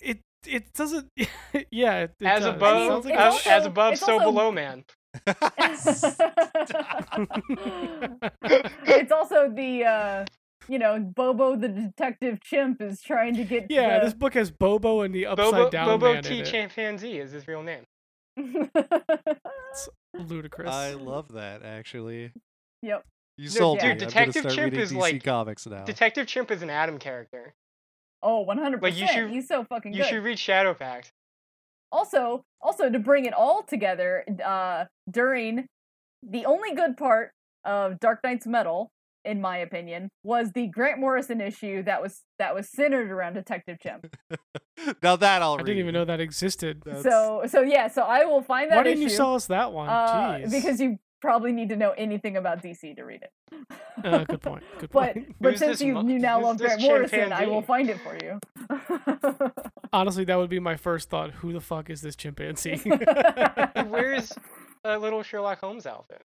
Speaker 5: it. It doesn't. <laughs> yeah. It, it
Speaker 7: As
Speaker 5: does. It
Speaker 7: above,
Speaker 5: sounds like
Speaker 6: it's
Speaker 5: a
Speaker 7: as,
Speaker 5: sh-
Speaker 7: as
Speaker 6: also-
Speaker 7: above,
Speaker 6: it's
Speaker 7: so
Speaker 6: also-
Speaker 7: below, man.
Speaker 6: it's also the uh you know bobo the detective chimp is trying to get
Speaker 5: yeah.
Speaker 6: the...
Speaker 5: This book has Bobo and the upside
Speaker 7: Bobo,
Speaker 5: down
Speaker 7: Bobo
Speaker 5: man in
Speaker 7: T.
Speaker 5: it.
Speaker 7: Chimpanzee is his real name.
Speaker 5: Ludicrous.
Speaker 4: I love that actually.
Speaker 6: Yep.
Speaker 4: You
Speaker 7: No,
Speaker 4: sold
Speaker 7: dude,
Speaker 4: me. I'm
Speaker 7: Detective
Speaker 4: gonna start
Speaker 7: Chimp
Speaker 4: reading
Speaker 7: is
Speaker 4: DC
Speaker 7: like-
Speaker 4: comics now.
Speaker 7: Detective Chimp is an Adam character.
Speaker 6: <laughs> oh 100
Speaker 7: Like, you should-
Speaker 6: percent. he's so fucking
Speaker 7: You
Speaker 6: good
Speaker 7: should read Shadow
Speaker 6: <laughs>
Speaker 7: Pact.
Speaker 6: also also to bring it all together uh during the only good part of dark knight's metal in my opinion was the grant morrison issue that was that was centered around detective chimp
Speaker 4: <laughs>
Speaker 5: <laughs>
Speaker 4: now that I'll
Speaker 5: I
Speaker 4: read.
Speaker 5: didn't even know that existed.
Speaker 4: That's-
Speaker 6: so so yeah so i will find that
Speaker 5: Why didn't you
Speaker 6: issue,
Speaker 5: sell us that one?
Speaker 6: uh,
Speaker 5: Jeez.
Speaker 6: because you probably need to know anything about dc to read it
Speaker 5: Uh,
Speaker 6: <laughs>
Speaker 5: good point. Good
Speaker 6: but
Speaker 5: point.
Speaker 6: but
Speaker 7: Who's
Speaker 6: since
Speaker 7: this
Speaker 6: you,
Speaker 7: mo-
Speaker 6: you now
Speaker 7: who's
Speaker 6: love
Speaker 7: this
Speaker 6: grant morrison i
Speaker 7: chimpanzee?
Speaker 6: will find it for you
Speaker 5: Honestly, that would be my first thought. Who the fuck is this chimpanzee?
Speaker 6: <laughs>
Speaker 5: <laughs>
Speaker 7: Where's a little Sherlock Holmes outfit?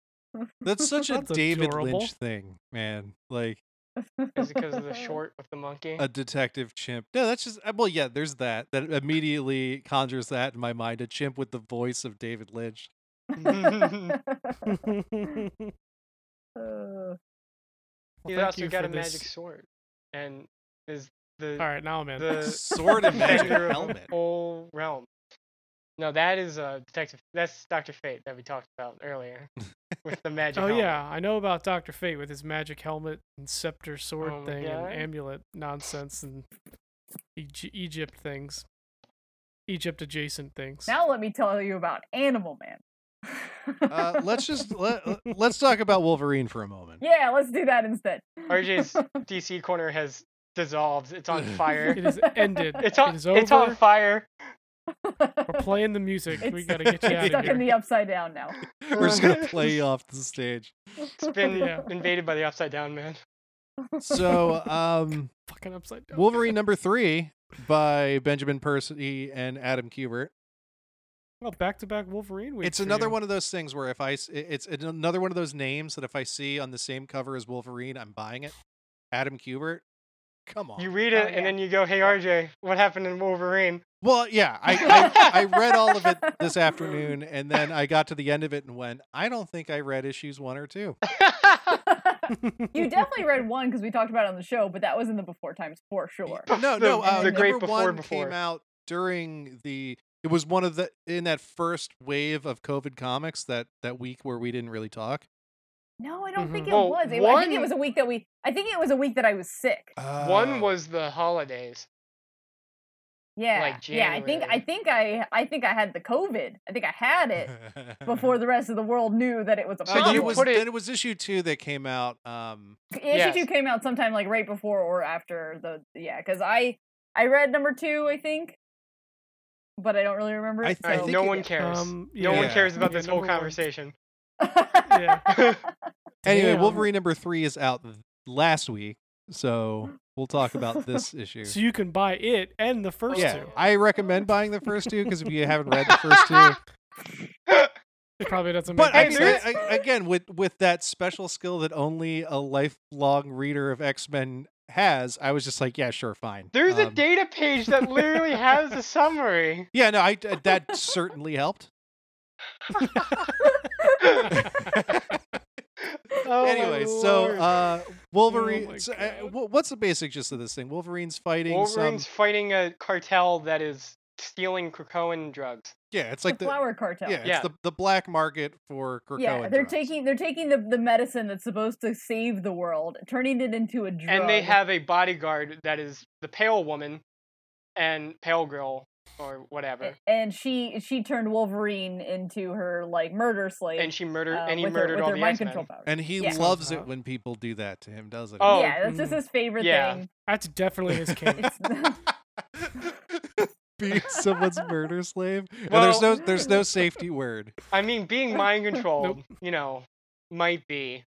Speaker 4: That's such a
Speaker 5: That's
Speaker 4: David
Speaker 5: adorable.
Speaker 4: Lynch thing, man. Like
Speaker 7: <laughs> Is it because
Speaker 6: <laughs>
Speaker 7: of the short <laughs> with the monkey?
Speaker 5: Uh, <laughs>
Speaker 4: a detective chimp. No, that's just uh, well, yeah. There's that. That immediately conjures that in my mind. A chimp with the voice of David Lynch.
Speaker 6: Uh,
Speaker 7: He's
Speaker 5: thank
Speaker 7: also
Speaker 5: you
Speaker 7: got
Speaker 5: for
Speaker 7: a
Speaker 5: this.
Speaker 7: magic sword, and is the <laughs>
Speaker 5: All right, now I'm in.
Speaker 7: The- <laughs>
Speaker 4: Sword and magic
Speaker 7: defender of
Speaker 4: helmet.
Speaker 7: the whole realm. No, that is uh, detective. That's Doctor Fate that we talked about
Speaker 5: <laughs>
Speaker 7: earlier with the magic.
Speaker 5: Oh
Speaker 7: helmet.
Speaker 5: yeah, I know about Doctor Fate with his magic helmet and scepter sword
Speaker 7: Oh my
Speaker 5: thing
Speaker 7: God.
Speaker 5: and amulet nonsense and Egy- Egypt things, Egypt adjacent things.
Speaker 6: now let me tell you about animal man
Speaker 7: <laughs>
Speaker 4: Uh, let's just let, uh, let's talk about Wolverine for a moment.
Speaker 6: <laughs> yeah let's do that instead
Speaker 5: <laughs>
Speaker 6: <laughs>
Speaker 7: RJ's DC corner has dissolved. It's on fire.
Speaker 5: it is ended.
Speaker 7: <laughs> It's on.
Speaker 5: it is over.
Speaker 7: it's on fire.
Speaker 5: We're playing the music. we
Speaker 6: It's-
Speaker 5: gotta get you
Speaker 6: <laughs> It's
Speaker 5: out of
Speaker 6: stuck
Speaker 5: here.
Speaker 6: in the upside down now.
Speaker 4: We're just gonna play you off the stage.
Speaker 7: It's
Speaker 5: <laughs>
Speaker 7: been
Speaker 5: Yeah.
Speaker 7: invaded by the Upside Down Man.
Speaker 4: So, um,
Speaker 5: Fucking upside down.
Speaker 4: Wolverine number three by Benjamin Percy and Adam Kubert.
Speaker 5: Well, back to back Oh, Wolverine. week
Speaker 4: It's
Speaker 5: for
Speaker 4: another
Speaker 5: you.
Speaker 4: one of those things where if I s- it- it's another one of those names that if I see on the same cover as Wolverine, I'm buying it. Adam Kubert. Come on.
Speaker 7: You <laughs> read it
Speaker 6: Oh, yeah.
Speaker 7: and then you go, "Hey RJ, what happened in Wolverine?" <laughs>
Speaker 4: Well, yeah, I, I I read all of it this afternoon, and then I got to the end of it and went, I don't think I read issues one or two.
Speaker 6: <laughs> you definitely
Speaker 7: <laughs>
Speaker 6: read one because we talked about it on the show, but that was in the before times for sure.
Speaker 4: No,
Speaker 7: The-
Speaker 4: no. Uh,
Speaker 7: the great
Speaker 4: number
Speaker 7: before
Speaker 4: one
Speaker 7: before.
Speaker 4: came out during the. It was one of the in that first wave of COVID comics that that week where we didn't really talk.
Speaker 6: No, I don't think
Speaker 5: Mhm.
Speaker 6: it
Speaker 7: Mm-hmm. Well,
Speaker 6: was. It- I think it
Speaker 7: one-
Speaker 6: was a week that we. I think it was a week that I was sick.
Speaker 4: Oh.
Speaker 5: Uh,
Speaker 7: One was the holidays.
Speaker 6: Yeah,
Speaker 7: Like
Speaker 6: yeah. I think I
Speaker 7: January.
Speaker 6: think I I think I had the COVID. I think I
Speaker 4: <laughs>
Speaker 6: had
Speaker 7: <laughs>
Speaker 6: it before the rest of the world knew that it was a
Speaker 7: So you
Speaker 4: And
Speaker 6: problem.
Speaker 4: it was,
Speaker 7: put it-
Speaker 4: then it was issue two that came out. Um,
Speaker 6: issue
Speaker 7: Yes.
Speaker 6: two came out sometime like right before or after the yeah because I I read number two I think, but I don't really remember.
Speaker 4: I
Speaker 6: it,
Speaker 4: th- I
Speaker 6: so- <laughs>
Speaker 4: think
Speaker 7: no
Speaker 4: it-
Speaker 7: one cares.
Speaker 5: Um,
Speaker 7: No one
Speaker 4: yeah.
Speaker 7: cares about
Speaker 5: Yeah,
Speaker 7: this whole
Speaker 5: number one.
Speaker 7: conversation.
Speaker 5: Yeah.
Speaker 4: anyway,
Speaker 5: Damn.
Speaker 4: Wolverine number three is out th- last week, so we'll talk about this issue.
Speaker 5: So you can buy it and the first
Speaker 4: yeah,
Speaker 5: two.
Speaker 4: I recommend buying the first two because if you haven't read the first two,
Speaker 5: It probably doesn't make
Speaker 4: But I
Speaker 5: any
Speaker 4: mean,
Speaker 5: sense.
Speaker 4: I, I- again, with with that special skill that only a lifelong reader of X Men has, I was just like, yeah, sure, fine.
Speaker 7: <laughs> There's a
Speaker 4: Um,
Speaker 7: data page that
Speaker 4: <laughs>
Speaker 7: literally has the summary.
Speaker 4: Yeah, no, I uh, that certainly helped.
Speaker 7: Oh my
Speaker 4: anyway, so
Speaker 7: lord.
Speaker 4: uh,
Speaker 5: Oh
Speaker 4: Wolverine.
Speaker 5: my
Speaker 4: so, uh,
Speaker 5: God.
Speaker 4: wh- what's the basic gist of this thing? Wolverine's fighting
Speaker 7: Wolverine's
Speaker 4: some.
Speaker 7: fighting a cartel that is stealing Krakoan drugs.
Speaker 4: Yeah, it's like the.
Speaker 6: flower cartel.
Speaker 4: Yeah, it's
Speaker 7: Yeah.
Speaker 4: the, the black market for Krakoa.
Speaker 6: yeah, they're taking they're taking the, the medicine that's supposed to save the world, turning it into a drug.
Speaker 7: And they have a bodyguard that is the pale woman and pale girl or whatever.
Speaker 6: and she she turned Wolverine into her like murder slave.
Speaker 7: And she murdered
Speaker 6: uh,
Speaker 7: and he
Speaker 6: with
Speaker 7: murdered
Speaker 6: her, with
Speaker 7: all
Speaker 6: her
Speaker 7: the
Speaker 6: mind
Speaker 7: X-Men.
Speaker 6: control powers.
Speaker 4: And he
Speaker 6: Yeah.
Speaker 4: loves
Speaker 5: Sounds
Speaker 4: it
Speaker 5: hot.
Speaker 4: when people do that to him, doesn't he?
Speaker 6: <laughs>
Speaker 7: Oh.
Speaker 4: hmm.
Speaker 6: yeah, that's just his favorite
Speaker 4: <laughs>
Speaker 7: yeah.
Speaker 6: thing. <laughs>
Speaker 5: That's definitely his king.
Speaker 6: It's-
Speaker 4: being someone's murder slave. And there's no
Speaker 7: Well-
Speaker 4: there's
Speaker 6: <laughs>
Speaker 4: no safety word.
Speaker 7: I mean, being mind controlled, you know, might be.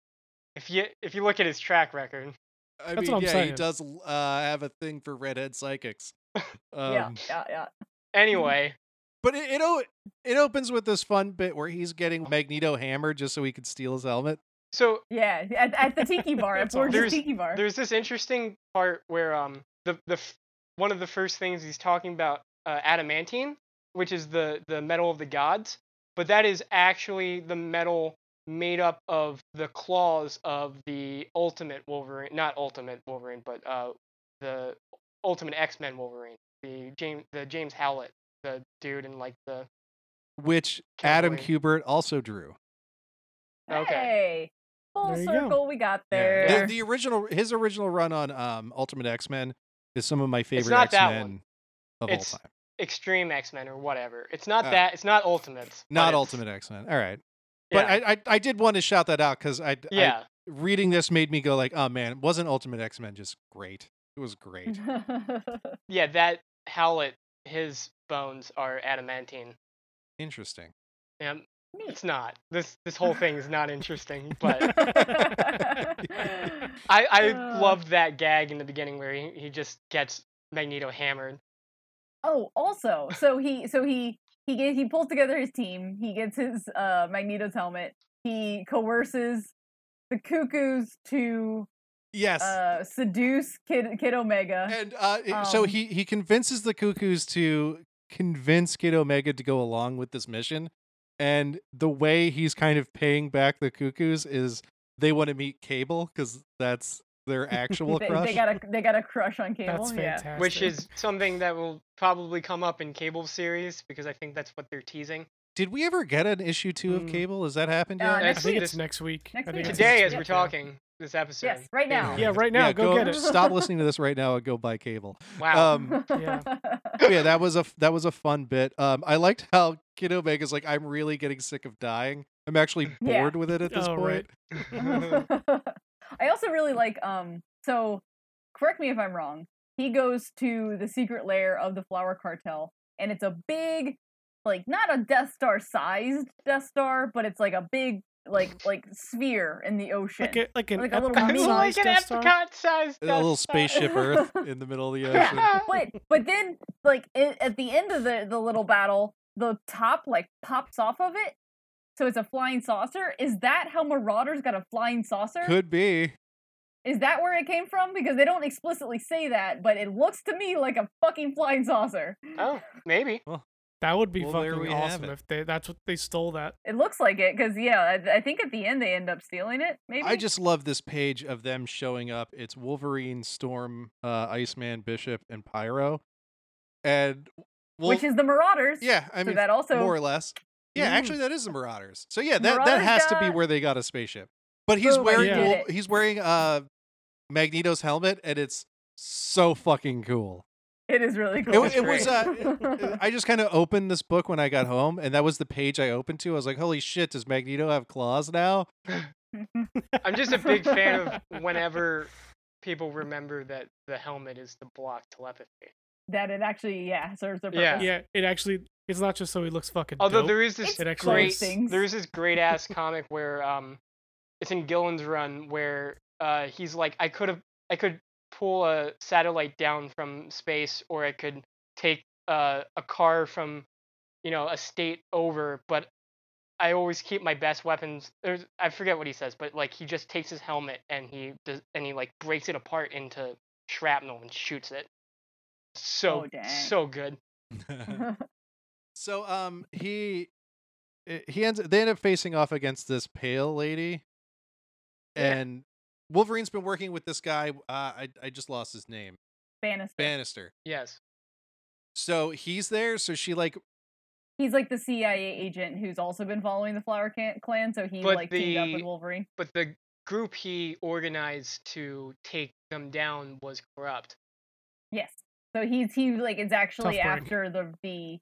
Speaker 7: If you if you look at his track record,
Speaker 6: Mm-hmm.
Speaker 4: I
Speaker 5: That's
Speaker 4: mean,
Speaker 5: what I'm
Speaker 4: yeah, he
Speaker 5: saying.
Speaker 4: does uh, have a thing for redhead psychics. Um,
Speaker 6: yeah, yeah, yeah.
Speaker 7: anyway,
Speaker 4: But it, it o- it opens with this fun bit where he's getting Magneto hammered just so he can steal his helmet.
Speaker 7: so
Speaker 6: Yeah, at, at the tiki
Speaker 7: <laughs>
Speaker 6: bar, at
Speaker 5: That's all.
Speaker 6: Borges
Speaker 7: There's-
Speaker 6: Tiki Bar.
Speaker 7: there's this interesting part where um the the f- one of the first things he's talking about uh, adamantine, which is the the metal of the gods, but that is actually the metal made up of the claws of the ultimate Wolverine, not ultimate Wolverine, but uh the ultimate X-Men Wolverine, the James the James Howlett, the dude in like the
Speaker 4: which
Speaker 7: Can't
Speaker 4: Adam
Speaker 7: wait.
Speaker 4: Kubert also drew.
Speaker 6: Hey, full
Speaker 5: There you go.
Speaker 6: circle we got
Speaker 4: Yeah.
Speaker 6: there.
Speaker 4: The, the original his original run on um, Ultimate X Men is some of my favorite
Speaker 7: not
Speaker 4: X
Speaker 7: that
Speaker 4: Men of
Speaker 7: It's
Speaker 4: all time.
Speaker 7: extreme X-Men or whatever. It's not
Speaker 4: Ah.
Speaker 7: that. It's not Ultimates. but
Speaker 4: Not
Speaker 7: it's-
Speaker 4: Ultimate X Men. All right,
Speaker 7: Yeah.
Speaker 4: but I, I I did want to shout that out because I, I-
Speaker 7: yeah.
Speaker 4: reading this made me go like, oh man, wasn't Ultimate X Men just great? It was great.
Speaker 6: Mm-hmm.
Speaker 7: yeah, that Howlett, his bones are adamantine.
Speaker 4: Interesting.
Speaker 7: Yeah,
Speaker 6: Neat.
Speaker 7: it's not. This this whole thing is not interesting, <laughs> but
Speaker 6: yeah,
Speaker 7: I I
Speaker 6: Uh.
Speaker 7: loved that gag in the beginning where he, he just gets Magneto hammered.
Speaker 6: <laughs> Oh, also, so he so he he get, he pulls together his team. He gets his uh Magneto's helmet. He coerces the cuckoos to
Speaker 4: <laughs> Yes.
Speaker 6: uh seduce Kid Kid Omega.
Speaker 4: and uh, it- so
Speaker 6: um,
Speaker 4: he he convinces the cuckoos to convince Kid Omega to go along with this mission, and the way he's kind of paying back the cuckoos is they want to meet Cable because that's
Speaker 6: <laughs>
Speaker 4: their actual
Speaker 6: they,
Speaker 4: crush.
Speaker 6: they got a they got a crush on Cable.
Speaker 5: That's
Speaker 6: yeah.
Speaker 5: fantastic.
Speaker 7: Which is something that will probably come up in Cable series because I think that's what they're teasing.
Speaker 4: Did we ever get an issue two of
Speaker 5: Mm.
Speaker 4: Cable? Has that happened
Speaker 6: Uh,
Speaker 4: yet?
Speaker 5: I think
Speaker 7: Actually,
Speaker 5: it's
Speaker 7: this-
Speaker 5: next week.
Speaker 6: Next
Speaker 5: I think
Speaker 6: week.
Speaker 5: it's
Speaker 7: Today,
Speaker 5: next
Speaker 7: as
Speaker 5: week,
Speaker 7: we're
Speaker 5: yeah.
Speaker 7: talking, this episode.
Speaker 6: Yes, right
Speaker 7: Yeah.
Speaker 6: now.
Speaker 5: Yeah, right now,
Speaker 4: Yeah,
Speaker 5: go, get it.
Speaker 6: <laughs>
Speaker 4: Stop listening to this right now and go buy Cable.
Speaker 7: Wow.
Speaker 4: Um,
Speaker 5: Yeah.
Speaker 6: <laughs>
Speaker 4: but yeah, that was a f- that was a fun bit. Um, I liked how Kid Omega's like, I'm really getting sick of dying. I'm actually
Speaker 6: Yeah.
Speaker 4: bored with it at this
Speaker 5: Oh,
Speaker 4: point.
Speaker 5: right.
Speaker 7: <laughs>
Speaker 6: Uh, <laughs> I also really like um so correct me if I'm wrong. He goes to the secret lair of the flower cartel and it's a big like not a Death Star sized Death Star, but it's like a big like like sphere in the ocean.
Speaker 5: Like, a, like an
Speaker 6: Like a little
Speaker 5: Epcot
Speaker 6: mini-
Speaker 5: size
Speaker 7: like an
Speaker 5: Death Star.
Speaker 7: Epcot sized
Speaker 4: A little spaceship Earth in the middle of the ocean.
Speaker 6: <laughs> but but then like it, at the end of the the little battle, the top like pops off of it. So it's a flying saucer. Is that how Marauders got a flying saucer?
Speaker 4: Could be.
Speaker 6: Is that where it came from? Because they don't explicitly say that, but it looks to me like a fucking flying saucer.
Speaker 7: Oh, maybe.
Speaker 5: That would be
Speaker 4: Well, there we
Speaker 5: fucking
Speaker 4: have
Speaker 5: awesome
Speaker 4: it.
Speaker 5: if they. That's what they stole that.
Speaker 6: It looks like it because yeah, I, I think at the end they end up stealing it. Maybe
Speaker 4: I just love this page of them showing up. It's Wolverine, Storm, uh, Iceman, Bishop, and Pyro. And Wolf-
Speaker 6: which is the Marauders.
Speaker 4: yeah, I mean,
Speaker 6: so that also
Speaker 4: more or less. Yeah,
Speaker 5: Mm.
Speaker 4: actually, that is the Marauders. So yeah, that, that
Speaker 6: Marauders
Speaker 4: has to be
Speaker 6: got-
Speaker 4: where they got a spaceship. But he's
Speaker 6: Boom, I
Speaker 4: wearing
Speaker 5: did
Speaker 4: Wol-
Speaker 6: it.
Speaker 4: he's wearing uh, Magneto's helmet, and it's so fucking cool.
Speaker 6: <laughs> it is really cool.
Speaker 4: It, wa- it was.
Speaker 6: <laughs>
Speaker 4: Uh, I just kind of opened this book when I got home, and that was the page I opened to. I was like, "Holy shit! Does Magneto have claws
Speaker 6: <laughs>
Speaker 4: now?" <laughs>
Speaker 7: I'm just a big fan of whenever people remember that the helmet is to block telepathy.
Speaker 6: that it actually yeah serves their
Speaker 7: Yeah.
Speaker 6: purpose.
Speaker 5: Yeah, it actually. It's not just so he looks fucking.
Speaker 7: Although
Speaker 5: dope.
Speaker 7: there is this
Speaker 6: It's
Speaker 5: It actually
Speaker 7: great,
Speaker 5: is.
Speaker 6: things.
Speaker 7: there is this great
Speaker 6: <laughs>
Speaker 7: ass comic where um, it's in Gillen's run where uh, he's like, I could have, I could pull a satellite down from space, or I could take uh, a car from, you know, a state over, but I always keep my best weapons. There's, I forget what he says, but like he just takes his helmet and he does, and he like breaks it apart into shrapnel and shoots it. So
Speaker 6: Oh, dang.
Speaker 7: so good.
Speaker 4: so um, he i- he ends. They end up facing off against this pale lady, and Wolverine's been working with this guy. Uh, I I just lost his name,
Speaker 6: <laughs> Bannister.
Speaker 4: Bannister.
Speaker 7: Yes.
Speaker 4: So he's there. So she like
Speaker 6: He's like the CIA agent who's also been following the Flower Can- Clan, so he
Speaker 7: But
Speaker 6: like teamed up with
Speaker 7: the-
Speaker 6: Wolverine.
Speaker 7: but the group he organized to take them down was corrupt.
Speaker 6: Yes. So he's he like is actually
Speaker 5: Tough break.
Speaker 6: after the, the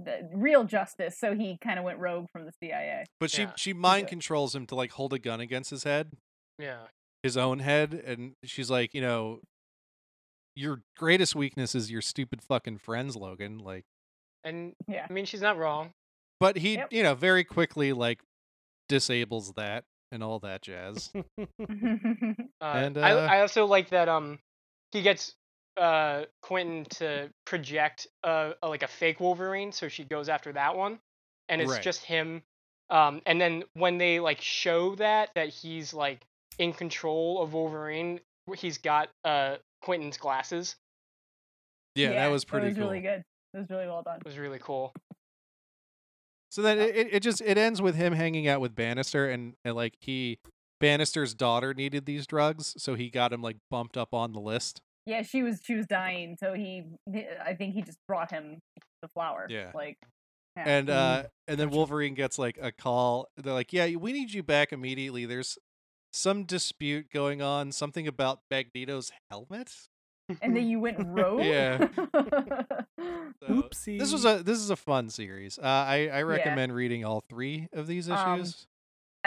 Speaker 6: the real justice. So he kind of went rogue from the CIA.
Speaker 4: But she
Speaker 7: Yeah.
Speaker 4: she mind controls him to like hold a gun against his head,
Speaker 7: Yeah.
Speaker 4: his own head, and she's like, you know, your greatest weakness is your stupid fucking friends, Logan. Like,
Speaker 7: And
Speaker 6: Yeah.
Speaker 7: I mean, she's not wrong.
Speaker 4: but he,
Speaker 6: Yep.
Speaker 4: you know, very quickly like disables that and all that
Speaker 6: <laughs>
Speaker 4: jazz.
Speaker 7: Uh,
Speaker 4: And,
Speaker 7: I,
Speaker 4: uh,
Speaker 7: I also like that um he gets uh Quentin to project uh a, like a fake Wolverine, so she goes after that one, and it's
Speaker 4: Right.
Speaker 7: just him. Um, and then when they like show that that he's like in control of Wolverine, w- he's got uh Quentin's glasses.
Speaker 4: yeah, that was pretty
Speaker 6: It was
Speaker 4: cool.
Speaker 6: really good. It was really well done.
Speaker 7: It was really cool.
Speaker 4: So then it, it- it just it ends with him hanging out with Bannister and, and like he Bannister's daughter needed these drugs, so he got him like bumped up on the list.
Speaker 6: Yeah, she was she was dying, so he, he- I think he just brought him the flower.
Speaker 4: Yeah.
Speaker 6: Like yeah. mm-hmm.
Speaker 4: And uh and then Wolverine gets like a call. They're like, "Yeah, we need you back immediately. There's some dispute going on, something about Magneto's helmet."
Speaker 6: and then you
Speaker 4: <laughs>
Speaker 6: went rogue. <laughs>
Speaker 4: Yeah. So
Speaker 5: Oopsie.
Speaker 4: This was a this is a fun series. Uh, I I recommend reading all three of these issues.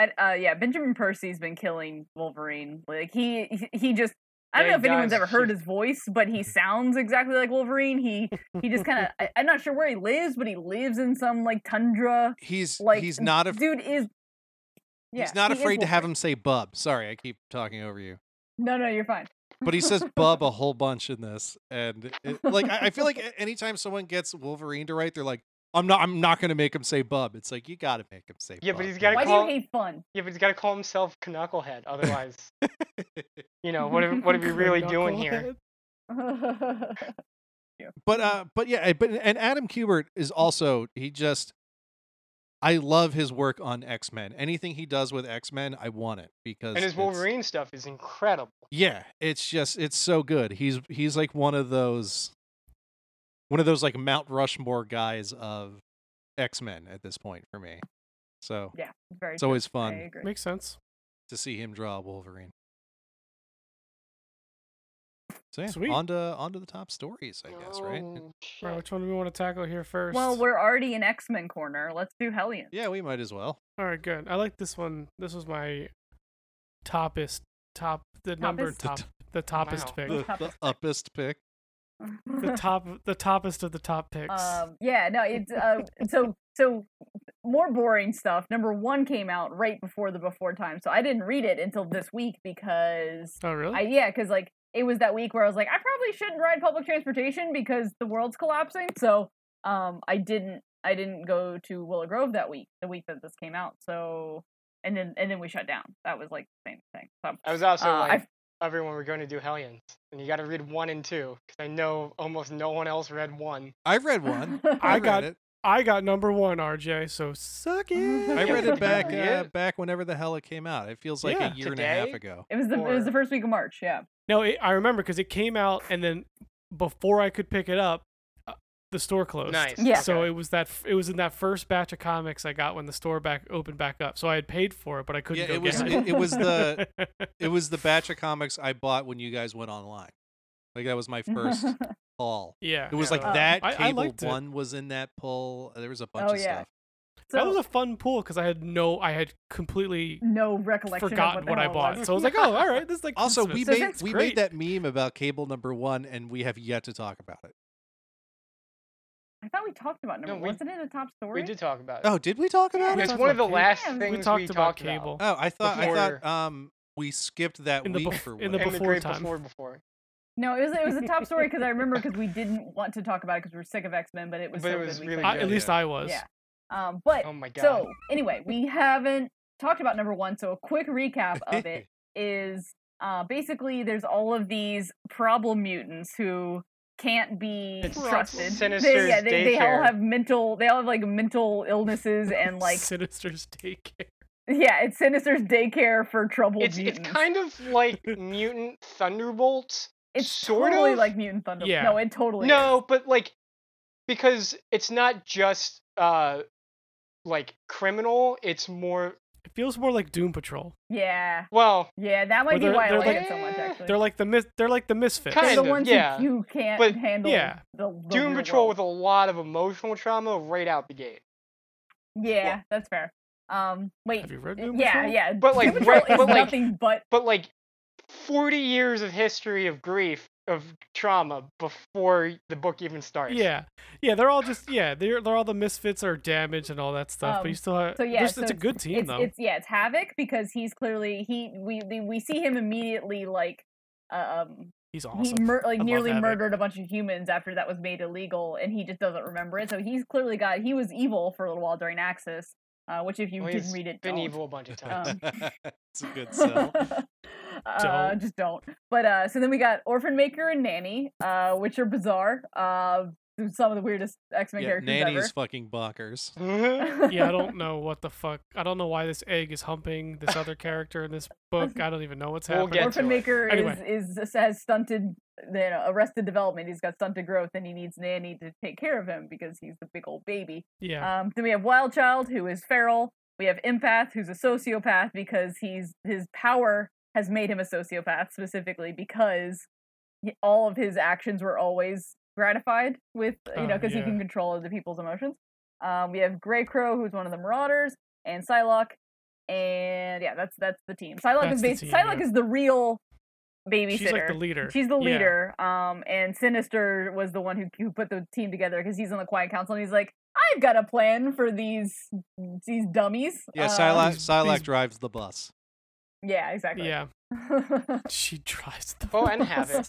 Speaker 6: Um, I, uh, yeah, Benjamin Percy's been killing Wolverine. Like he, he- he just. I don't
Speaker 7: Yeah,
Speaker 6: know if
Speaker 7: he
Speaker 6: anyone's
Speaker 7: does.
Speaker 6: ever heard his voice, but
Speaker 4: <laughs>
Speaker 6: he sounds exactly like Wolverine. He he just kind of I'm not sure where he lives, but he lives in some like tundra.
Speaker 4: he's
Speaker 6: Like
Speaker 4: he's not af-
Speaker 6: dude is. Yeah,
Speaker 4: he's not
Speaker 6: he is
Speaker 4: afraid to have
Speaker 6: Wolverine.
Speaker 4: him say bub. Sorry, I keep talking over you.
Speaker 6: No, no, you're fine.
Speaker 4: but he
Speaker 6: <laughs>
Speaker 4: says bub a whole bunch in this and it, like I, I feel like a- anytime someone gets wolverine to write they're like i'm not i'm not gonna make him say bub it's like you gotta make him say
Speaker 7: Yeah,
Speaker 4: bub.
Speaker 7: but he's gotta
Speaker 6: Why
Speaker 7: call-
Speaker 6: do you hate fun?
Speaker 7: Yeah, but he's got to call himself Knucklehead, otherwise, you know, what are, what are we
Speaker 5: <laughs>
Speaker 7: really doing here?
Speaker 6: <laughs>
Speaker 4: but uh but yeah but and adam kubert is also he just i love his work on x-men anything he does with x-men i want it because
Speaker 7: And his
Speaker 4: it's-
Speaker 7: Wolverine stuff is incredible.
Speaker 4: yeah it's just it's so good he's he's like one of those one of those like mount rushmore guys of x-men at this point for me so
Speaker 6: Yeah, it's very.
Speaker 4: It's always
Speaker 6: true. I
Speaker 4: fun
Speaker 6: agree.
Speaker 5: Makes sense.
Speaker 4: to see him draw Wolverine. So yeah,
Speaker 5: Sweet.
Speaker 4: on to on to the top stories, I guess, right?
Speaker 7: Oh,
Speaker 5: All right,
Speaker 7: shit.
Speaker 5: which one do we want to tackle here first?
Speaker 6: Well, we're already in X Men corner. Let's do Hellion.
Speaker 4: Yeah, we might as well.
Speaker 5: all right. Good. I like this one. This was my topest top the number
Speaker 6: Toppest?
Speaker 5: top the toppest
Speaker 7: Wow.
Speaker 5: pick
Speaker 4: The, the uppest pick. <laughs>
Speaker 5: the top the toppest of the top picks.
Speaker 6: Um, yeah, no, it's uh, so so more boring stuff. Number one came out right before the before time, so I didn't read it until this week because
Speaker 5: oh really?
Speaker 6: I yeah, because like it was that week where I was like, I probably shouldn't ride public transportation because the world's collapsing. So um, I didn't I didn't go to Willow Grove that week, the week that this came out. So and then and then we shut down. That was like the same thing. So
Speaker 7: I was also
Speaker 6: uh,
Speaker 7: like,
Speaker 6: I-
Speaker 7: everyone, we're going to do Hellions, and you got to read one and two because I know almost no one else read one.
Speaker 4: I've read
Speaker 6: <laughs>
Speaker 4: one.
Speaker 5: I
Speaker 4: read
Speaker 5: got-
Speaker 4: it.
Speaker 5: I got number one, RJ. So suck it.
Speaker 4: I
Speaker 7: Yeah,
Speaker 4: read it
Speaker 7: but
Speaker 4: back
Speaker 7: apparently
Speaker 4: uh,
Speaker 7: it-
Speaker 4: back whenever the hell it came out. It feels like
Speaker 5: Yeah.
Speaker 4: a year and a half
Speaker 7: Today?
Speaker 4: ago.
Speaker 6: it was the it was the
Speaker 7: or-
Speaker 6: first week of March. Yeah.
Speaker 5: No, it, I remember because it came out, and then before I could pick it up, uh, the store closed.
Speaker 7: Nice.
Speaker 6: Yeah.
Speaker 5: So
Speaker 7: okay.
Speaker 5: it was that f- it was in that first batch of comics I got when the store back opened back up. So I had paid for it, but I couldn't
Speaker 4: Yeah,
Speaker 5: go
Speaker 4: it was
Speaker 5: get
Speaker 4: it, it was the
Speaker 5: <laughs> it.
Speaker 4: it was the batch of comics I bought when you guys went online. Like that was my
Speaker 6: <laughs>
Speaker 4: first haul.
Speaker 5: yeah.
Speaker 4: It was
Speaker 5: yeah.
Speaker 4: like
Speaker 6: Uh,
Speaker 4: that
Speaker 5: I- I
Speaker 4: cable
Speaker 5: liked it.
Speaker 4: one was in that pull. There was a bunch
Speaker 6: Oh,
Speaker 4: of
Speaker 6: yeah.
Speaker 4: stuff.
Speaker 5: that
Speaker 6: So-
Speaker 5: was a fun pool because I had no, I had completely
Speaker 6: no recollection
Speaker 5: forgotten
Speaker 6: of what,
Speaker 5: what,
Speaker 6: the
Speaker 5: I
Speaker 6: hell it was.
Speaker 5: bought. So I was like, oh, all right, this
Speaker 4: <laughs>
Speaker 5: is like
Speaker 4: Also, we
Speaker 5: Christmas.
Speaker 6: So
Speaker 4: made
Speaker 6: that's
Speaker 4: we made
Speaker 5: great.
Speaker 4: that meme about cable number one, and we have yet to talk about it.
Speaker 6: I thought we talked about number.
Speaker 7: No, we-
Speaker 6: wasn't it a top story?
Speaker 7: We did talk about it.
Speaker 4: Oh, did we talk about
Speaker 6: Yeah,
Speaker 4: it?
Speaker 7: it's
Speaker 5: talked
Speaker 7: one of the
Speaker 5: about
Speaker 7: last
Speaker 6: cable. We
Speaker 7: things
Speaker 5: we talked about
Speaker 7: talked about.
Speaker 5: cable.
Speaker 4: Oh, I thought I thought
Speaker 7: Before-
Speaker 4: um we skipped that
Speaker 5: In the
Speaker 4: week
Speaker 5: bef-
Speaker 4: for
Speaker 5: in
Speaker 4: one.
Speaker 5: the
Speaker 7: And the
Speaker 5: before
Speaker 7: great
Speaker 5: time.
Speaker 7: before before.
Speaker 6: No, it was it was a top story because I remember because we
Speaker 7: <laughs>
Speaker 6: didn't want to talk about it because we were sick of X Men, but it was
Speaker 7: But
Speaker 6: so
Speaker 7: it was
Speaker 6: good we
Speaker 7: really
Speaker 6: couldn't.
Speaker 5: I,
Speaker 7: Yeah.
Speaker 5: at least I was.
Speaker 6: Yeah. Um, but
Speaker 7: Oh my god.
Speaker 6: so anyway, we haven't talked about number one, so a quick recap of
Speaker 5: <laughs>
Speaker 6: it is uh, basically there's all of these problem mutants who can't be
Speaker 7: It's
Speaker 6: trusted.
Speaker 7: Sinister's
Speaker 6: They, yeah, they, they all
Speaker 7: daycare.
Speaker 6: have mental. They all have like mental illnesses and like
Speaker 5: Sinister's daycare.
Speaker 6: yeah, it's Sinister's daycare for troubled
Speaker 7: it's it's
Speaker 6: mutants.
Speaker 7: kind of like mutant thunderbolts.
Speaker 6: It's
Speaker 7: sort
Speaker 6: totally
Speaker 7: of-
Speaker 6: like mutant thunder.
Speaker 5: Yeah.
Speaker 6: No, it totally is.
Speaker 7: No, but like because it's not just uh like criminal. It's more
Speaker 5: It feels more like Doom Patrol.
Speaker 6: Yeah.
Speaker 7: well.
Speaker 6: Yeah, that might
Speaker 5: Where
Speaker 6: be
Speaker 5: they're-
Speaker 6: why I
Speaker 5: they're
Speaker 6: like,
Speaker 5: like-
Speaker 6: it so much. Actually,
Speaker 5: They're like the mis- they're like the misfits.
Speaker 6: They're
Speaker 7: kind
Speaker 6: the
Speaker 7: of,
Speaker 6: ones
Speaker 7: yeah.
Speaker 6: who you can't
Speaker 7: But-
Speaker 6: handle.
Speaker 5: yeah.
Speaker 6: the, the
Speaker 7: Doom
Speaker 6: real
Speaker 7: Patrol
Speaker 6: world.
Speaker 7: with a lot of emotional trauma right out the gate.
Speaker 6: Yeah, that's fair. Um, wait.
Speaker 5: Have you read Doom
Speaker 6: Yeah,
Speaker 5: Patrol?
Speaker 6: yeah.
Speaker 7: But, like,
Speaker 6: Doom Patrol
Speaker 7: right-
Speaker 6: is
Speaker 7: but, like-
Speaker 6: nothing but
Speaker 7: But like 40 years of history of grief of trauma before the book even starts.
Speaker 5: Yeah, yeah, they're all just yeah, they're they're all the misfits are damaged and all that stuff. but
Speaker 6: Um,
Speaker 5: you still have
Speaker 6: so yeah,
Speaker 5: there's-
Speaker 6: so
Speaker 5: it's a good team
Speaker 6: it's,
Speaker 5: though.
Speaker 6: it's yeah, it's havoc because he's clearly he we we, we see him immediately like um
Speaker 5: He's
Speaker 6: he
Speaker 5: awesome.
Speaker 6: mur-
Speaker 5: I
Speaker 6: like
Speaker 5: love
Speaker 6: nearly
Speaker 5: Havoc.
Speaker 6: murdered a bunch of humans after that was made illegal and he just doesn't remember it. So he's clearly got he was evil for a little while during Axis, uh, which
Speaker 5: Oh,
Speaker 6: if you
Speaker 7: Well,
Speaker 6: didn't
Speaker 7: he's
Speaker 6: read it,
Speaker 7: been
Speaker 6: don't.
Speaker 7: evil a bunch of times.
Speaker 6: Um,
Speaker 4: <laughs> it's a
Speaker 5: <laughs>
Speaker 4: good sell.
Speaker 6: <laughs> uh,
Speaker 5: Don't.
Speaker 6: just don't. But uh, so then we got Orphan Maker and Nanny, uh, which are bizarre. Uh, some of the weirdest X Men
Speaker 4: yeah,
Speaker 6: characters
Speaker 4: Nanny's
Speaker 6: ever.
Speaker 4: fucking bonkers.
Speaker 6: Uh.
Speaker 7: <laughs>
Speaker 6: <laughs>
Speaker 5: yeah, I don't know what the fuck. I don't know why this egg is humping this
Speaker 6: <laughs>
Speaker 5: other character in this book. I don't even know what's
Speaker 7: We'll
Speaker 5: happening.
Speaker 7: get to
Speaker 6: Orphan
Speaker 7: it.
Speaker 6: Maker
Speaker 5: Anyway.
Speaker 6: is, is has stunted, you know, arrested development. He's got stunted growth, and he needs Nanny to take care of him because he's the big old baby.
Speaker 5: yeah,
Speaker 6: Um, then we have Wild Child, who is feral. We have Empath, who's a sociopath because he's his power has made him a sociopath specifically because he- all of his actions were always gratified with you know
Speaker 5: Uh,
Speaker 6: because
Speaker 5: yeah.
Speaker 6: he can control other people's emotions. Um, we have Grey Crow, who's one of the Marauders, and Psylocke, and yeah, that's that's the team. Psylocke
Speaker 5: That's
Speaker 6: is
Speaker 5: the
Speaker 6: bas-
Speaker 5: team,
Speaker 6: Psylocke
Speaker 5: yeah.
Speaker 6: is the real babysitter.
Speaker 5: she's like the leader.
Speaker 6: She's the
Speaker 5: Yeah.
Speaker 6: leader. Um, and Sinister was the one who, who put the team together because he's on the Quiet Council and he's like, I've got a plan for these these dummies.
Speaker 4: Yeah,
Speaker 6: Uh,
Speaker 4: Psylocke, Psylocke
Speaker 5: these-
Speaker 4: drives the
Speaker 6: <laughs>
Speaker 4: bus.
Speaker 6: Yeah, exactly.
Speaker 5: Yeah, <laughs> she tries to.
Speaker 7: oh, and Havoc.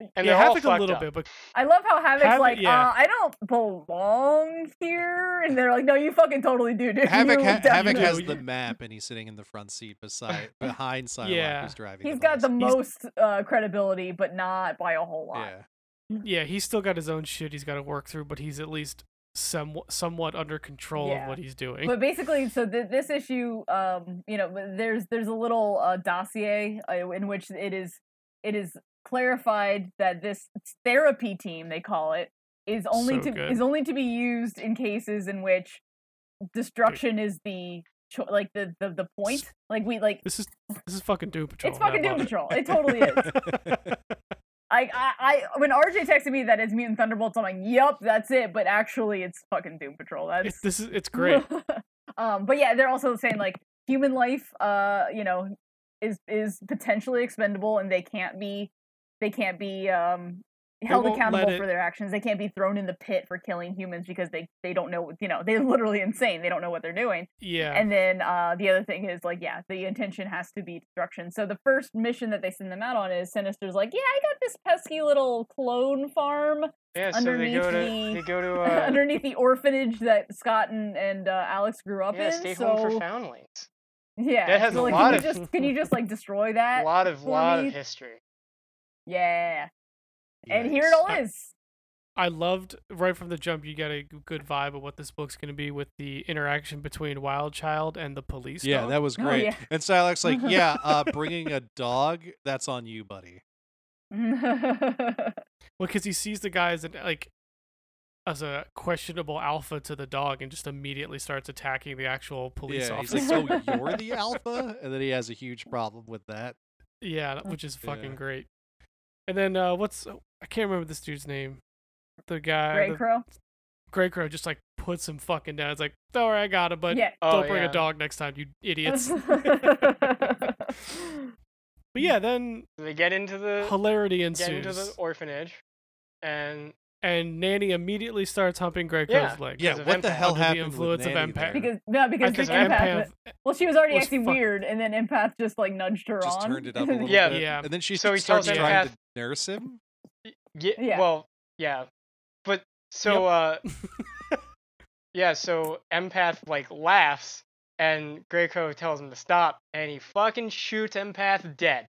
Speaker 7: And
Speaker 5: yeah,
Speaker 7: they're all
Speaker 5: Havoc a
Speaker 7: fucked
Speaker 5: little
Speaker 7: up.
Speaker 5: bit, but
Speaker 6: <laughs> I love how Havoc's
Speaker 5: Havoc-
Speaker 6: like,
Speaker 5: yeah.
Speaker 6: uh, I don't belong here, and they're like, No, you fucking totally do, dude. <laughs>
Speaker 4: Havoc,
Speaker 6: You
Speaker 4: ha- Havoc
Speaker 6: definitely-
Speaker 4: has
Speaker 5: you-
Speaker 4: the map, and he's sitting in the front seat
Speaker 6: <laughs>
Speaker 4: beside behind Psylocke,
Speaker 5: Yeah.
Speaker 4: who's driving.
Speaker 6: He's
Speaker 4: the
Speaker 6: got
Speaker 4: bus.
Speaker 6: the most uh, credibility, but not by a whole
Speaker 4: <laughs>
Speaker 6: lot. <laughs>
Speaker 4: Yeah.
Speaker 5: yeah, he's still got his own shit he's got to work through, but he's at least somewhat somewhat under control
Speaker 6: Yeah.
Speaker 5: of what he's doing.
Speaker 6: But basically, so th- this issue, um, you know, there's there's a little uh, dossier uh, in which it is it is clarified that this therapy team they call it is only
Speaker 5: So
Speaker 6: to
Speaker 5: good.
Speaker 6: is only to be used in cases in which destruction is the cho- like the, the the point. Like we like
Speaker 5: this is this is fucking Doom Patrol.
Speaker 6: it's
Speaker 5: and I
Speaker 6: fucking Doom
Speaker 5: love it.
Speaker 6: Patrol.
Speaker 5: <laughs>
Speaker 6: It totally is.
Speaker 4: <laughs>
Speaker 6: I, I I when RJ texted me that it's Mutant Thunderbolts, I'm like, yup, that's it. But actually, it's fucking Doom Patrol. That's
Speaker 5: It's, this is it's
Speaker 6: <laughs>
Speaker 5: great.
Speaker 6: um, but yeah, they're also saying like human life, uh, you know, is is potentially expendable, and they can't be they can't be um held
Speaker 5: won't let
Speaker 6: accountable
Speaker 5: it-
Speaker 6: for their actions. They can't be thrown in the pit for killing humans because they they don't know, you know, <laughs> they're literally insane. They don't know what they're doing.
Speaker 5: Yeah,
Speaker 6: And then uh, the other thing is like, yeah, the intention has to be destruction. So the first mission that they send them out on is Sinister's like, yeah, I got this pesky little clone farm <laughs>
Speaker 7: Yeah, so they go to
Speaker 6: underneath
Speaker 7: they
Speaker 6: <laughs>
Speaker 7: go to uh,
Speaker 6: underneath the orphanage that Scott and, and uh, Alex grew up
Speaker 7: yeah,
Speaker 6: in.
Speaker 7: stay
Speaker 6: so
Speaker 7: home for foundlings.
Speaker 6: yeah,
Speaker 7: That has
Speaker 6: so,
Speaker 7: a
Speaker 6: like,
Speaker 7: lot
Speaker 6: can
Speaker 7: of-
Speaker 6: you
Speaker 7: <laughs>
Speaker 6: just can you just like destroy that?
Speaker 7: A lot of
Speaker 6: for
Speaker 7: lot
Speaker 6: me-
Speaker 7: of history.
Speaker 6: Yeah, and here it all
Speaker 5: I-
Speaker 6: is. <laughs>
Speaker 5: I loved right from the jump. You got a g- good vibe of what this book's going to be with the interaction between Wild Child and the police.
Speaker 4: Yeah,
Speaker 5: dog.
Speaker 4: that was
Speaker 6: Oh,
Speaker 4: great.
Speaker 6: yeah.
Speaker 4: And Psylocke's
Speaker 6: <laughs>
Speaker 4: like, yeah, uh, bringing a dog, that's on you, buddy.
Speaker 5: Well, because he sees the guy as an, like as a questionable alpha to the dog, and just immediately starts attacking the actual police
Speaker 4: yeah, he's
Speaker 5: officer.
Speaker 4: like, so
Speaker 5: <laughs>
Speaker 4: you're the alpha? And then he has a huge problem with that.
Speaker 5: yeah, that- which is fucking
Speaker 4: Yeah.
Speaker 5: great. And then uh, what's I can't remember this dude's name. The guy,
Speaker 6: Grey
Speaker 5: the-
Speaker 6: Crow.
Speaker 5: Grey Crow, just like puts him fucking down. It's like, don't worry, I got him, but
Speaker 6: yeah.
Speaker 7: Oh,
Speaker 5: don't bring
Speaker 7: yeah.
Speaker 5: a dog next time, you idiots.
Speaker 7: <laughs>
Speaker 6: yeah,
Speaker 5: But yeah, then
Speaker 7: They get into the
Speaker 5: hilarity ensues.
Speaker 7: get into Uh, the orphanage, and
Speaker 5: and Nanny immediately starts humping Grey Crow's
Speaker 7: Yeah.
Speaker 5: leg.
Speaker 4: Yeah,
Speaker 7: of
Speaker 4: what the
Speaker 7: empath.
Speaker 4: hell
Speaker 5: Under the
Speaker 4: happened
Speaker 5: influence
Speaker 4: with
Speaker 5: of
Speaker 4: Nanny
Speaker 5: empath.
Speaker 4: there?
Speaker 6: <laughs> because no, because the
Speaker 5: Because
Speaker 7: the empath-
Speaker 6: empath. Well, she was already
Speaker 5: was
Speaker 6: acting
Speaker 5: fuck-
Speaker 6: weird, and then empath just like nudged her
Speaker 4: just
Speaker 6: on.
Speaker 4: turned
Speaker 6: <laughs>
Speaker 4: it up a little
Speaker 7: Yeah.
Speaker 4: bit.
Speaker 5: Yeah.
Speaker 4: And then she
Speaker 7: So he
Speaker 4: starts
Speaker 7: tells
Speaker 4: trying
Speaker 7: Empath-
Speaker 4: to nurse him.
Speaker 7: yeah,
Speaker 6: Yeah.
Speaker 7: well, yeah, but so uh,
Speaker 5: <laughs>
Speaker 7: yeah, so empath like laughs, and Graco tells him to stop, and he fucking shoots empath dead,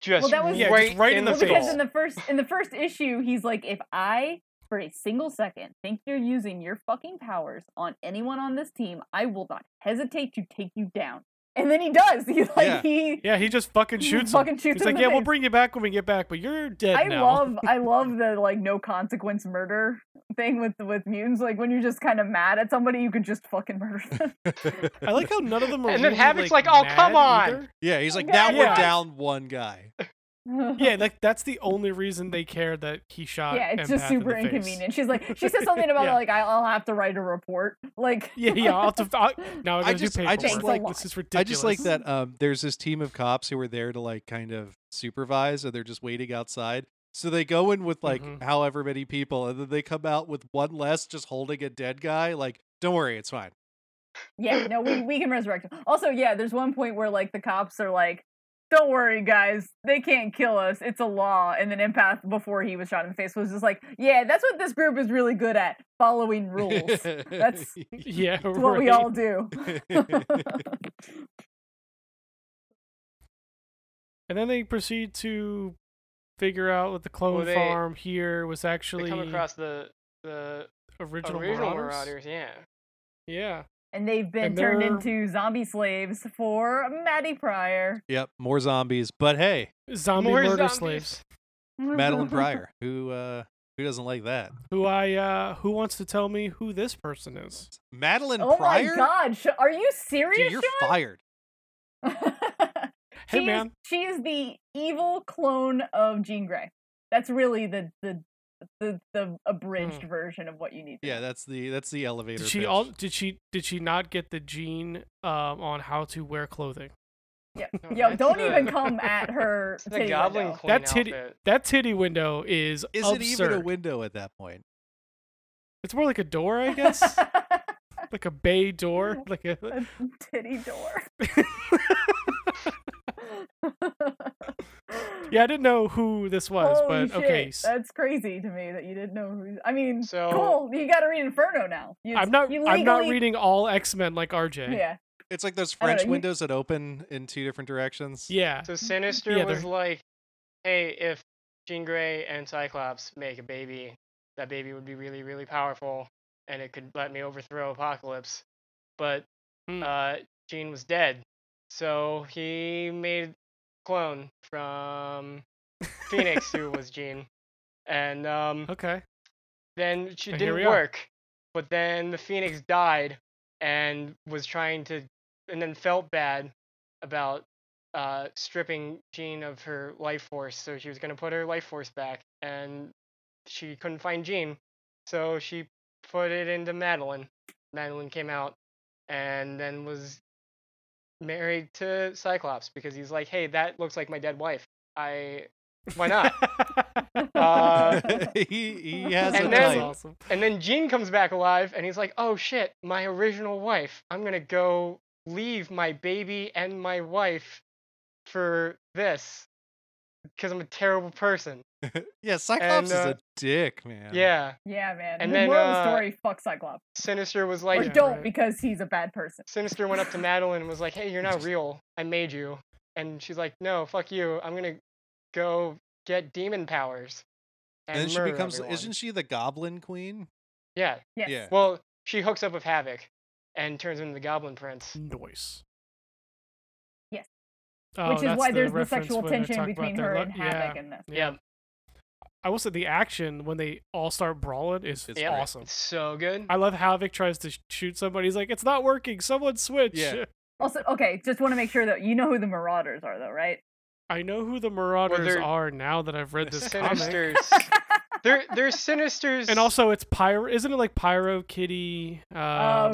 Speaker 7: just
Speaker 6: that was-
Speaker 5: Yeah,
Speaker 7: right,
Speaker 5: just right in the
Speaker 6: well, because
Speaker 5: face.
Speaker 6: in the first in the first issue, he's like, if I for a single second think you're using your fucking powers on anyone on this team, I will not hesitate to take you down. And then he does. <laughs> He like
Speaker 4: Yeah.
Speaker 6: he.
Speaker 5: Yeah, he just fucking
Speaker 6: He
Speaker 5: shoots
Speaker 6: fucking
Speaker 5: him.
Speaker 6: shoots
Speaker 5: He's
Speaker 6: him in
Speaker 5: like,
Speaker 6: the
Speaker 5: yeah, we'll
Speaker 6: <laughs> face."
Speaker 5: bring you back when we get back, but you're dead
Speaker 6: I
Speaker 5: now.
Speaker 6: love
Speaker 5: <laughs>
Speaker 6: I love the like no consequence murder thing with with mutants. Like when you're just kind of mad at somebody, you can just fucking murder them.
Speaker 4: <laughs>
Speaker 5: <laughs>
Speaker 6: <laughs>
Speaker 5: I like how none of them are.
Speaker 7: <laughs> And then
Speaker 5: really,
Speaker 7: Havoc's like, "Oh,
Speaker 5: mad
Speaker 7: come on."
Speaker 5: either.
Speaker 4: Yeah, he's like,
Speaker 6: Yeah,
Speaker 4: now we're
Speaker 5: yeah.
Speaker 4: down one guy.
Speaker 5: Yeah, like that's the only reason they care that he shot.
Speaker 6: yeah, it's
Speaker 5: Empath
Speaker 6: just
Speaker 5: in the
Speaker 6: super
Speaker 5: face.
Speaker 6: inconvenient. She's like, she
Speaker 5: <laughs>
Speaker 6: says something about
Speaker 5: Yeah.
Speaker 6: like, I- I'll have to write a report. Like,
Speaker 5: Yeah, yeah. I'll have to, I'll, now I gotta
Speaker 4: just-
Speaker 5: do
Speaker 4: I
Speaker 5: paperwork.
Speaker 4: just
Speaker 6: like-
Speaker 5: this is ridiculous.
Speaker 4: I just like <laughs> that um, there's this team of cops who are there to like kind of supervise, and they're just waiting outside. So they go in with like
Speaker 6: Mm-hmm.
Speaker 5: Mhm.
Speaker 4: however many people, and then they come out with one less, just holding a dead guy. Like, don't worry, it's fine.
Speaker 6: yeah, no, we, we can resurrect him. Also, yeah, there's one point where like the cops are like, don't worry, guys, they can't kill us. It's a law. And then Empath, before he was shot in the face, was just like, yeah, that's what this group is really good at following
Speaker 5: <laughs>
Speaker 6: rules.
Speaker 4: <laughs>
Speaker 6: It's That's-
Speaker 5: Yeah,
Speaker 6: what we
Speaker 5: right.
Speaker 6: all do.
Speaker 5: <laughs>
Speaker 6: <laughs>
Speaker 5: And then they proceed to figure out that the clone
Speaker 7: Well, they-
Speaker 5: farm here was
Speaker 7: They
Speaker 5: actually
Speaker 7: come across the the
Speaker 5: original,
Speaker 7: original,
Speaker 5: Marauders.
Speaker 7: Marauders. Yeah.
Speaker 5: Yeah.
Speaker 6: and they've been
Speaker 5: And
Speaker 6: turned
Speaker 5: they're-
Speaker 6: into zombie slaves for Maddie Pryor.
Speaker 4: yep, more zombies. But hey,
Speaker 5: Zombie
Speaker 7: More
Speaker 5: murder
Speaker 7: zombies.
Speaker 5: slaves.
Speaker 6: <laughs>
Speaker 4: Madeline Pryor, who uh, who doesn't like that?
Speaker 5: Who I uh who wants to tell me who this person is?
Speaker 4: Madeline
Speaker 6: Oh
Speaker 4: Pryor,
Speaker 6: my god, Sh- are you
Speaker 4: Dude,
Speaker 6: serious?
Speaker 4: you're
Speaker 6: Sean?
Speaker 4: fired.
Speaker 5: Hey,
Speaker 6: <laughs> she Is,
Speaker 5: man.
Speaker 6: she is the evil clone of Jean Grey. That's really the the the, the abridged version of what you need. to
Speaker 4: Yeah,
Speaker 6: know.
Speaker 4: that's the that's the elevator.
Speaker 5: Did she
Speaker 4: pitch.
Speaker 5: all did she did she not get the gene um on how to wear clothing?
Speaker 7: No,
Speaker 6: Yo,
Speaker 7: that's
Speaker 6: don't
Speaker 7: the-
Speaker 6: even come at her.
Speaker 7: it's The
Speaker 6: titty
Speaker 7: Goblin
Speaker 6: window.
Speaker 7: Queen
Speaker 5: That titty-
Speaker 7: outfit.
Speaker 5: That titty window is,
Speaker 4: Is
Speaker 5: absurd.
Speaker 4: it even a window at that point?
Speaker 5: It's more like a door,
Speaker 6: <laughs>
Speaker 5: I guess. like a bay door, like a
Speaker 6: A titty door. <laughs>
Speaker 5: Yeah, I didn't know who this was,
Speaker 6: Holy
Speaker 5: but okay.
Speaker 6: shit,
Speaker 5: s-
Speaker 6: that's crazy to me that you didn't know who. I mean,
Speaker 7: So-
Speaker 6: cool. You got to read Inferno now. You,
Speaker 5: I'm not
Speaker 6: You
Speaker 5: I'm not
Speaker 6: legally-
Speaker 5: reading all X-Men like RJ.
Speaker 6: Yeah,
Speaker 4: It's like those
Speaker 6: I don't know,
Speaker 4: French
Speaker 6: you-
Speaker 4: windows that open in two different directions.
Speaker 5: Yeah.
Speaker 7: So Sinister
Speaker 5: Yeah,
Speaker 7: was
Speaker 5: they're-
Speaker 7: like, hey, if Jean Grey and Cyclops make a baby, that baby would be really, really powerful, and it could let me overthrow Apocalypse. But
Speaker 5: Hmm.
Speaker 7: uh, Jean was dead, so he made a clone
Speaker 5: <laughs>
Speaker 7: from Phoenix, who was Jean, and um,
Speaker 5: Okay.
Speaker 7: then she
Speaker 5: And here we
Speaker 7: didn't
Speaker 5: are.
Speaker 7: work. But then the Phoenix died and was trying to, and then felt bad about uh, stripping Jean of her life force. So she was going to put her life force back, and she couldn't find Jean. So she put it into Madeline. Madeline came out and then was married to Cyclops because he's like, hey, that looks like my dead wife. I. Why not?
Speaker 5: <laughs>
Speaker 7: Uh,
Speaker 4: <laughs> he he has
Speaker 7: And
Speaker 4: a
Speaker 7: then-
Speaker 4: type.
Speaker 5: awesome.
Speaker 7: And then Jean comes back alive, and he's like, "Oh shit, my original wife. I'm gonna go leave my baby and my wife for this, because I'm a terrible person."
Speaker 4: Yeah, Cyclops
Speaker 7: uh,
Speaker 4: is a dick, man.
Speaker 7: Yeah.
Speaker 6: yeah, man.
Speaker 7: And
Speaker 6: the
Speaker 7: then,
Speaker 6: moral of
Speaker 7: uh,
Speaker 6: the story: fuck Cyclops,
Speaker 7: Sinister was
Speaker 6: or
Speaker 7: like,
Speaker 5: yeah,
Speaker 6: don't
Speaker 5: right.
Speaker 6: because he's a bad person.
Speaker 7: Sinister went up to Madeline and was like, "Hey,
Speaker 4: <laughs>
Speaker 7: you're not real. I made you." And she's like, "No, fuck you. I'm gonna go get demon powers."
Speaker 4: And then she
Speaker 7: murder
Speaker 4: becomes
Speaker 7: everyone."
Speaker 4: isn't she the goblin queen?
Speaker 7: Yeah.
Speaker 6: Yes.
Speaker 4: Yeah.
Speaker 7: Well, she hooks up with Havoc, and turns into the Goblin Prince.
Speaker 4: Mm,
Speaker 5: Noise.
Speaker 6: Yes.
Speaker 5: Oh,
Speaker 6: Which is
Speaker 5: that's
Speaker 6: why there's the
Speaker 5: reference
Speaker 6: sexual
Speaker 5: when they're
Speaker 6: tension
Speaker 5: talking about
Speaker 6: between
Speaker 5: their
Speaker 6: her
Speaker 5: lo-
Speaker 6: and Havoc
Speaker 5: Yeah.
Speaker 6: in this.
Speaker 5: Yeah. I will say the action when they all start brawling is
Speaker 4: It's
Speaker 7: Yeah.
Speaker 5: awesome.
Speaker 7: It's so good.
Speaker 5: I love how Vic tries to sh- shoot somebody. He's like, "It's not working. Someone switch."
Speaker 4: Yeah.
Speaker 6: Also, okay, just want to make sure that you know who the Marauders are, though, right?
Speaker 5: <laughs> I know who the Marauders
Speaker 7: they're-
Speaker 5: are now that I've
Speaker 7: <laughs>
Speaker 4: <laughs>
Speaker 5: read this comic.
Speaker 6: <laughs>
Speaker 7: Sinisters. they're they're sinisters.
Speaker 5: And
Speaker 7: <laughs>
Speaker 5: also, it's Pyro. Isn't it like Pyro Kitty? Um,
Speaker 6: <laughs>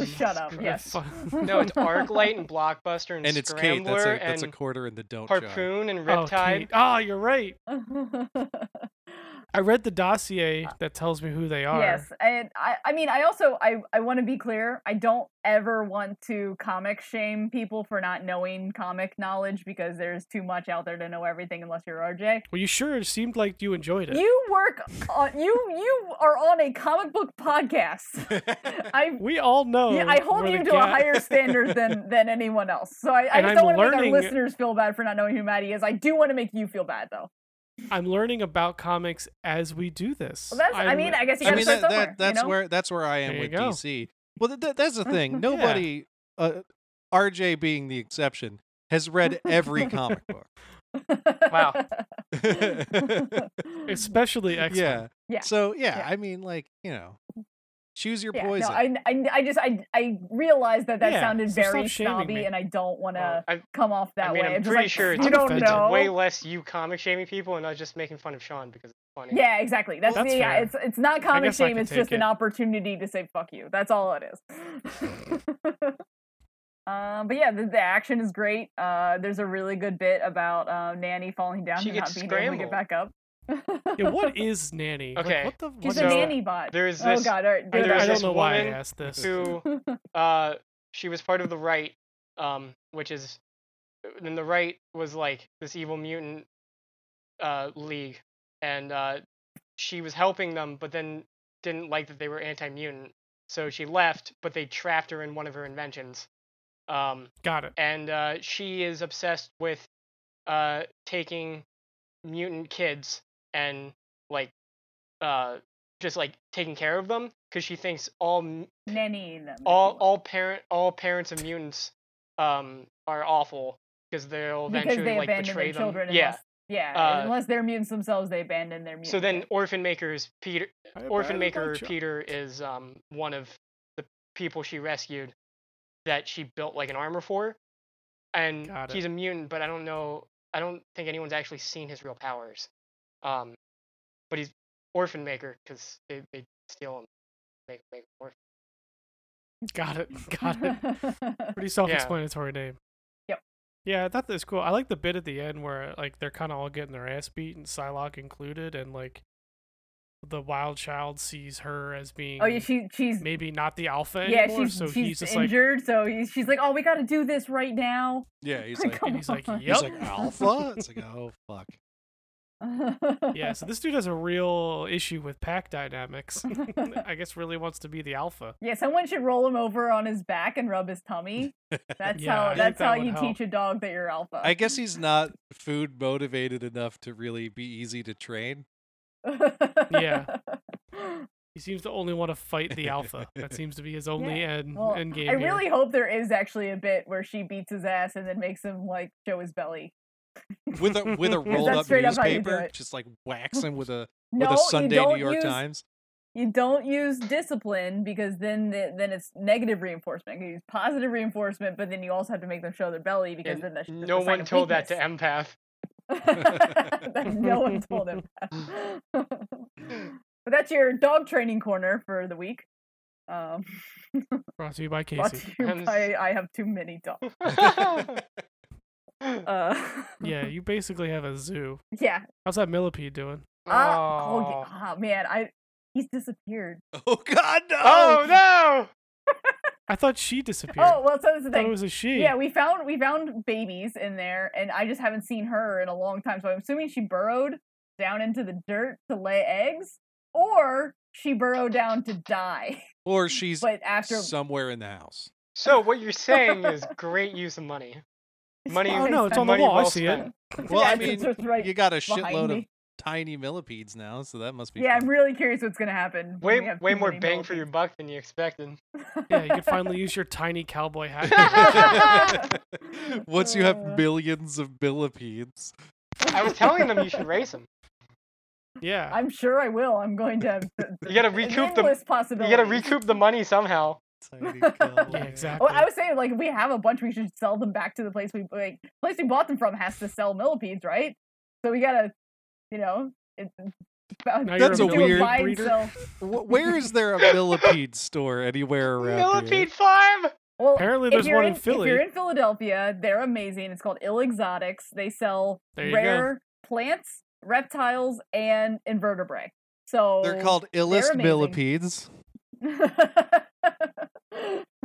Speaker 6: oh, shut up.
Speaker 5: the <laughs>
Speaker 6: Yes.
Speaker 5: fu-
Speaker 7: no,
Speaker 6: <laughs>
Speaker 7: it's ArcLight and Blockbuster and,
Speaker 4: And it's
Speaker 7: Scrambler
Speaker 4: Kate. That's a that's a
Speaker 7: and
Speaker 4: quarter in the don't jar. <laughs>
Speaker 7: Harpoon and
Speaker 5: Oh,
Speaker 7: <laughs> Riptide.
Speaker 5: Kate. Ah, you're right.
Speaker 6: <laughs> yes,
Speaker 5: I read the dossier that tells me who they are.
Speaker 6: and I, I mean, I also, I, I want to be clear. I don't ever want to comic shame people for not knowing comic knowledge because there's too much out there to know everything unless you're RJ.
Speaker 5: Well, you sure seemed like you enjoyed it.
Speaker 6: You work on you, you are on a comic book podcast.
Speaker 5: <laughs>
Speaker 6: I
Speaker 5: we all know.
Speaker 6: Yeah, I hold
Speaker 5: where the
Speaker 6: you to a
Speaker 5: gap- <laughs>
Speaker 6: higher standard than than anyone else. So I, I
Speaker 5: And
Speaker 6: just
Speaker 5: I'm
Speaker 6: don't want to make
Speaker 5: learning-
Speaker 6: our listeners feel bad for not knowing who Maddie is. I do want to make you feel bad though.
Speaker 5: I'm learning about comics as we do this.
Speaker 6: Well, that's. i
Speaker 5: I'm-
Speaker 6: mean, I guess you
Speaker 4: I
Speaker 6: got
Speaker 4: mean
Speaker 6: to
Speaker 4: that, that-
Speaker 6: start somewhere. you
Speaker 4: that's
Speaker 6: know?
Speaker 4: where that's where I am
Speaker 5: There you
Speaker 4: with
Speaker 5: go.
Speaker 4: DC. Well, th- th- that's the
Speaker 7: <laughs>
Speaker 4: thing. Nobody, uh, RJ being the exception, has read every comic
Speaker 6: <laughs>
Speaker 4: book. <laughs>
Speaker 5: <laughs>
Speaker 7: Wow.
Speaker 5: especially X.
Speaker 4: yeah.
Speaker 6: Yeah.
Speaker 4: So yeah,
Speaker 6: Yeah.
Speaker 4: I mean, like you know, Choose your
Speaker 6: Yeah,
Speaker 4: poison.
Speaker 6: no, I, I, I just I I realized that that
Speaker 5: Yeah,
Speaker 6: sounded
Speaker 5: so stop
Speaker 6: very
Speaker 5: shaming
Speaker 6: snobby,
Speaker 5: me.
Speaker 6: and I don't want
Speaker 7: Well,
Speaker 6: to
Speaker 7: I,
Speaker 6: come off that
Speaker 7: I mean,
Speaker 6: way.
Speaker 7: I'm
Speaker 6: just
Speaker 7: pretty
Speaker 6: like,
Speaker 7: sure it's
Speaker 6: you don't
Speaker 5: offensive.
Speaker 6: know.
Speaker 7: way less you comic shaming people and I was just making fun of Sean because it's funny.
Speaker 6: yeah, exactly. That's,
Speaker 5: That's
Speaker 6: the, yeah.
Speaker 5: fair.
Speaker 6: It's it's not comic
Speaker 5: guess I
Speaker 6: shame.
Speaker 5: can
Speaker 6: It's
Speaker 5: take
Speaker 6: just an
Speaker 5: it.
Speaker 6: opportunity to say fuck you. That's all it is. <laughs> um, but yeah, the, the action is great. Uh, there's a really good bit about uh, Nanny falling down
Speaker 7: She
Speaker 6: and not
Speaker 7: gets
Speaker 6: being able to get
Speaker 7: scrambled.
Speaker 6: back up.
Speaker 5: Yeah, what is nanny? Like,
Speaker 7: Okay,
Speaker 5: what the? What
Speaker 6: <laughs> She's
Speaker 5: is
Speaker 6: a
Speaker 7: So,
Speaker 6: nanny bot.
Speaker 7: There's
Speaker 6: oh
Speaker 7: this
Speaker 6: god, all right,
Speaker 5: I,
Speaker 7: there's
Speaker 5: I don't
Speaker 7: this
Speaker 5: know why I
Speaker 7: woman
Speaker 5: asked this.
Speaker 7: who uh she was part of the right um which is and the right was like this evil mutant uh league and uh she was helping them but then didn't like that they were anti-mutant so she left but they trapped her in one of her inventions um
Speaker 5: Got it.
Speaker 7: and uh, she is obsessed with uh, taking mutant kids and like uh, just like taking care of them because she thinks all m-
Speaker 6: nannying them. if
Speaker 7: all
Speaker 6: you will.
Speaker 7: all parent all parents of mutants um, are awful because they'll
Speaker 6: because
Speaker 7: eventually
Speaker 6: they
Speaker 7: like
Speaker 6: abandon
Speaker 7: betray
Speaker 6: their children.
Speaker 7: them. Yeah.
Speaker 6: Unless, yeah,
Speaker 7: Uh,
Speaker 6: unless they're mutants themselves, they abandon their mutants.
Speaker 7: So then orphan makers Peter orphan maker Peter is um, one of the people she rescued that she built like an armor for, and
Speaker 5: Got
Speaker 7: he's a mutant. But I don't know. I don't think anyone's actually seen his real powers. Um, but he's orphan maker because they, they steal him, make make him orphan.
Speaker 5: Got it. <laughs> Got
Speaker 6: <laughs>
Speaker 5: it. Pretty self-explanatory name.
Speaker 6: Yep.
Speaker 5: Yeah, I thought that was cool. I like the bit at the end where like they're kind of all getting their ass beat, and Psylocke included, and like the wild child sees her as being
Speaker 6: oh yeah, she she's
Speaker 5: maybe not the alpha
Speaker 6: yeah
Speaker 5: anymore.
Speaker 6: she's
Speaker 5: so
Speaker 6: she's
Speaker 5: he's just like,
Speaker 6: injured. So he's, she's like, oh, we got to do this right now.
Speaker 4: yeah, he's like,
Speaker 6: Come
Speaker 5: and he's
Speaker 6: <laughs>
Speaker 5: like,
Speaker 6: on.
Speaker 5: yep.
Speaker 4: he's like alpha. It's like, oh fuck.
Speaker 5: yeah, so this dude has a real issue with pack dynamics. <laughs> I guess really wants to be the alpha.
Speaker 6: <laughs> Yeah, someone should roll him over on his back and rub his tummy. That's
Speaker 5: Yeah, I
Speaker 6: how
Speaker 5: think
Speaker 6: that's
Speaker 5: that
Speaker 6: how
Speaker 5: would
Speaker 6: you
Speaker 5: help.
Speaker 6: teach a dog that you're alpha. <laughs>
Speaker 4: I guess he's not food motivated enough to really be easy to train.
Speaker 5: Yeah. He seems to only want to fight
Speaker 7: <laughs>
Speaker 5: the alpha. That seems to be his only end
Speaker 6: Well,
Speaker 5: end game.
Speaker 6: I
Speaker 5: here.
Speaker 6: really hope there is actually a bit where she beats his ass and then makes him like show his belly.
Speaker 4: With a
Speaker 6: <laughs>
Speaker 4: with a rolled
Speaker 6: that's
Speaker 4: up
Speaker 6: straight up how you do
Speaker 4: newspaper,
Speaker 6: it.
Speaker 4: just like whacks him with
Speaker 6: <laughs>
Speaker 4: a
Speaker 6: No,
Speaker 4: with a
Speaker 6: you
Speaker 4: Sunday
Speaker 6: don't
Speaker 4: New York
Speaker 6: use,
Speaker 4: Times.
Speaker 6: <laughs> You don't use discipline because then the, then it's negative reinforcement. You use positive reinforcement, but then you also have to make them show their belly because
Speaker 7: And
Speaker 6: then that's just a
Speaker 7: no
Speaker 6: sign
Speaker 7: one
Speaker 6: of
Speaker 7: told that to
Speaker 6: weakness. <laughs>
Speaker 7: empath. <laughs>
Speaker 6: That no one told him. that. <laughs> but that's your dog training corner for the week. Um, <laughs>
Speaker 5: brought to you by
Speaker 6: brought
Speaker 5: Casey.
Speaker 6: to you
Speaker 7: And-
Speaker 6: by I have too many
Speaker 7: <laughs>
Speaker 6: dogs. Uh, <laughs>
Speaker 5: yeah, you basically have a zoo.
Speaker 6: yeah.
Speaker 5: How's that millipede doing?
Speaker 6: Uh, oh,
Speaker 7: oh.
Speaker 6: yeah. Ah, man, I he's disappeared.
Speaker 4: <laughs> Oh God, no!
Speaker 7: Oh, no!
Speaker 5: I thought she disappeared.
Speaker 6: Oh well, so that's the
Speaker 5: I thought
Speaker 6: thing.
Speaker 5: it was a she.
Speaker 6: Yeah, we found we found babies in there, and I just haven't seen her in a long time. So I'm assuming she burrowed down into the dirt to lay eggs, or she burrowed down to die. <laughs>
Speaker 4: Or she's
Speaker 6: But after <laughs>
Speaker 4: somewhere in the house.
Speaker 7: So what you're saying is great use of money. Money.
Speaker 5: Oh, no, it's on the
Speaker 7: money
Speaker 5: wall, I
Speaker 7: well
Speaker 5: see it.
Speaker 7: spent.
Speaker 4: Well, I
Speaker 6: Yes, it's
Speaker 4: mean,
Speaker 6: just right
Speaker 4: you got a
Speaker 6: behind
Speaker 4: shitload of
Speaker 6: me.
Speaker 4: tiny millipedes now, so that must be.
Speaker 6: Yeah, I'm
Speaker 4: fun.
Speaker 6: really curious what's gonna happen. when
Speaker 7: Way
Speaker 6: we have
Speaker 7: way
Speaker 6: too
Speaker 7: more
Speaker 6: many
Speaker 7: bang for your
Speaker 6: milkers.
Speaker 7: buck than you expected.
Speaker 5: Yeah, you could finally use your tiny cowboy hat.
Speaker 4: <laughs>
Speaker 6: <laughs>
Speaker 4: Once you have
Speaker 6: Uh.
Speaker 4: millions of millipedes,
Speaker 7: I was telling them you should race
Speaker 6: <laughs>
Speaker 7: them.
Speaker 5: yeah.
Speaker 6: I'm sure I will. I'm going to have
Speaker 7: You gotta recoup the
Speaker 6: endless possibilities.
Speaker 7: you gotta recoup the
Speaker 5: <laughs>
Speaker 7: money somehow.
Speaker 6: <laughs>
Speaker 4: tiny
Speaker 5: yeah,
Speaker 4: cowboy.
Speaker 5: exactly.
Speaker 6: Well, Oh, I was saying, like, if we have a bunch, we should sell them back to the place we like. the Place we bought them from has to sell millipedes, right? So we gotta, you know, it, uh,
Speaker 5: Now
Speaker 4: That's
Speaker 5: you're
Speaker 4: a
Speaker 6: do
Speaker 4: weird
Speaker 6: buy and
Speaker 5: breeder.
Speaker 6: sell.
Speaker 4: Wh- Where is there a millipede store anywhere around
Speaker 7: Millipede farm.
Speaker 6: Well,
Speaker 5: Apparently
Speaker 6: if
Speaker 5: there's
Speaker 6: you're
Speaker 5: one in
Speaker 6: If
Speaker 5: Philly.
Speaker 6: you're in Philadelphia, they're amazing. It's called Ill Exotics. They sell
Speaker 5: There you go.
Speaker 6: rare plants, reptiles, and invertebrae. So
Speaker 4: here? They're
Speaker 6: <laughs>
Speaker 4: called illest
Speaker 6: amazing. <laughs>
Speaker 4: millipedes.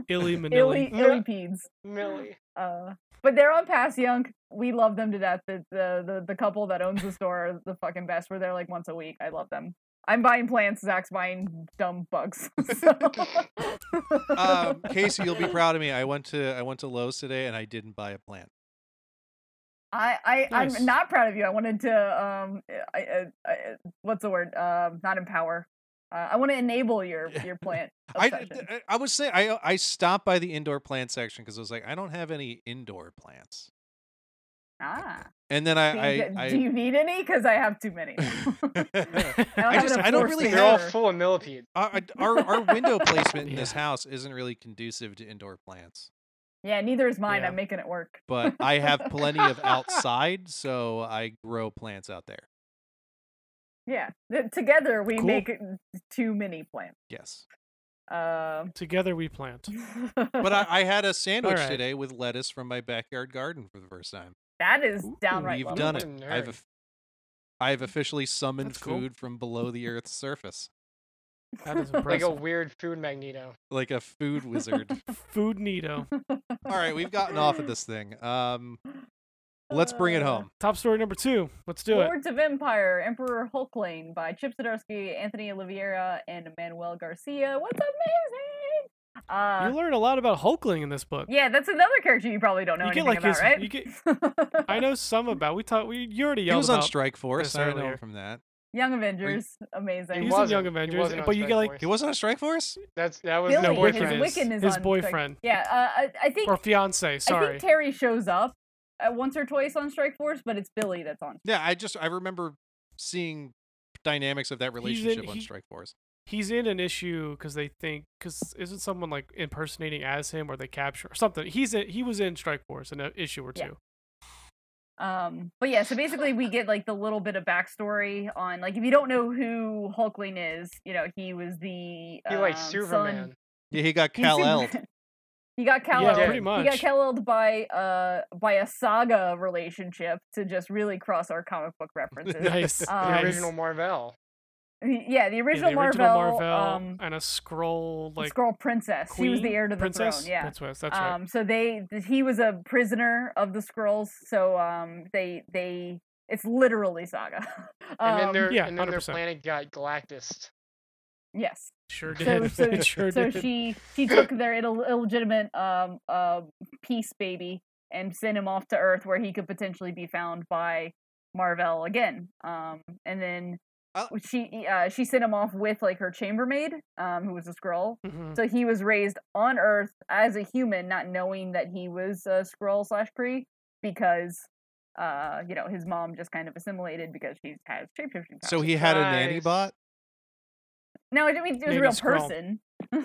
Speaker 5: Illy
Speaker 6: illy
Speaker 5: Manilly.
Speaker 6: illipedes.
Speaker 7: Millie.
Speaker 6: Uh, but they're on Pass Young. We love them to death. The, the the the couple that owns the store are the fucking best. We're there like once a week. I love them. I'm buying plants. Zach's buying dumb bugs. <laughs>
Speaker 4: <laughs>
Speaker 6: So-
Speaker 4: Um, Casey, you'll be proud of me. I went to I went to Lowe's today and I didn't buy a plant.
Speaker 6: I, I
Speaker 5: Nice.
Speaker 6: I'm not proud of you. I wanted to um I, I, I, what's the word? Um, not empower. Uh, I want to enable your your plant.
Speaker 4: I,
Speaker 6: obsession.
Speaker 4: I- I was saying I I stopped by the indoor plant section because I was like I don't have any indoor plants.
Speaker 6: Ah.
Speaker 4: And then
Speaker 6: Do
Speaker 4: <laughs>
Speaker 6: you,
Speaker 4: I,
Speaker 6: get-
Speaker 4: <laughs>
Speaker 6: do
Speaker 4: I,
Speaker 6: you need any? Because I have too
Speaker 4: <laughs>
Speaker 6: many. <laughs>
Speaker 4: I,
Speaker 6: I don't,
Speaker 4: I
Speaker 6: have
Speaker 4: just-
Speaker 6: enough
Speaker 4: I don't
Speaker 6: floor
Speaker 4: really
Speaker 6: space.
Speaker 7: They're all
Speaker 4: have-
Speaker 7: full of millipedes.
Speaker 4: our, our our window
Speaker 6: <laughs>
Speaker 4: placement in this
Speaker 5: Yeah.
Speaker 4: house isn't really conducive to indoor plants.
Speaker 6: Yeah, neither is mine.
Speaker 5: Yeah.
Speaker 6: I'm making it work. <laughs>
Speaker 4: But I have plenty of outside, so I grow plants out there.
Speaker 6: Yeah, th- together we
Speaker 5: Cool.
Speaker 6: make too many plants.
Speaker 4: Yes.
Speaker 6: Um,
Speaker 5: Together we plant.
Speaker 4: But I, I <laughs> had a sandwich
Speaker 5: right.
Speaker 4: today with lettuce from my backyard garden for the first time.
Speaker 6: that is downright.
Speaker 4: We've
Speaker 6: lovely.
Speaker 4: done
Speaker 7: What
Speaker 4: it.
Speaker 7: a
Speaker 4: I've,
Speaker 7: nerd.
Speaker 4: of- I've officially summoned
Speaker 5: That's cool.
Speaker 4: food from below the earth's surface,
Speaker 5: That
Speaker 6: <laughs>
Speaker 5: is
Speaker 7: Like a
Speaker 5: impressive.
Speaker 7: weird food magneto.
Speaker 4: like a food wizard.
Speaker 5: Food Nito.
Speaker 4: <laughs> All right, we've gotten off of this thing. Um, let's bring it
Speaker 6: Uh,
Speaker 4: home.
Speaker 5: Top story number two. Let's do it.
Speaker 6: Lords of Empire, Emperor Hulkling by Chip Zdarsky, Anthony Oliveira, and Manuel Garcia. What's amazing? Uh,
Speaker 5: You learn a lot about Hulkling in this book.
Speaker 6: yeah, that's another character you probably don't know
Speaker 5: You get,
Speaker 6: anything
Speaker 5: like,
Speaker 6: about,
Speaker 5: his-
Speaker 6: right?
Speaker 5: you I know some about. We talked. We you already
Speaker 4: He
Speaker 5: yelled
Speaker 4: was
Speaker 5: about.
Speaker 4: on Strike Force.
Speaker 5: this
Speaker 4: I know
Speaker 5: earlier.
Speaker 4: him from that.
Speaker 6: <laughs> Young Avengers, amazing.
Speaker 5: He was
Speaker 7: He
Speaker 5: in
Speaker 7: wasn't-
Speaker 5: Young
Speaker 7: he
Speaker 5: Avengers,
Speaker 7: wasn't on
Speaker 5: but you
Speaker 7: Strike
Speaker 5: get
Speaker 7: Force.
Speaker 5: like
Speaker 4: He wasn't on Strike Force.
Speaker 7: That's that was
Speaker 6: Billy,
Speaker 7: the
Speaker 5: his
Speaker 7: boyfriend.
Speaker 5: boyfriend.
Speaker 6: his Wiccan is
Speaker 5: his
Speaker 6: on
Speaker 5: boyfriend
Speaker 6: Strike. Yeah, uh, I, I think
Speaker 5: or fiance.
Speaker 6: I
Speaker 5: Sorry.
Speaker 6: think Terry shows up uh, once or twice on Strike Force, but it's Billy that's on.
Speaker 4: Yeah, I just I remember seeing dynamics of that relationship on
Speaker 5: he-
Speaker 4: Strike Force.
Speaker 5: He's in an issue because they think because isn't someone like impersonating as him or they capture or something. He's in, he was in Strike Force in an issue or two.
Speaker 6: Yeah. Um, but yeah, so basically we get like the little bit of backstory on like if you don't know who Hulkling is, you know he was the
Speaker 7: He like
Speaker 6: um, son-
Speaker 7: Superman.
Speaker 4: Yeah, he got
Speaker 6: he's
Speaker 4: Cal El. <laughs>
Speaker 6: Superman. He got Kal
Speaker 5: Yeah,
Speaker 6: El.
Speaker 5: pretty
Speaker 6: He got
Speaker 5: much.
Speaker 6: Kal El by uh by a saga relationship to just really cross our comic book
Speaker 5: <laughs>
Speaker 6: references.
Speaker 5: Nice.
Speaker 6: <laughs> Um,
Speaker 7: The
Speaker 5: nice.
Speaker 7: original Marvel.
Speaker 6: yeah, the
Speaker 5: Yeah,
Speaker 6: original,
Speaker 5: the original
Speaker 6: Marvel,
Speaker 5: Marvel
Speaker 6: um,
Speaker 5: and a scroll like
Speaker 6: Skrull princess.
Speaker 5: queen,
Speaker 6: he was the heir to the
Speaker 5: princess?
Speaker 6: throne. Yeah.
Speaker 5: princess. That's right.
Speaker 6: um so they th- he was a prisoner of the scrolls so um they they it's literally saga <laughs> um,
Speaker 7: And then their
Speaker 5: yeah,
Speaker 7: and then their
Speaker 5: 100%.
Speaker 7: planet got Galactus.
Speaker 6: yes
Speaker 5: Sure
Speaker 6: so-
Speaker 5: did.
Speaker 6: so-
Speaker 5: <laughs> It sure
Speaker 6: so
Speaker 5: did.
Speaker 6: she she took their Ill- illegitimate um uh peace baby and sent him off to earth where he could potentially be found by marvell again um and then
Speaker 4: Oh.
Speaker 6: she uh she sent him off with like her chambermaid um who was a scroll
Speaker 4: Mm-hmm.
Speaker 5: Mhm.
Speaker 6: So he was raised on Earth as a human, not knowing that he was a Skrull slash Kree, because uh, you know his mom just kind of assimilated because she has shapeshifting powers.
Speaker 4: So he had a nanny
Speaker 7: Nice.
Speaker 4: bot.
Speaker 6: no, I didn't mean he was
Speaker 5: Native
Speaker 6: a real
Speaker 5: Skrull.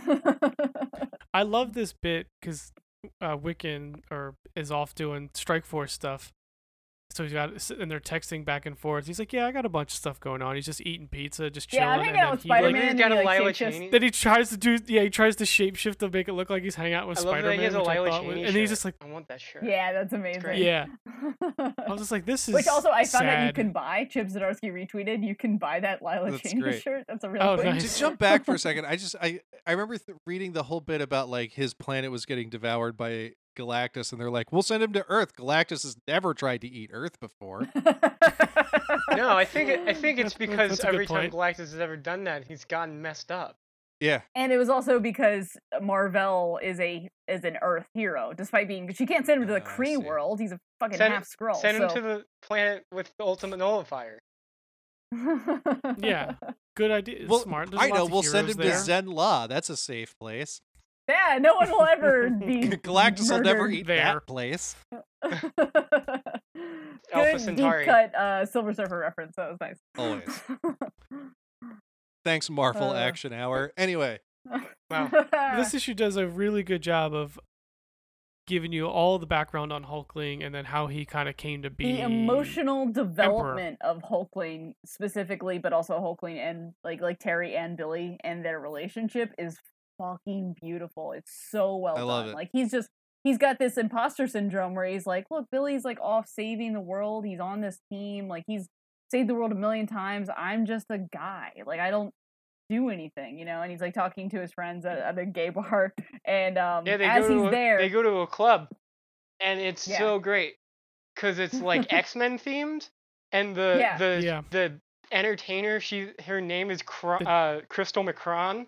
Speaker 6: person. <laughs>
Speaker 5: I love this bit because uh, Wiccan or is off doing Strike Force stuff. So he's got and they're texting back and forth. He's like, "Yeah, I got a bunch of stuff going on." He's just eating pizza, just chilling.
Speaker 6: yeah, I'm
Speaker 5: and
Speaker 6: hanging
Speaker 5: then
Speaker 6: out with
Speaker 5: he, like-
Speaker 6: Spider
Speaker 7: Like,
Speaker 6: Man.
Speaker 7: he's got a Lila
Speaker 6: like, shapeshifts.
Speaker 7: Cheney.
Speaker 5: Then he tries to do, yeah, he tries to shapeshift to make it look like he's hanging out with
Speaker 7: I love
Speaker 5: Spider
Speaker 7: that he
Speaker 5: Man,
Speaker 7: has a Lila
Speaker 5: and
Speaker 7: Cheney
Speaker 5: he's
Speaker 6: <laughs>
Speaker 7: shirt.
Speaker 5: just like,
Speaker 7: I want that shirt.
Speaker 6: yeah, that's amazing.
Speaker 7: great.
Speaker 5: yeah.
Speaker 6: <laughs>
Speaker 5: I was just like, this is
Speaker 6: Which also I found that you
Speaker 5: sad.
Speaker 6: can buy. Chip Zdarsky retweeted. You can buy that Lila
Speaker 4: That's
Speaker 6: Cheney
Speaker 4: great.
Speaker 6: shirt. That's a really
Speaker 5: Oh,
Speaker 6: good
Speaker 5: nice.
Speaker 6: <laughs>
Speaker 4: To jump back for a second, I just I I remember th- reading the whole bit about like his planet was getting devoured by Galactus, and they're like, "We'll send him to Earth." Galactus has never tried to eat Earth
Speaker 5: <laughs>
Speaker 4: before.
Speaker 7: No, I think it- I <laughs> think
Speaker 5: That's- that's-
Speaker 7: it's because
Speaker 5: that's a good
Speaker 7: every time
Speaker 5: point.
Speaker 7: Galactus has ever done that, he's gotten messed up.
Speaker 4: Yeah,
Speaker 6: And it was also because Marvell is a is an Earth hero, despite being she can't send him to the
Speaker 4: Ah, I
Speaker 6: Kree
Speaker 4: see.
Speaker 6: world. He's a fucking
Speaker 7: Send-
Speaker 6: half scroll.
Speaker 7: Send
Speaker 6: so.
Speaker 7: him
Speaker 6: <laughs>
Speaker 7: to the planet with the ultimate nullifier.
Speaker 6: the <laughs>
Speaker 5: Yeah. good idea. It's
Speaker 4: well,
Speaker 5: smart. There's
Speaker 4: I know.
Speaker 5: lots of
Speaker 4: We'll send
Speaker 5: heroes
Speaker 4: him
Speaker 5: there.
Speaker 4: to Zen La. That's a safe
Speaker 5: <laughs>
Speaker 4: place. <laughs>
Speaker 6: Yeah, no one will ever be
Speaker 4: Galactus will never
Speaker 6: <laughs> murdered.
Speaker 4: eat
Speaker 5: there.
Speaker 4: that place.
Speaker 6: Good
Speaker 7: Centauri.
Speaker 6: deep cut uh, Silver Surfer reference. That was nice.
Speaker 4: Always.
Speaker 6: <laughs>
Speaker 4: Thanks, Marvel
Speaker 6: Uh.
Speaker 4: Action
Speaker 5: <laughs>
Speaker 4: Hour. Anyway,
Speaker 7: <laughs> Wow.
Speaker 5: this issue does a really good job of giving you all the background on Hulkling and then how he kind of came to be
Speaker 6: the emotional development of Hulkling specifically, but also Hulkling and like like Terry and Billy and their relationship is fucking beautiful. It's so well
Speaker 4: I
Speaker 6: done.
Speaker 4: love it.
Speaker 6: Like he's just he's got this imposter syndrome where he's like, look, Billy's like off saving the world. He's on this team. Like he's saved the world a million times. I'm just a guy. Like I don't do anything, you know. And he's like talking to his friends at, at a gay <laughs> bar, and um,
Speaker 7: Yeah, they
Speaker 6: as
Speaker 7: go
Speaker 6: he's
Speaker 7: to a,
Speaker 6: there,
Speaker 7: they go to a club, and it's
Speaker 6: Yeah.
Speaker 7: so great because <laughs> it's like X Men themed, and the
Speaker 6: Yeah.
Speaker 7: the
Speaker 5: Yeah.
Speaker 7: the entertainer she her name is Cro- uh, Crystal Macron,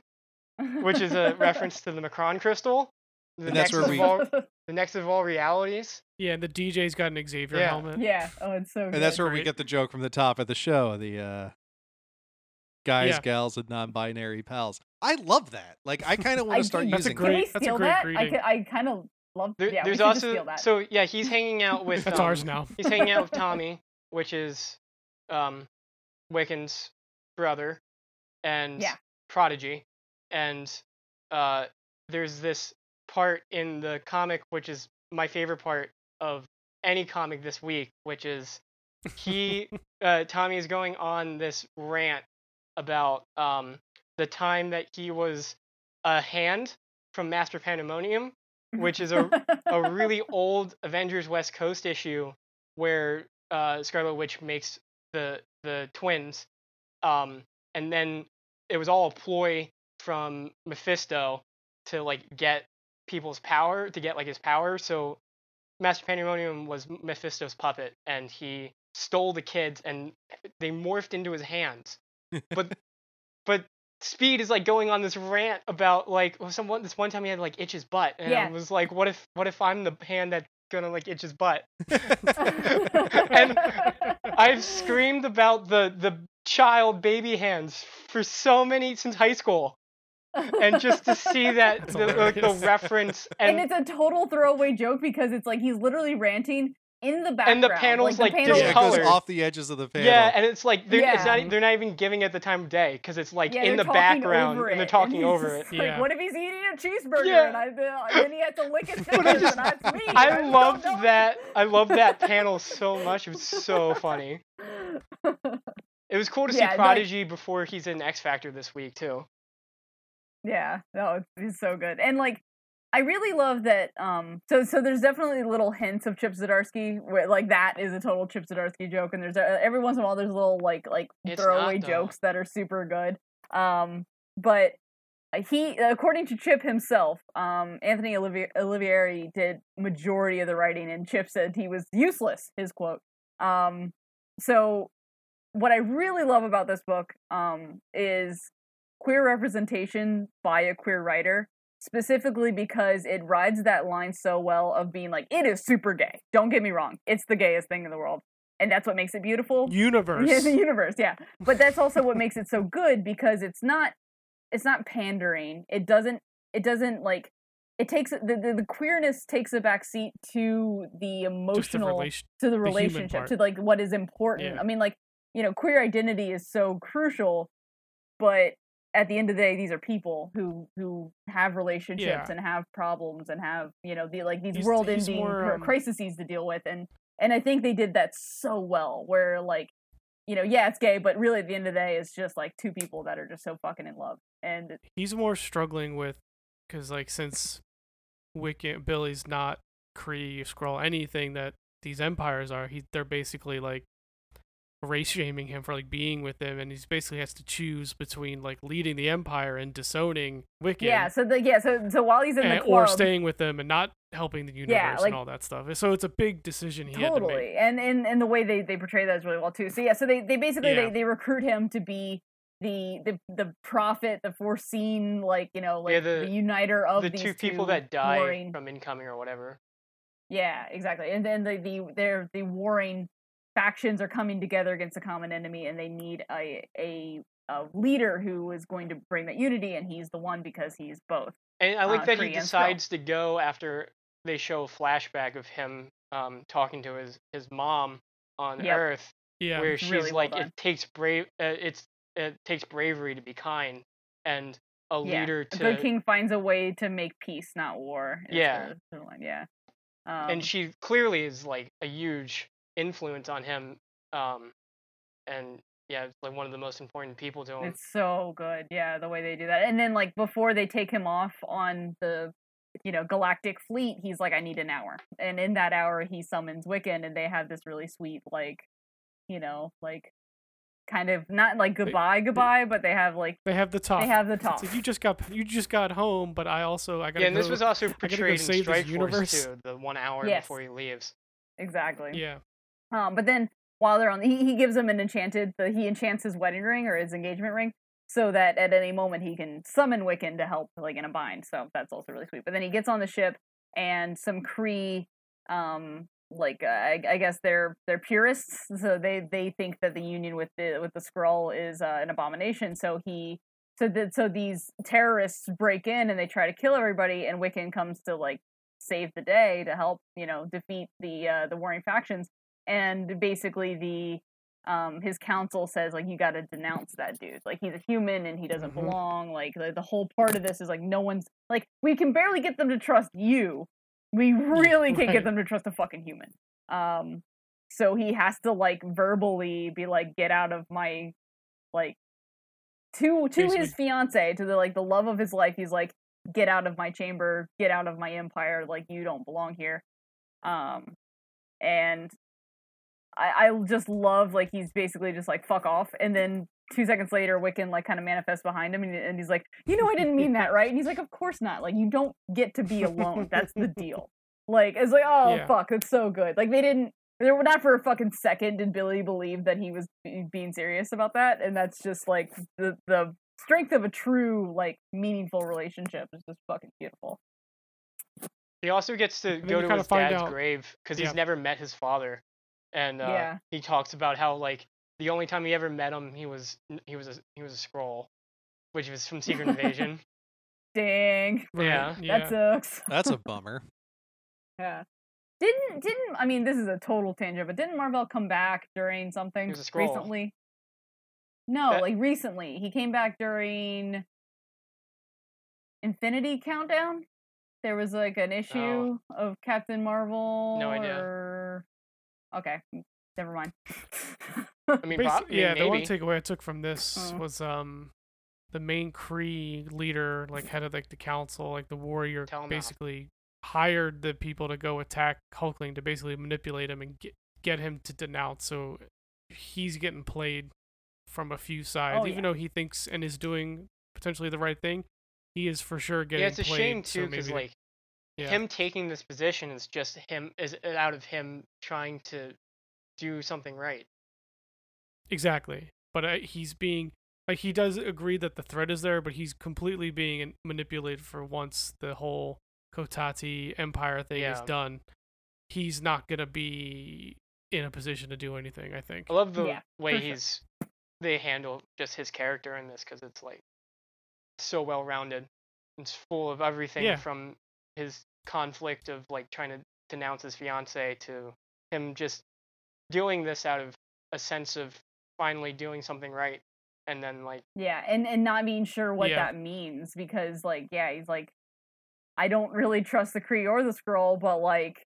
Speaker 7: which is a reference to the Macron crystal. The
Speaker 4: And that's where
Speaker 7: nexus
Speaker 4: we-
Speaker 7: of all, the nexus of all realities.
Speaker 5: Yeah, and the DJ's got an Xavier
Speaker 7: Yeah.
Speaker 5: helmet.
Speaker 6: <laughs> yeah. Oh, it's so.
Speaker 4: and that's
Speaker 6: good.
Speaker 4: where we
Speaker 5: Great.
Speaker 4: get the joke from the top of the show. The uh, guys,
Speaker 5: Yeah.
Speaker 4: gals, and non-binary pals. I love that. Like, I kind of want
Speaker 6: I
Speaker 4: to start
Speaker 6: do.
Speaker 5: <laughs>
Speaker 4: using. that.
Speaker 5: That's a great-
Speaker 6: Can we
Speaker 5: that's a
Speaker 6: steal
Speaker 5: great
Speaker 6: that?
Speaker 5: greeting.
Speaker 6: I, kind of Love.
Speaker 7: There,
Speaker 6: yeah, we
Speaker 7: there's
Speaker 6: should just steal
Speaker 7: also
Speaker 6: that.
Speaker 7: so yeah, he's
Speaker 4: <laughs>
Speaker 7: hanging out with
Speaker 5: That's
Speaker 7: um,
Speaker 5: ours now.
Speaker 7: He's hanging out with Tommy, which is um, Wiccan's brother, and
Speaker 6: Yeah.
Speaker 7: Prodigy, and uh, there's this part in the comic which is my favorite part of any comic this week, which is he uh, Tommy is going on this rant about um, the time that he was a hand from Master Pandemonium, which is a
Speaker 6: <laughs>
Speaker 7: a really old Avengers West Coast issue where uh, Scarlet Witch makes the the twins, um, and then it was all a ploy from Mephisto to like get people's power to get like his power. So Master Pandemonium was Mephisto's puppet, and he stole the kids, and they morphed into his hands.
Speaker 5: <laughs>
Speaker 7: But but Speed is like going on this rant about like well, someone this one time he had like itch his butt, and I
Speaker 6: Yeah.
Speaker 7: was like, what if what if I'm the hand that's gonna
Speaker 6: <laughs>
Speaker 7: like itch his butt?
Speaker 5: <laughs>
Speaker 4: <laughs>
Speaker 7: and I've screamed about the the child baby hands for so many since high school, and just
Speaker 6: <laughs>
Speaker 7: to see that
Speaker 5: That's
Speaker 7: the, uh, like, the
Speaker 5: hilarious.
Speaker 7: reference
Speaker 6: and,
Speaker 7: and
Speaker 6: it's a total throwaway joke because it's like he's literally ranting in the background.
Speaker 7: And the panel's,
Speaker 6: like, the
Speaker 7: like,
Speaker 6: panel
Speaker 4: yeah, it goes
Speaker 7: Colored.
Speaker 4: off the edges of the panel.
Speaker 7: yeah, and it's like they're it's
Speaker 6: Yeah.
Speaker 7: not e, they're not even giving it the time of day because it's like
Speaker 6: Yeah,
Speaker 7: in
Speaker 6: they're
Speaker 7: the
Speaker 6: talking
Speaker 7: background
Speaker 6: over
Speaker 7: and
Speaker 6: it,
Speaker 7: they're talking
Speaker 6: he's
Speaker 7: over
Speaker 5: <laughs>
Speaker 7: it.
Speaker 6: just
Speaker 5: Yeah.
Speaker 6: Like, what if he's eating a cheeseburger
Speaker 7: Yeah.
Speaker 6: and I and then he had to
Speaker 7: <laughs>
Speaker 6: lick his fingers and that's me.
Speaker 7: I
Speaker 6: <laughs> don't
Speaker 7: loved
Speaker 6: know.
Speaker 7: that. I
Speaker 6: <laughs>
Speaker 7: loved that panel so much. It was so funny. It was cool to
Speaker 6: Yeah,
Speaker 7: see
Speaker 6: like-
Speaker 7: Prodigy before he's in X Factor this week too.
Speaker 6: Yeah, no, it's, it's so good. And like I really love that um so so there's definitely little hints of Chip Zdarsky where like that is a total Chip Zdarsky joke and there's uh, every once in a while there's little like like
Speaker 7: It's
Speaker 6: throwaway
Speaker 7: not, though.
Speaker 6: jokes that are super good. Um but uh, he according to Chip himself, um Anthony Olivier- Olivieri did majority of the writing and Chip said he was useless, his quote. Um so what I really love about this book um is queer representation by a queer writer specifically because it rides that line so well of being like it is super gay don't get me wrong it's the gayest thing in the world and that's what makes it beautiful yeah,
Speaker 5: Universe.
Speaker 6: the universe, yeah. But that's also what makes it so good because it's not it's not pandering. It doesn't it doesn't like it takes the the, the queerness takes a back seat to the
Speaker 5: Just the
Speaker 6: emotional
Speaker 5: relation.
Speaker 6: to the
Speaker 5: human
Speaker 6: relationship
Speaker 5: part.
Speaker 6: to like what is important.
Speaker 5: Yeah.
Speaker 6: I mean like, you know, queer identity is so crucial, but at the end of the day these are people who who have relationships
Speaker 5: Yeah.
Speaker 6: and have problems and have, you know, the like these
Speaker 5: He's-
Speaker 6: world
Speaker 5: he's
Speaker 6: ending
Speaker 5: more, um,
Speaker 6: crises to deal with and and I think they did that so well where like you know, yeah, it's gay, but really at the end of the day, it's just like two people that are just so fucking in love. And
Speaker 5: He's more struggling with because like since Wiccan Billy's not Cree, Scroll, anything that these empires are, he they're basically like race shaming him for like being with them, and he's basically has to choose between like leading the empire and disowning Wiccan.
Speaker 6: yeah, so the yeah, so so while he's in the
Speaker 5: and-
Speaker 6: club,
Speaker 5: Eh, or staying with them and not helping the universe
Speaker 6: like-
Speaker 5: and all that stuff. So it's a big decision he had to make.
Speaker 6: totally and and and the way they they portray that is really well too so yeah so they they basically
Speaker 5: Yeah.
Speaker 6: they, they recruit him to be the the the prophet the foreseen like you know like
Speaker 7: Yeah,
Speaker 6: the,
Speaker 7: the-
Speaker 6: uniter of
Speaker 7: the
Speaker 6: these
Speaker 7: two people that die
Speaker 6: warring-
Speaker 7: from incoming or whatever.
Speaker 6: yeah exactly and then the the they're the warring factions are coming together against a common enemy and they need a a a leader who is going to bring that unity and he's the one because he's both
Speaker 7: And I like
Speaker 6: Uh,
Speaker 7: that
Speaker 6: Kree
Speaker 7: he
Speaker 6: and Skrull.
Speaker 7: decides to go after they show a flashback of him um, talking to his, his mom on
Speaker 6: Yep.
Speaker 7: Earth,
Speaker 5: Yeah.
Speaker 7: where
Speaker 6: it's
Speaker 7: she's
Speaker 6: really well
Speaker 7: like,
Speaker 6: done.
Speaker 7: it takes brave, uh, it's it takes bravery to be kind, and a
Speaker 6: Yeah,
Speaker 7: leader
Speaker 6: the
Speaker 7: to
Speaker 6: good king finds a way to make peace not war is
Speaker 7: Yeah.
Speaker 6: the- the line, yeah um,
Speaker 7: and she clearly is like a huge influence on him um and yeah it's, like one of the most important people to him
Speaker 6: It's so good. Yeah, the way they do that. And then like before they take him off on the you know galactic fleet, he's like I need an hour. And in that hour he summons Wiccan and they have this really sweet like you know, like kind of not like goodbye goodbye, but they have like
Speaker 5: They have the top.
Speaker 6: they have the
Speaker 5: It's
Speaker 6: talk.
Speaker 5: like, you just got you just got home, but I also I got.
Speaker 7: yeah and this was also
Speaker 5: gotta go
Speaker 7: portrayed in
Speaker 5: save this
Speaker 7: strike force
Speaker 5: universe.
Speaker 7: too the one hour
Speaker 6: Yes.
Speaker 7: before he leaves
Speaker 6: exactly.
Speaker 5: yeah.
Speaker 6: Um, but then while they're on, he, he gives him an enchanted, the, he enchants his wedding ring or his engagement ring so that at any moment he can summon Wiccan to help, like in a bind. So that's also really sweet. But then he gets on the ship and some Cree, um, like uh, I, I guess they're they're purists, so they they think that the union with the with the scroll is uh, an abomination. So he so that so these terrorists break in and they try to kill everybody, and Wiccan comes to like save the day to help you know defeat the uh, the warring factions. And basically, the um, his council says like you got to denounce that dude. Like he's a human and he doesn't belong. Like the, the whole part of this is like no one's like we can barely get them to trust you. We really can't
Speaker 5: right.
Speaker 6: get them to trust a fucking human. Um, so he has to like verbally be like get out of my like to to his fiance to the like the love of his life. He's like get out of my chamber, get out of my empire. Like you don't belong here. Um, and I, I just love like he's basically just like fuck off, and then two seconds later, Wiccan like kind of manifests behind him, and, and he's like, you know, I didn't mean that, right? And he's like, of course not. Like you don't get to be alone. That's the deal. Like it's like oh
Speaker 5: Yeah.
Speaker 6: fuck, it's so good. Like they didn't. There were not for a fucking second did Billy believe that he was be- being serious about that, and that's just like the the strength of a true like meaningful relationship is just fucking beautiful.
Speaker 7: He also gets to
Speaker 5: then
Speaker 7: go
Speaker 5: you
Speaker 7: to
Speaker 5: kinda
Speaker 7: his
Speaker 5: find
Speaker 7: dad's
Speaker 5: out-
Speaker 7: grave because
Speaker 5: yeah.
Speaker 7: he's never met his father, and uh,
Speaker 6: Yeah.
Speaker 7: he talks about how like the only time he ever met him, he was he was a, he was a scroll, which was from Secret Invasion.
Speaker 6: Dang,
Speaker 5: Right,
Speaker 7: Yeah.
Speaker 6: that sucks.
Speaker 4: That's a bummer. <laughs>
Speaker 6: Yeah. Didn't didn't I mean this is a total tangent, but didn't Marvel come back during something
Speaker 7: He was a Skrull.
Speaker 6: recently? No,
Speaker 7: That-
Speaker 6: like recently. He came back during Infinity Countdown. There was like an issue of Captain Marvel.
Speaker 7: Oh. No idea.
Speaker 6: Or... Okay, never mind. <laughs>
Speaker 7: I mean,
Speaker 5: Basi-
Speaker 7: prob- I mean,
Speaker 5: yeah, the one
Speaker 7: maybe.
Speaker 5: takeaway I took from this
Speaker 6: Mm.
Speaker 5: was um the main Cree leader, like head of like the council, like the warrior,
Speaker 7: Tell 'em off.
Speaker 5: basically hired the people to go attack Hulkling to basically manipulate him and get get him to denounce. So he's getting played from a few sides,
Speaker 6: Oh,
Speaker 5: even
Speaker 6: yeah.
Speaker 5: though he thinks and is doing potentially the right thing. He is for sure getting.
Speaker 7: yeah, it's a
Speaker 5: played,
Speaker 7: shame
Speaker 5: so
Speaker 7: too because
Speaker 5: maybe-
Speaker 7: like
Speaker 5: yeah.
Speaker 7: him taking this position is just him is out of him trying to do something right.
Speaker 5: Exactly. But uh, he's being like he does agree that the threat is there, but he's completely being an- manipulated for once the whole Kotati empire thing is
Speaker 7: Yeah.
Speaker 5: done. He's not going to be in a position to do anything, I think.
Speaker 7: I love the
Speaker 6: Yeah,
Speaker 7: way
Speaker 6: for sure.
Speaker 7: he's they handle just his character in this because it's like so well rounded. It's full of everything
Speaker 5: Yeah.
Speaker 7: from his conflict of like trying to denounce his fiance to him just doing this out of a sense of finally doing something right, and then like
Speaker 6: Yeah, and and not being sure what
Speaker 5: Yeah.
Speaker 6: that means because like yeah, he's like I don't really trust the Kree or the Skrull, but like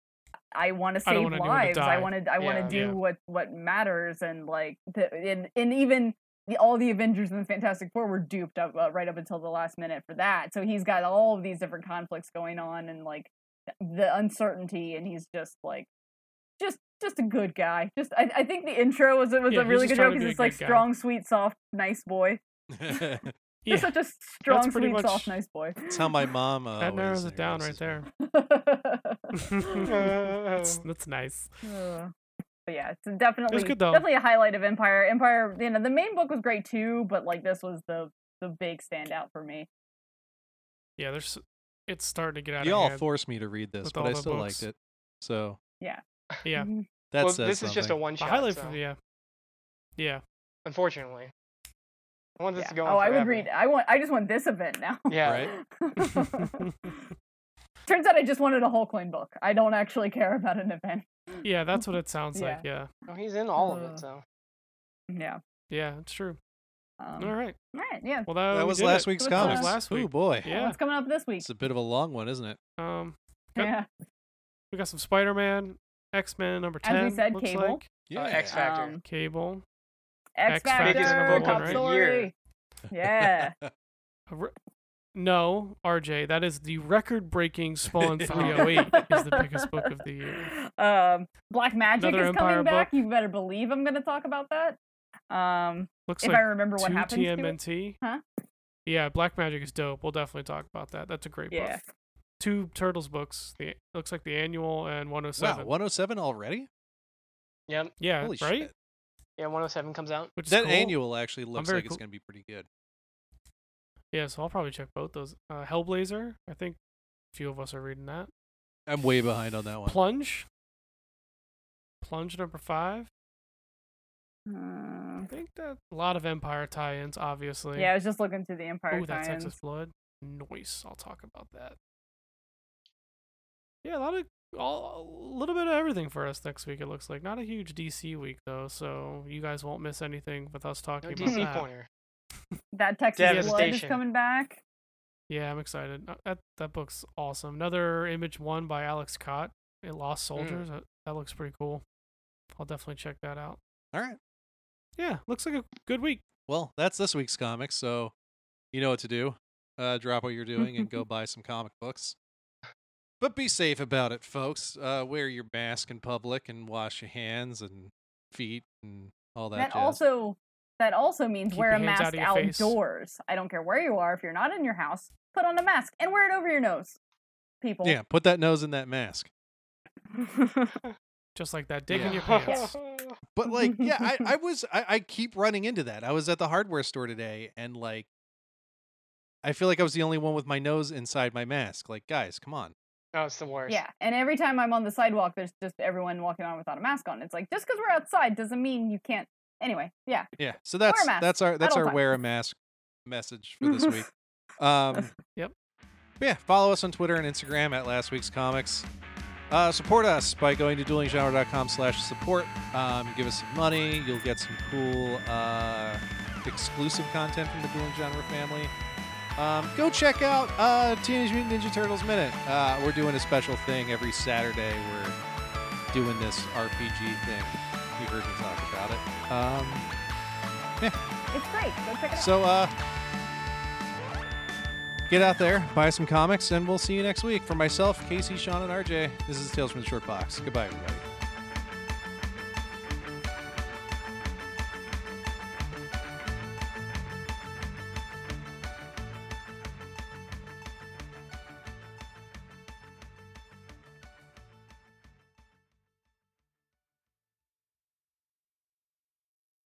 Speaker 6: I want to
Speaker 5: I don't
Speaker 6: save
Speaker 5: want anyone to
Speaker 6: lives. I
Speaker 5: die.
Speaker 6: want to I want
Speaker 7: Yeah.
Speaker 6: to
Speaker 5: Yeah.
Speaker 6: do what what matters and like the, and and even the, all the Avengers and the Fantastic Four were duped up uh, right up until the last minute for that. So he's got all of these different conflicts going on and like th- the uncertainty and he's just like just just a good guy. Just I, I think the intro was was
Speaker 5: Yeah,
Speaker 6: a
Speaker 5: he's
Speaker 6: really
Speaker 5: just
Speaker 6: good
Speaker 5: trying
Speaker 6: joke
Speaker 5: to be
Speaker 6: because
Speaker 5: a
Speaker 6: it's like
Speaker 5: good guy.
Speaker 6: strong, sweet, soft, nice boy.
Speaker 4: That's
Speaker 5: yeah,
Speaker 6: Just such a strong,
Speaker 5: pretty
Speaker 6: sweet,
Speaker 5: much-
Speaker 6: soft, nice boy. <laughs>
Speaker 4: how my mom. Uh,
Speaker 5: <laughs> that
Speaker 4: always
Speaker 5: narrows it down right
Speaker 4: introduces me.
Speaker 5: there. <laughs>
Speaker 6: <laughs>
Speaker 7: <laughs>
Speaker 5: that's, that's nice.
Speaker 6: Uh, but yeah, it's definitely
Speaker 5: good, though.
Speaker 6: definitely a highlight of Empire. Empire, you know, the main book was great too, but like this was the the big standout for me.
Speaker 5: Yeah, there's it's starting to get out
Speaker 4: You
Speaker 5: of
Speaker 4: all
Speaker 5: hand.
Speaker 4: forced me to read this,
Speaker 5: with
Speaker 4: but
Speaker 5: all
Speaker 4: I
Speaker 5: the
Speaker 4: still
Speaker 5: books.
Speaker 4: liked it. So
Speaker 7: <laughs>
Speaker 5: yeah.
Speaker 6: Mhm.
Speaker 4: that
Speaker 7: well,
Speaker 4: says
Speaker 7: this is just a
Speaker 4: something.
Speaker 7: one
Speaker 5: The
Speaker 7: shot.
Speaker 5: highlight
Speaker 7: so,
Speaker 5: for yeah.
Speaker 7: <laughs>
Speaker 5: Yeah. <laughs>
Speaker 7: Unfortunately, I want this
Speaker 6: Yeah.
Speaker 7: to go.
Speaker 6: Oh,
Speaker 7: on
Speaker 6: I would
Speaker 7: forever.
Speaker 6: read. I want. I just want this event now.
Speaker 7: Yeah,
Speaker 6: <laughs> Turns out I just wanted a whole coin book. I don't actually care about an event.
Speaker 5: yeah, that's what it sounds like. Yeah.
Speaker 7: Oh, he's in all of
Speaker 6: Uh,
Speaker 7: it. So
Speaker 6: Yeah.
Speaker 5: Yeah, it's true.
Speaker 6: Um,
Speaker 5: all right.
Speaker 6: all right. Yeah.
Speaker 5: Well, that,
Speaker 4: that
Speaker 5: Oh, we
Speaker 4: was
Speaker 5: did
Speaker 4: last
Speaker 5: it.
Speaker 4: week's
Speaker 6: That was
Speaker 4: comics.
Speaker 5: last
Speaker 4: Oh
Speaker 5: week.
Speaker 4: boy,
Speaker 5: Yeah.
Speaker 6: What's coming up this week?
Speaker 4: it's a bit of a long one, isn't it?
Speaker 5: Um good.
Speaker 6: <laughs> Yeah.
Speaker 5: We got some Spider Man, X Men number
Speaker 6: As we
Speaker 5: ten.
Speaker 6: said,
Speaker 5: looks
Speaker 6: Cable.
Speaker 5: Like.
Speaker 4: Yeah,
Speaker 7: Uh, X Factor.
Speaker 6: Um,
Speaker 5: Cable.
Speaker 6: X
Speaker 5: X Factor,
Speaker 6: Factor,
Speaker 7: number
Speaker 6: top
Speaker 7: one, right?
Speaker 6: story. Yeah.
Speaker 5: A re- No, RJ, that is the record
Speaker 4: <laughs>
Speaker 5: breaking Spawn 308 is the biggest book of the year.
Speaker 6: Um, Black Magic
Speaker 5: Another
Speaker 6: is
Speaker 5: Empire
Speaker 6: coming
Speaker 5: book.
Speaker 6: back. You better believe I'm going to talk about that. Um,
Speaker 5: Looks
Speaker 6: if I
Speaker 5: like
Speaker 6: remember what
Speaker 5: two
Speaker 6: happens to it.
Speaker 5: TMNT.
Speaker 6: Huh?
Speaker 5: Yeah, Black Magic is dope. We'll definitely talk about that. That's a great
Speaker 6: Yeah.
Speaker 5: book. Two Turtles books. The looks like the annual and 107.
Speaker 4: wow, 107 already?
Speaker 7: yep,
Speaker 5: Yeah,
Speaker 4: Holy
Speaker 5: right.
Speaker 4: shit!
Speaker 7: yeah, 107 comes out.
Speaker 5: Which is
Speaker 4: that
Speaker 5: cool.
Speaker 4: annual actually looks
Speaker 5: very
Speaker 4: like it's
Speaker 5: cool.
Speaker 4: going to be pretty good.
Speaker 5: Yeah, so I'll probably check both those. Uh, Hellblazer. I think a few of us are reading that.
Speaker 4: I'm way behind on that one.
Speaker 5: Plunge. Plunge number five.
Speaker 6: Uh,
Speaker 5: I think that a lot of Empire tie-ins, obviously.
Speaker 6: yeah, I was just looking through the Empire
Speaker 5: Oh, that
Speaker 6: tie-ins.
Speaker 5: Texas Flood. Noise. I'll talk about that. Yeah, a lot of all, a little bit of everything for us next week. It looks like not a huge DC week though, so you guys won't miss anything with us
Speaker 7: No
Speaker 5: talking about
Speaker 7: DC
Speaker 5: that.
Speaker 7: corner.
Speaker 6: That Texas Blood is
Speaker 7: Devastation.
Speaker 6: coming back.
Speaker 5: Yeah, I'm excited. Uh, That that book's awesome. Another image one by Alex Cott. It Lost
Speaker 7: Hmm.
Speaker 5: Soldiers. That, that looks pretty cool. I'll definitely check that out.
Speaker 4: All right.
Speaker 5: Yeah, looks like a good week.
Speaker 4: Well, that's this week's comics, so you know what to do. Uh, drop what you're doing and
Speaker 6: <laughs>
Speaker 4: go buy some comic books. But be safe about it, folks. Uh, wear your mask in public and wash your hands and feet and all that.
Speaker 6: That
Speaker 4: jazz.
Speaker 6: also that also means
Speaker 5: Keep
Speaker 6: wear
Speaker 5: your
Speaker 6: a
Speaker 5: hands
Speaker 6: mask
Speaker 5: out of your face.
Speaker 6: outdoors. I don't care where you are. If you're not in your house, put on a mask and wear it over your nose. People. <laughs>
Speaker 4: yeah, put that nose in that mask.
Speaker 5: Just like that dick in
Speaker 7: <laughs>
Speaker 5: your
Speaker 7: Yeah.
Speaker 5: <laughs> pants.
Speaker 4: But like, yeah,
Speaker 6: <laughs>
Speaker 4: I, I was I, I keep running into that. I was at the hardware store today and like I feel like I was the only one with my nose inside my mask. Like, guys, come on.
Speaker 7: Oh, it's the worst.
Speaker 6: Yeah, and every time I'm on the sidewalk, there's just everyone walking on without a mask on. It's like just because we're outside doesn't mean you can't. Anyway, yeah.
Speaker 4: Yeah. So that's
Speaker 6: mask
Speaker 4: that's our that's
Speaker 6: all
Speaker 4: our
Speaker 6: times.
Speaker 4: wear a mask message for this week. Um
Speaker 5: Yep.
Speaker 4: but Yeah, follow us on Twitter and Instagram at last week's comics. Uh, support us by going to duelinggenre.com slash support. Um, give us some money. You'll get some cool uh, exclusive content from the Dueling Genre family. Um, go check out uh, Teenage Mutant Ninja Turtles Minute. Uh, we're doing a special thing every Saturday. We're doing this RPG thing. You heard me talk about it. Um,
Speaker 6: It's great. Go check it out.
Speaker 4: so, uh, get out there, buy some comics, and we'll see you next week. For myself, Casey, Sean, and RJ, this is Tales from the Short Box. Goodbye, everybody.